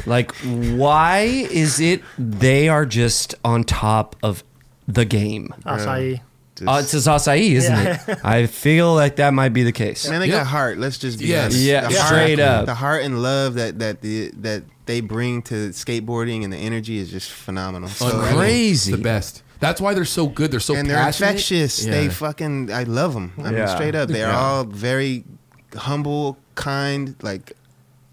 like, why is it they are just on top of the game? Acai. Uh, it's just acai, isn't Yeah. it? I feel like that might be the case. Man, they got heart. Let's just be Yes. honest. Yeah, The heart- straight up. The heart and love that that the, that they bring to skateboarding and the energy is just phenomenal. Unreal. Crazy. The best. That's why they're so good. They're so and they're passionate. infectious. They Yeah. fucking I love them. I mean, Yeah. straight up, they are Yeah. all very humble, kind, like.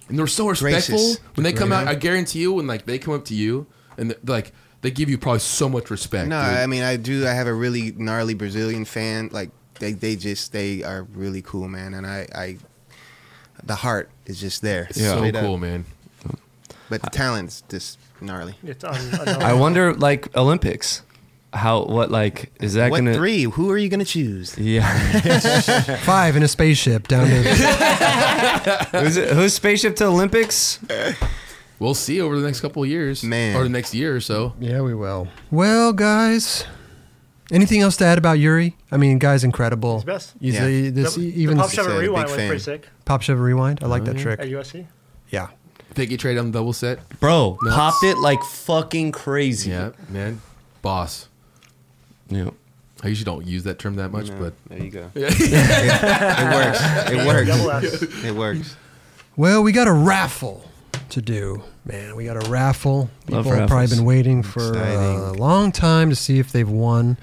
And they're so respectful gracious. when they come Yeah. out. I guarantee you, when like they come up to you and they're, like they give you probably so much respect. No, dude. I mean I do. I have a really gnarly Brazilian fan. Like they, they just they are really cool, man. And I, I the heart is just there. It's Yeah. so Straight up. cool, man. But the talent's just gnarly. It's *laughs* un- I wonder, like Olympics, how what like is that What uh, gonna three? Who are you gonna *laughs* choose? Yeah, *laughs* Five in a spaceship down *laughs* to. who's, who's spaceship to Olympics? We'll see over the next couple of years, man, or the next year or so. Yeah, we will. Well, guys, anything else to add about Yuri? I mean, guy's incredible. He's best. He's Yeah. the- this, The- the even pop shove and Big rewind was fan. pretty sick. Pop shove and rewind. I like that Oh, yeah. trick. At USC? Yeah. Think you trade on the double set, bro? No. Popped it like fucking crazy. Yeah, man, boss. Yeah. I usually don't use that term that much, No, but there you go. Yeah. It- it works. *laughs* It works. Yeah. It works. Well, we got a raffle to do, man. We got a raffle. Love People have probably raffles. been waiting for uh, a long time to see if they've won.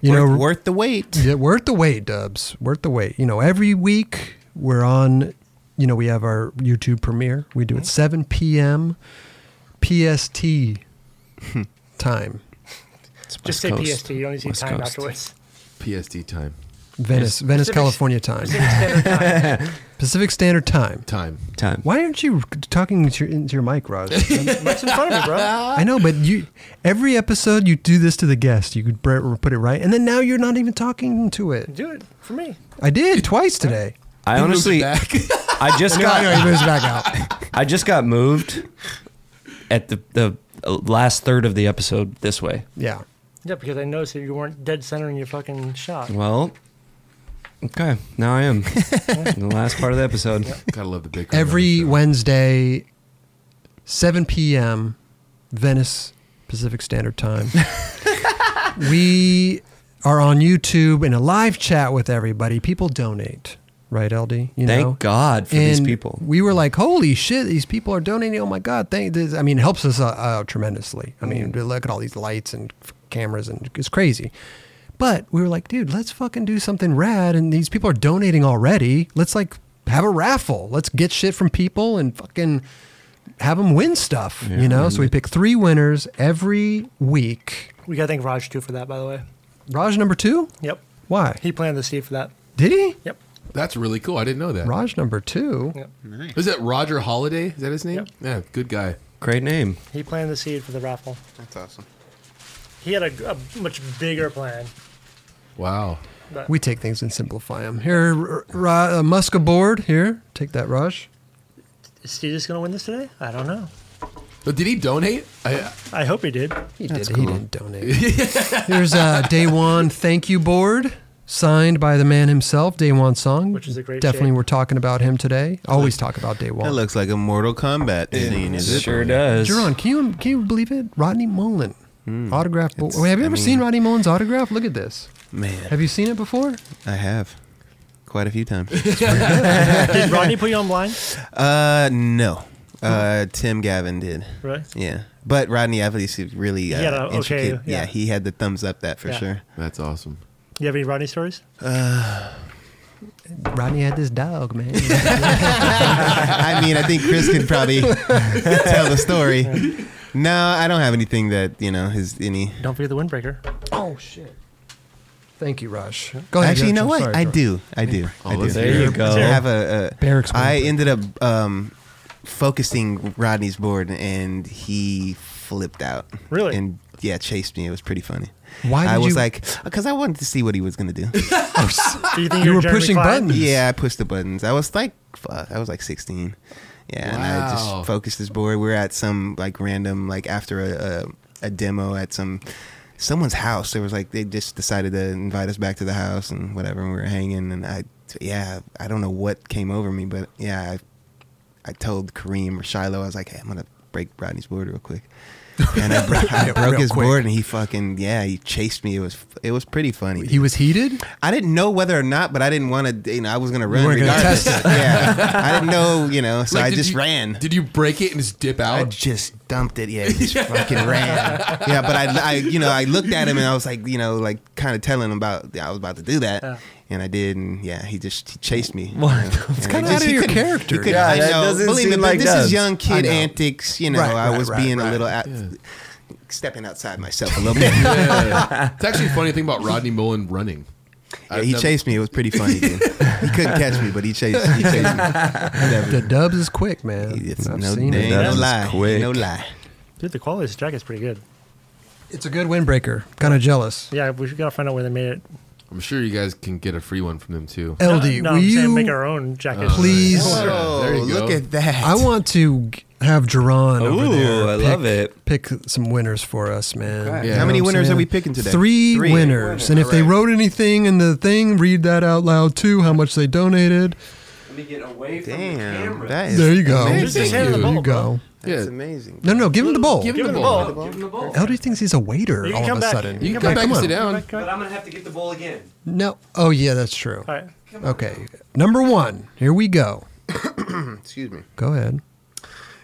You Worth- know, worth the wait. Yeah, worth the wait, Dubs. Worth the wait. You know, every week we're on. You know, we have our YouTube premiere. We do it 7 p.m. PST Hmm. time. Just say PST. You don't need to see time afterwards. PST time. Venice, Yes. Venice, Pacific- California time. Pacific Standard Time. *laughs* Pacific Standard Time. Time. Time. Why aren't you talking to your, into your mic, Roz? *laughs* What's in front of *laughs* me, bro? I know, but you every episode you do this to the guest. You could br- put it right, and then now you're not even talking to it. Do it for me. I did twice *laughs* today. I He moves honestly, it back. I just No, got I know, he moves back out. *laughs* *laughs* I just got moved at the the uh, last third of the episode this way. Yeah. Yeah, because I noticed that you weren't dead center in your fucking shot. Well, okay, now I am in *laughs* the last part of the episode. Gotta love the big every Wednesday, 7 p.m. Venice Pacific Standard *laughs* Time. we are on YouTube in a live chat with everybody. People donate, right, LD? You Thank God for these And people. We were like, holy shit, these people are donating. Oh my God, thank this. I mean, it helps us out, out tremendously. I mean, look at all these lights and f- cameras, and it's crazy. But we were like, dude, let's fucking do something rad. And these people are donating already. Let's like have a raffle. Let's get shit from people and fucking have them win stuff, Yeah, you know? man. So we pick three winners every week. We gotta thank Raj too for that, by the way. Raj number two? Yep. Why? He planned the seed for that. Did he? Yep. That's really cool. I didn't know that. Raj number two. Is that Roger Holiday? Is that his name? Yeah, good guy. Great name. He planned the seed for the raffle. That's awesome. He had a, a much bigger plan. Wow. But We take things and simplify them. Here, R- Ra- uh, Musk aboard. Here, take that, Raj. is he just gonna win this today? I don't know. But did he donate? I, I hope he did. He did. He didn't donate. Here's uh, Day One thank you board signed by the man himself, Day One Song. Which is a great Definitely, shape. we're talking about him today. Always talk about Day That One. looks like a Mortal Kombat scene. Is it sure does. Jerron, can you can you believe it? Rodney Mullen autograph. Bo- Wait, have you Hmm. I ever seen mean- Rodney Mullen's autograph? Look at this. Man. Have you seen it before? I have quite a few times. did Rodney put you on blind? Uh, no. Oh. Uh, Tim Gavin did. Really? Yeah, but Rodney obviously really uh, He had a- okay, intricate. yeah. yeah. he had the thumbs up that for Yeah. *laughs* sure. That's awesome. You have any Rodney stories? Uh, Rodney had this dog, *laughs* man. I mean, I think Chris could *laughs* probably tell the story. No, I don't have anything that you know is any. Don't forget the windbreaker. Oh shit. Thank you, Raj. Go ahead. Actually, Judge. you know I'm what? sorry, I Jordan. do. I do. Oh, I do. let's There hear you it. go. I have a, a Barracks I moment. ended up um, focusing Rodney's board, and he flipped out. Really? And yeah, chased me. It was pretty funny. Why I did you- was like, because I wanted to see what he was gonna do. Do you think You you're were Jeremy pushing Clarkson? buttons? Yeah, I pushed the buttons. I was like, fuck, I was like 16. Yeah, and I Wow. just focused this board. We were at some like random like after a, a a demo at some someone's house. There was like they just decided to invite us back to the house and whatever. And we were hanging, and I yeah, I don't know what came over me, but yeah, I I told Kareem or Shiloh, I was like, hey, I'm gonna break Rodney's board *laughs* real quick. and I, bro- I Yeah, broke real his quick. board, and he fucking yeah, he chased me. It was it was pretty funny. He was heated. I didn't know whether or not, but I didn't want to. You know, I was gonna run. weren't gonna regardless. test it. yeah, I didn't know. You know, so Like, I did just you- ran. Did you break it and just dip out? I just dumped it. Yeah, just *laughs* fucking ran. Yeah, but I, I, you know, I looked at him and I was like, you know, like kind of telling him about I was about to do that. And I did, and yeah, he just he chased me. *laughs* It's kinda out of your character. Yeah, I that know. doesn't Believe seem me, like but this does. is young I kid know. antics. You know, Right, I right, was right, being right. a little out, stepping outside myself a *laughs* little bit. *laughs* Yeah. It's actually a funny thing about Rodney Mullen running. Yeah, he chased me. It was pretty funny. Dude. he couldn't catch me, but he chased. He chased me. Whatever. *laughs* The dubs is quick, man. It's I've no, seen there it. ain't no lie. Ain't No lie. Dude, the quality of this jacket's pretty good. It's a good windbreaker. Kind of jealous. Yeah, we should gotta find out where they made it. I'm sure you guys can get a free one from them too. LD, no, will I'm you saying make our own jacket. Please. Whoa, There you look go. at that. I want to g- have Jerron over Ooh, there. I pick- love it. Pick some winners for us, man. Okay. You How know many what I'm winners saying? are we picking today? Three, Three. winners. And if they wrote anything in the thing, read that out loud too, how much they donated. Let me get away from Damn, camera. that is There you go. amazing, There dude. you go. That's amazing. No, no, give him the bowl. Give him the bowl. Give him the bowl. LD thinks he's a waiter You can all of come a back. sudden. You can Like, come back and on. sit down. But I'm gonna have to get the bowl again. No. Oh, yeah, that's true. All right. Okay. Number one. Here we go. Excuse me. Go ahead.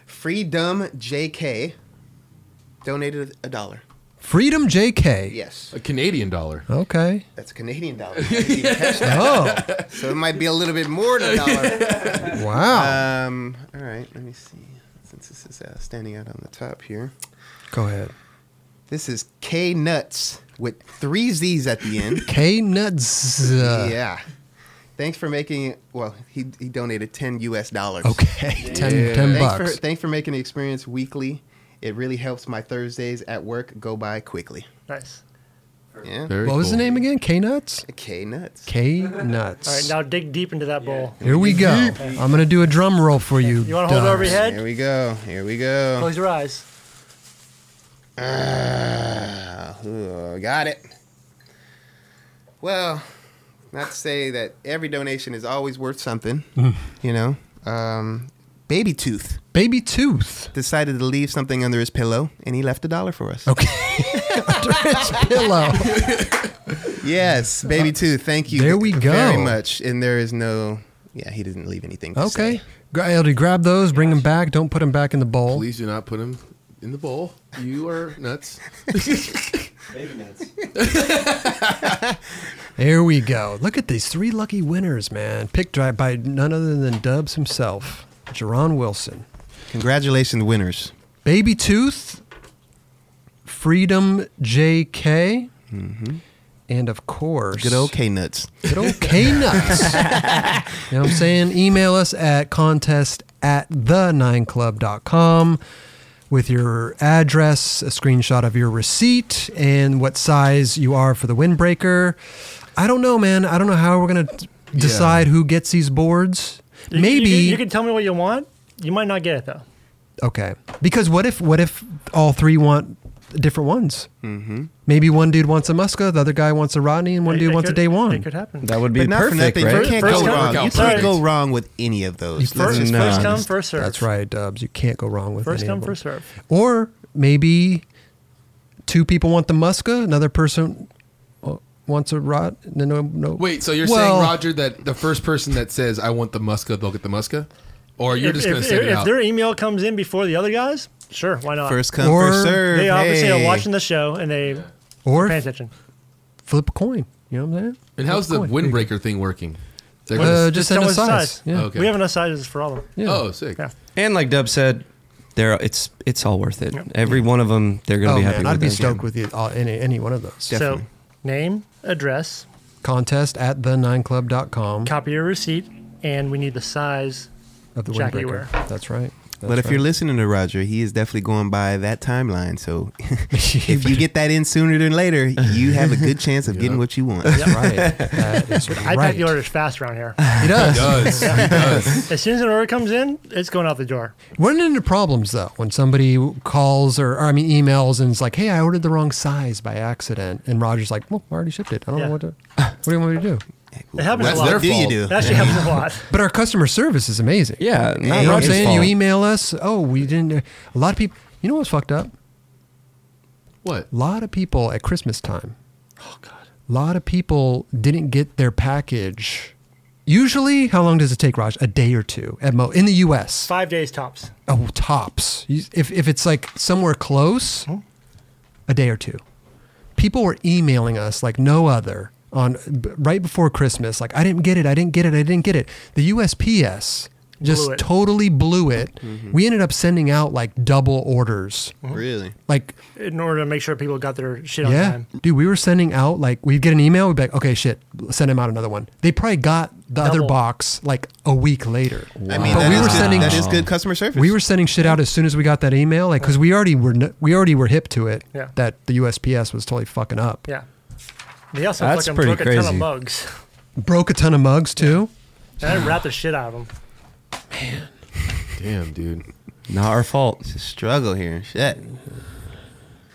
Freedom JK donated a dollar. Freedom JK. Yes. A Canadian dollar. Okay. Oh, *laughs* That's a *laughs* Canadian dollar. I didn't even catch that. So it might be a little bit more than *laughs* a dollar. Wow. Um, all right, let me see. Since this is uh, standing out on the top here. Go ahead. This is K Nuts with three Z's at the end. K Nuts. *laughs* uh, yeah. Thanks for making. Well, he, he donated ten U.S. dollars. *laughs* Okay, 10 10 thanks bucks. For, thanks for making the experience weekly. It really helps my Thursdays at work go by quickly. Nice. Yeah. What was the name again? K Nuts? K Nuts. K All right, Nuts. now dig deep into that bowl. Here we go. I'm going to do a drum roll for you. You wanna hold it over your Dubs. head? Here we go. Here we go. Close your eyes. Ah, ooh, got it. Well, not to say that every donation is always worth something, Mm. you know. Um, Baby Tooth. Baby Tooth decided to leave something under his pillow, and he left a dollar for us. *laughs* Okay. *laughs* under his pillow. yes, Baby Tooth. Thank you. Uh, There we go. Very much. And there is no. Yeah, he didn't leave anything. To Okay. Gra- Elder, grab those, bring them back. Don't put them back in the bowl. Please do not put him in the bowl. You are nuts. Baby nuts. Here we go. Look at these three lucky winners, man. Picked dri- by none other than Dubs himself, Jerron Wilson. Congratulations, winners. Baby Tooth, Freedom JK, and of course, Mm-hmm. Good old K nuts. Good old K *laughs* nuts. you know what I'm saying? Email us at contest at the nineclub.com with your address, a screenshot of your receipt, and what size you are for the windbreaker. I don't know, man. I don't know how we're going to decide who gets these boards. You- you- Maybe. you, you can tell me what you want. You might not get it though. Okay. Because what if what if all three want different ones? Mm-hmm. Maybe one dude wants a Muska, the other guy wants a Rodney, and one It- dude it wants could- a day one. it could happen. That would be But not for perfect, nothing. right? You can't First go come, wrong. You first can't served. go wrong with any of those. First- Let's just first be come, honest. first serve. That's right, Dubs. You can't go wrong with First any come, of them. first serve. Or maybe two people want the Muska, another person uh, wants a Rod. No, no, no. Wait, so you're Well, saying Roger that the first person that says I want the Muska, they'll get the Muska, or you're if, just gonna if- send if it out? their email comes in before the other guys, sure, why not? First come, Or- first serve, They obviously hey. are watching the show and they Or- pay attention. flip a coin? You know what I'm saying? And how's the Flip a coin. windbreaker thing working? Is that Uh, gonna- just send tell us us the size. Yeah. Okay. We have enough sizes for all of them. Oh, sick. And like Dub said, there it's it's all worth it. Every one of them, they're gonna oh, be man, happy. I'd with be it. stoked with you, all, any any one of those. So Name, address, Contest at the9club.com. copy your receipt, and we need the size Of the jacket you windbreaker. wear. That's right. That's but if right. you're listening to Roger, he is definitely going by that timeline. So *laughs* if you get that in sooner than later, you have a good *laughs* chance of getting what you want. Yep. I bet the orders fast *laughs* around here. He does. He does. He does. As soon as an order comes in, it's going out the door. Running into problems though when somebody calls or, or I mean emails and it's like, "Hey, I ordered the wrong size by accident," and Roger's like, "Well, I already shipped it. I don't know what to. What do you want me to do?" It happens That's a lot. their Do you fault. do? That *laughs* actually happens a lot. But our customer service is amazing. Yeah, you not know what I'm his saying. You fault. email us. Oh, we didn't. A lot of people. You know what's fucked up? What? A lot of people at Christmas time. Oh God. A lot of people didn't get their package. Usually, how long does it take, Raj? A day or two at mo in the U.S. Five days tops. Oh, tops. You- If if it's like somewhere close, Hmm? a day or two. People were emailing us like no other on b- right before Christmas. Like I didn't get it. I didn't get it. I didn't get it. The USPS just Blew it. totally blew it. Mhm. We ended up sending out like double orders. Really? Like In order to make sure people got their shit on yeah, time. dude, we were sending out like we'd get an email. We'd be like, okay, shit, send him out another one. They probably got the other Double. box like a week later. I mean, that is good- that is good customer service. We were sending shit out as soon as we got that email, like because we already were kn- we already were hip to it. Yeah. That the USPS was totally fucking up. Yeah. They also That's fucking pretty broke a ton crazy. of mugs. Broke a ton of mugs too. And I wrapped the shit out of them. Damn, dude. Not our fault. It's a struggle here. Shit.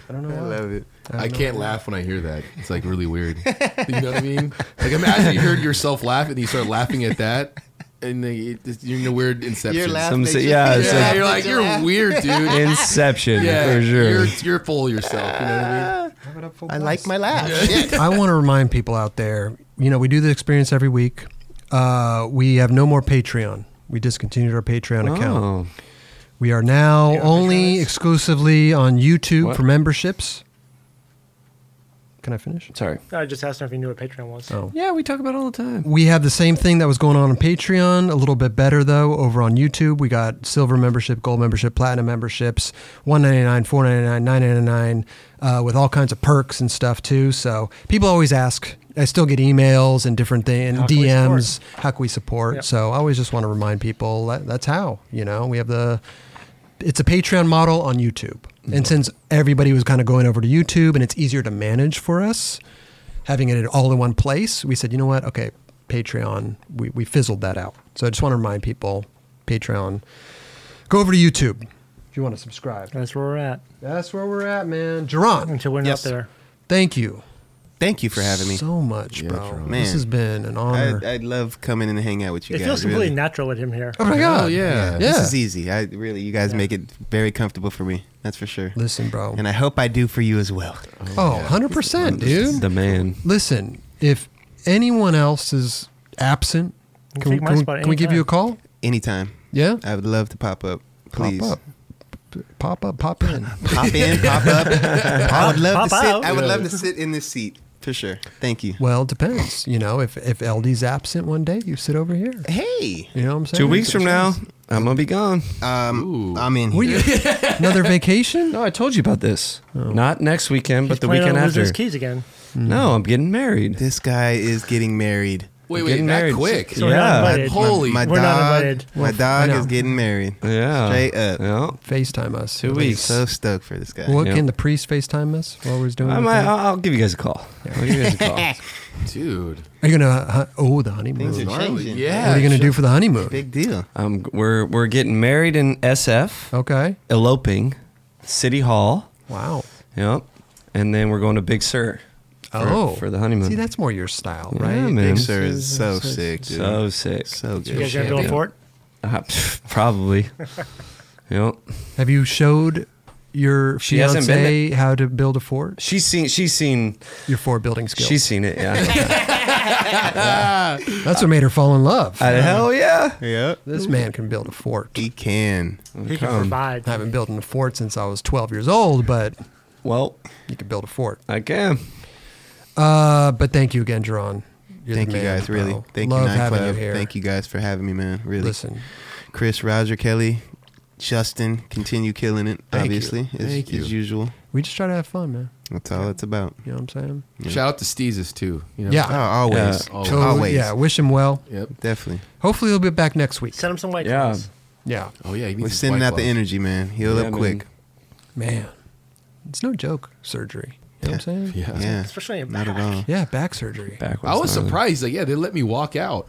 I don't know. I love it. I I, don't know can't why. laugh when I hear that. It's like really weird. you know what I mean? Like imagine you heard yourself laugh and you start laughing at that, and then it, it's- you're in a weird inception. Your laugh Some makes say- you- yeah, it's like- you're like Your you're laugh- *laughs* weird, dude. Inception, yeah, for sure. You're, you're full of yourself. You know what I mean? I like my laugh. Shit. I want to remind people out there, you know, we do the experience every week. Uh, we have no more Patreon. We discontinued our Patreon Oh. account. We are now only exclusively on YouTube What? for memberships. Can I finish? Sorry. I just asked him if he knew what Patreon was. Oh. Yeah, we talk about it all the time. We have the same thing that was going on on Patreon, a little bit better though, over on YouTube. We got silver membership, gold membership, platinum memberships, one ninety nine, four ninety nine, nine ninety nine, uh, with all kinds of perks and stuff too. So people always ask. I still get emails and different things, How can we DMs. How can we support? Yep. So I always just want to remind people that that's how you know we have the. It's a Patreon model on YouTube, Mm-hmm. and since everybody was kind of going over to YouTube, and it's easier to manage for us, having it all in one place, we said, you know what? Okay, Patreon, we, we fizzled that out. So I just want to remind people Patreon, go over to YouTube. If you want to subscribe, that's where we're at. That's where we're at, man. Jerron. Until we're Yes. not there. Thank you. Thank you for having me. So much, bro. Man. This has been an honor. I, I love coming in and hang out with you it guys. feels really. completely natural with him here. Oh my God. Oh, Yeah. yeah. This Yeah. is easy. I really, you guys make it very comfortable for me. That's for sure. Listen, bro. And I hope I do for you as well. oh, 100%, dude. The man. Listen, if anyone else is absent, can, You can we- take my can, we- spot can we give you a anytime. call? Anytime. Yeah. I would love to pop up. Please. Pop up. P- Pop up, pop *laughs* in. Pop in, *laughs* pop up. I would love Pop to sit. out. I would Yeah. love to sit in this seat for sure. Thank you. Well, it depends. You know, if if LD's absent one day, you sit over here. Hey, you know what I'm saying? Two weeks from now, I'm gonna be gone. Um, I'm in What are you- another vacation? No, I told you about this. Not next weekend, but the planning weekend on losing after. his keys again. No, I'm getting married. This guy is getting married. Wait, wait, that quick? So yeah. we're not invited. Holy- my, my We're not dog, invited. my Well, I dog know. is getting married. Yeah, straight up. Yeah, FaceTime us. Two at weeks. least. So stoked for this guy. Well, Yeah. can the priest FaceTime us while we're doing? I the might, thing? I'll, I'll give you guys a call. I'll give you guys a call. Dude. Are you gonna? Uh, oh, the honeymoon. Things are changing. Yeah. What are you gonna do for the honeymoon? Big deal. Um, we're we're getting married in SF. Okay. Eloping, City Hall. Wow. Yep. And then we're going to Big Sur. for- Oh. for, the honeymoon. See, that's more your style, Yeah, right? man. Big Sur is so sick, dude. So sick. So good. You guys gonna go Yeah. for it? Uh, *laughs* probably. yep. Have you showed your She hasn't been fiance how to build a fort? She's seen. She's seen your fort building skills. She's seen it. Yeah. *laughs* That's what made her fall in love. Uh, hell yeah. Yeah. This man can build a fort. He can. He can provide. I haven't built a fort since I was 12 years old, but well, you can build a fort. I can. Uh, but thank you again, Jerron. You're the Thank you man, guys, really. bro. Thank Love you, Nine having Club. you here. Thank you guys for having me, man. Really. Listen. Chris, Roger, Kelly, Justin, continue killing it. Thank you. obviously, As, Thank you. as usual. We just try to have fun, man. That's all it's about. You know what I'm saying? Shout out to Steezes too. You know? Yeah. Oh, always. Yeah. Ah. Totally. Yeah, wish him well. Yep. Definitely. Hopefully he'll be back next week. Send him some white Yeah. claws. Yeah. Oh yeah. We're sending out the energy, man. Heal Yeah, up man. quick. Man, it's no joke. Surgery. You know what I'm saying? Yeah. Yeah. Especially in Not at all. Yeah, back surgery. I was surprised. Like, yeah, they let me walk out.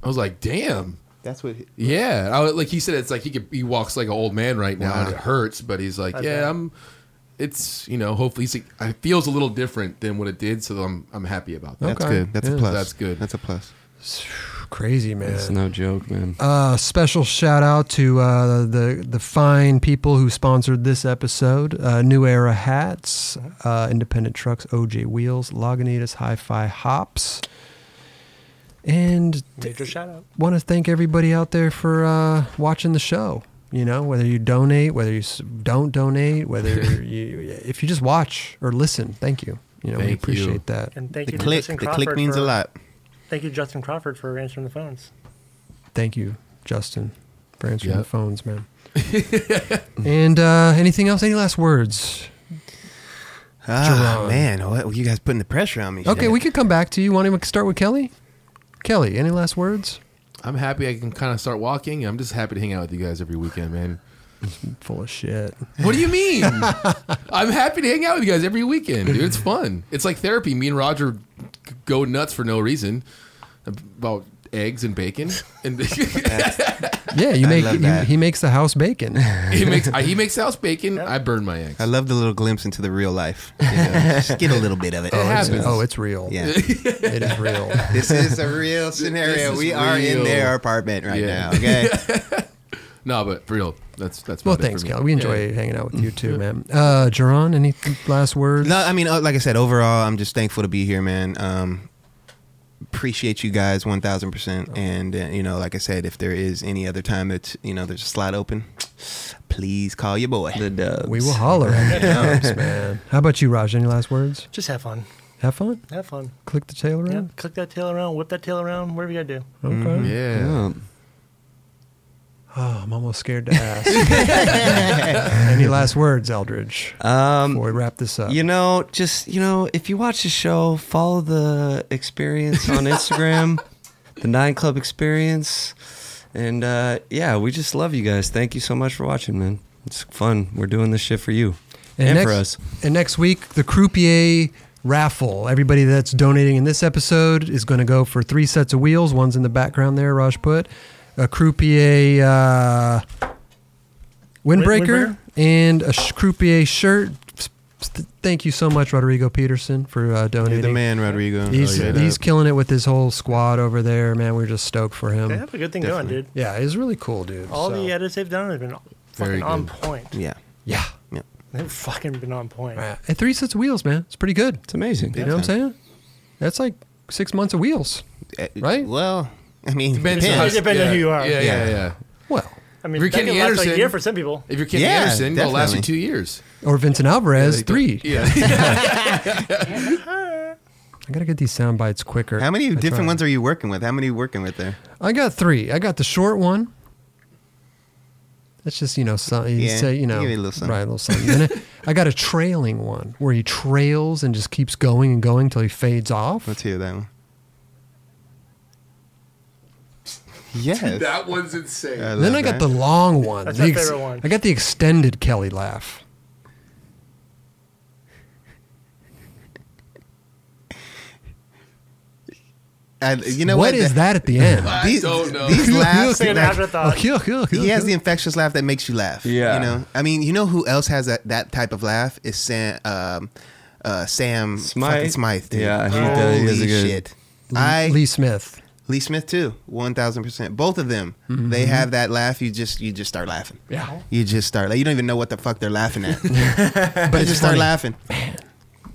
I was like, damn. That's what. Yeah, I, was- like he said, it's like he could, he walks like an old man right now, and Wow. it hurts. But he's like, I yeah, bet. I'm. It's you know, hopefully, he's like, it feels a little different than what it did, so I'm I'm happy about that. That's good. That's a plus. That's good. That's a plus. Crazy man. It's no joke, man. Uh, special shout out to uh, the the fine people who sponsored this episode: uh, New Era Hats, uh, Independent Trucks, OJ Wheels, Lagunitas Hi-Fi Hops, and Major shout out. want to thank everybody out there for uh, watching the show. You know, whether you donate, whether you s- don't donate, *laughs* whether you if you just watch or listen, thank you. You know, we Thank you. appreciate that. And thank The you, click- Justin the Crawford. click means a for- lot. Thank you, Justin Crawford, for answering the phones. Thank you, Justin, for answering Yep. the phones, man. and uh, anything else? Any last words? Ah, Jerron. man, what, you guys putting the pressure on me. Okay, we could come back to you. Want to start with Kelly? Kelly, any last words? I'm happy I can kind of start walking. I'm just happy to hang out with you guys every weekend, man. Full of shit. What do you mean? I'm happy to hang out with you guys every weekend, dude. It's fun. It's like therapy. Me and Roger g- go nuts for no reason about eggs and bacon, and *laughs* Yeah, you I make love you, that. he makes the house bacon. he makes I- he makes house bacon. I burn my eggs. I love the little glimpse into the real *laughs* life. You know, just get a little bit of it. It Oh, it's- happens. oh, it's real. Yeah. it is real. *laughs* This is a real scenario. is We are in real. their apartment right Yeah. now. Okay. No, but for real, that's that's Well, about it for thanks, me. Kelly. We enjoy Yeah. hanging out with you too, man. Uh, Jerron, any last words? *laughs* No, I mean, uh, like I said, overall, I'm just thankful to be here, man. Um, appreciate you guys 1,000%. And, uh, you know, like I said, if there is any other time that, you know, there's a slot open, please call your boy. The dubs. We will holler at you, Dubs, man. How about you, Raj? Any last words? Just have fun. Have fun. Have fun. Click the tail Yeah, around. click that tail around, whip that tail around, whatever you gotta do. Okay. Mm-hmm. Yeah. Oh, I'm almost scared to ask. *laughs* Any last words, Eldridge? Um, before we wrap this up, You know, just you know, if you watch the show, follow the experience *laughs* on Instagram, the Nine Club Experience, and uh, yeah, we just love you guys. Thank you so much for watching, man. It's fun. We're doing this shit for you and, next, for us. And next week, the croupier raffle. Everybody that's donating in this episode is going to go for three sets of wheels. One's in the background there, Raj put. A croupier uh, windbreaker windbreaker? and a sh- croupier shirt. Th- Thank you so much, Rodrigo Peterson, for uh, donating. You're the man, Rodrigo. He's, Oh, yeah. he's killing it with his whole squad over there, man. We're just stoked for him. They have a good thing going, dude. Yeah, it's really cool, dude. All Um, So- the edits they've done have been Very fucking on good. point. *laughs* Yeah. yeah. Uh, They've fucking been on point. And three sets of wheels, man. It's pretty good. It's amazing. You know what I'm saying? That's like six months of wheels, right? Eh, Well, I mean, Depends It on- depends on who you are. Yeah, yeah, yeah. I mean, If you're that Kenny can last like Anderson- a year for some *laughs* people. If you're Kenny Yeah, Anderson, it'll last you two definitely. years. Or Vincent Alvarez, three. *laughs* Yeah. I gotta get these sound bites quicker. How many I different try. ones are you working with? How many are you working with there? I got three. I got the short one. That's just you know something. You Yeah, say you know give me a little something. right, a little something. then *laughs* I, I got a trailing one where he trails and just keeps going and going till he fades off. Let's hear that one. Yes. that one's insane. then I got the long one. That's the my favorite one. I got the extended Kelly laugh. I, you know What what? is that at the end? I These, don't know. *laughs* These Look, look, laughs. Like an like- afterthought. *laughs* Look, look, look, he has look. the infectious laugh that makes you laugh. Yeah. You know. I mean, you know who else has that, that type of laugh is Sam. Um, uh, Sam Smythe? fucking Smythe. Dude. Yeah, he Holy does- he does a good- shit. Lee- I Lee Smith. *laughs* Lee Smith too. One thousand percent. Both of them. They Mhm. have that laugh. You just you just start laughing. Yeah. You just start. Like, you don't even know what the fuck they're laughing at. But you it's just start funny. laughing.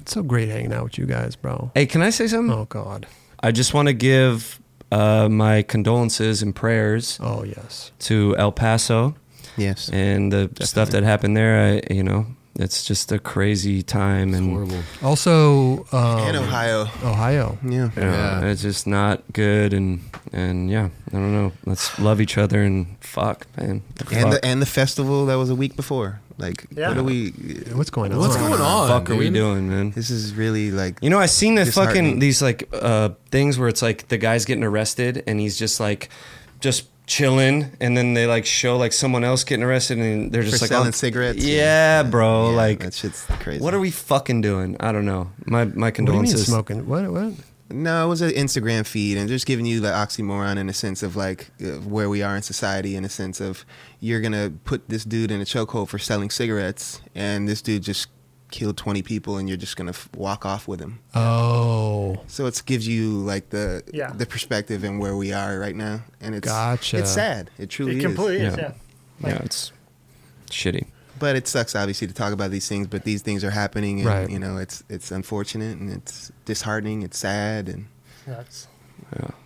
It's so great hanging out with you guys, bro. Hey, can I say something? Oh God. I just want to give uh, my condolences and prayers. Oh yes. To El Paso. Yes. And the stuff that happened there, I you know, it's just a crazy time and horrible. Also, um, And Ohio. Ohio. Yeah. yeah. it's just not good and and yeah, I don't know. Let's love each other and fuck, man. And Fuck. the, and the festival that was a week before. Like, Yeah. what are we? What's going on? fuck are we doing, man? This is really like You know, I've seen the disheartening. fucking these like uh things where it's like the guy's getting arrested and he's just like just chilling and then they like show like someone else getting arrested and they're just For like selling oh, cigarettes. Yeah, bro. like that shit's crazy. What are we fucking doing? I don't know. My my condolences. What? What? No, it was an Instagram feed, and just giving you the oxymoron in a sense of like uh, where we are in society, in a sense of you're gonna put this dude in a chokehold for selling cigarettes, and this dude just killed 20 people, and you're just gonna f- walk off with him. Oh. So it gives you like the Yeah. the perspective and where we are right now, and it's Gotcha. It's sad. It truly It is. completely is, Yeah. yeah. Yeah, it's shitty. But it sucks, obviously, to talk about these things. But these things are happening, and Right. you know, it's it's unfortunate and it's disheartening. It's sad, and Nuts.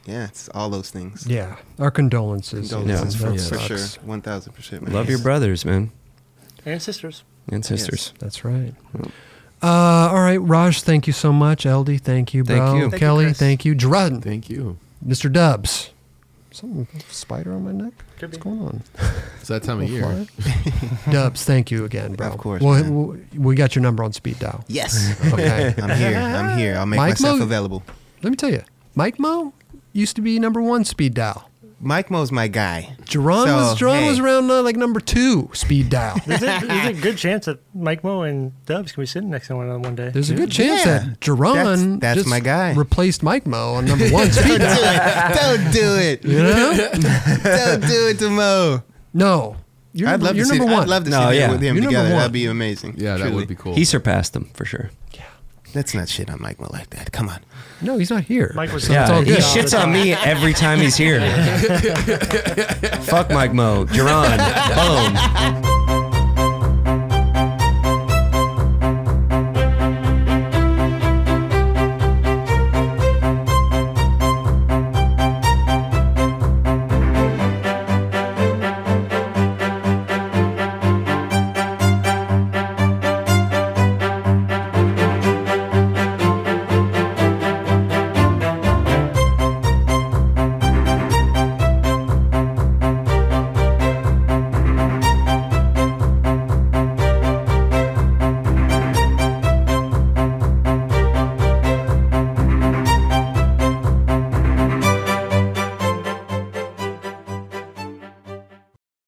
yeah, it's all those things. Yeah. Our condolences. Condolences Yeah. for, Yeah. for Sucks. sure, one thousand percent. man. Love your brothers, man. And sisters. And sisters. That's right. Uh, all right, Raj, thank you so much. LD, thank you, bro. Thank you. Thank you, Kelly, Chris. thank you. Drudden. Thank you. Mr. Dubs. Something spider on my neck? What's going on? It's that time of Little year. fly? *laughs* Dubs, thank you again, bro. Of course, Well, man. w- we got your number on speed dial. *laughs* Yes. *laughs* Okay. I'm here. I'm here. I'll make Mike myself Mo- available. Let me tell you, Mike Mo used to be number one speed dial. Mike Mo's my guy. *laughs* Jerron So, was Jerron hey. was around uh, like number two speed *laughs* dial. There's a, there's a good chance that Mike Moe and Dubs can be sitting next to one another one day. There's a good chance Yeah. that Jerron That's- that's just my guy. replaced Mike Mo on number *laughs* one speed Don't do dial. it. Don't do it. You know? *laughs* Don't do it to Mo. No. You're I'd number- love you're to see. number one. I'd love to No, sit there yeah. with him You're number together. one. That'd be amazing. Yeah, that truly. would be cool. He surpassed them for sure. Let's not shit on Mike Mo like that. Come on. No, he's not here. Mike was Yeah, all he good. shits on me every *laughs* *laughs* time he's here. Fuck Mike Mo, Jerron, boom.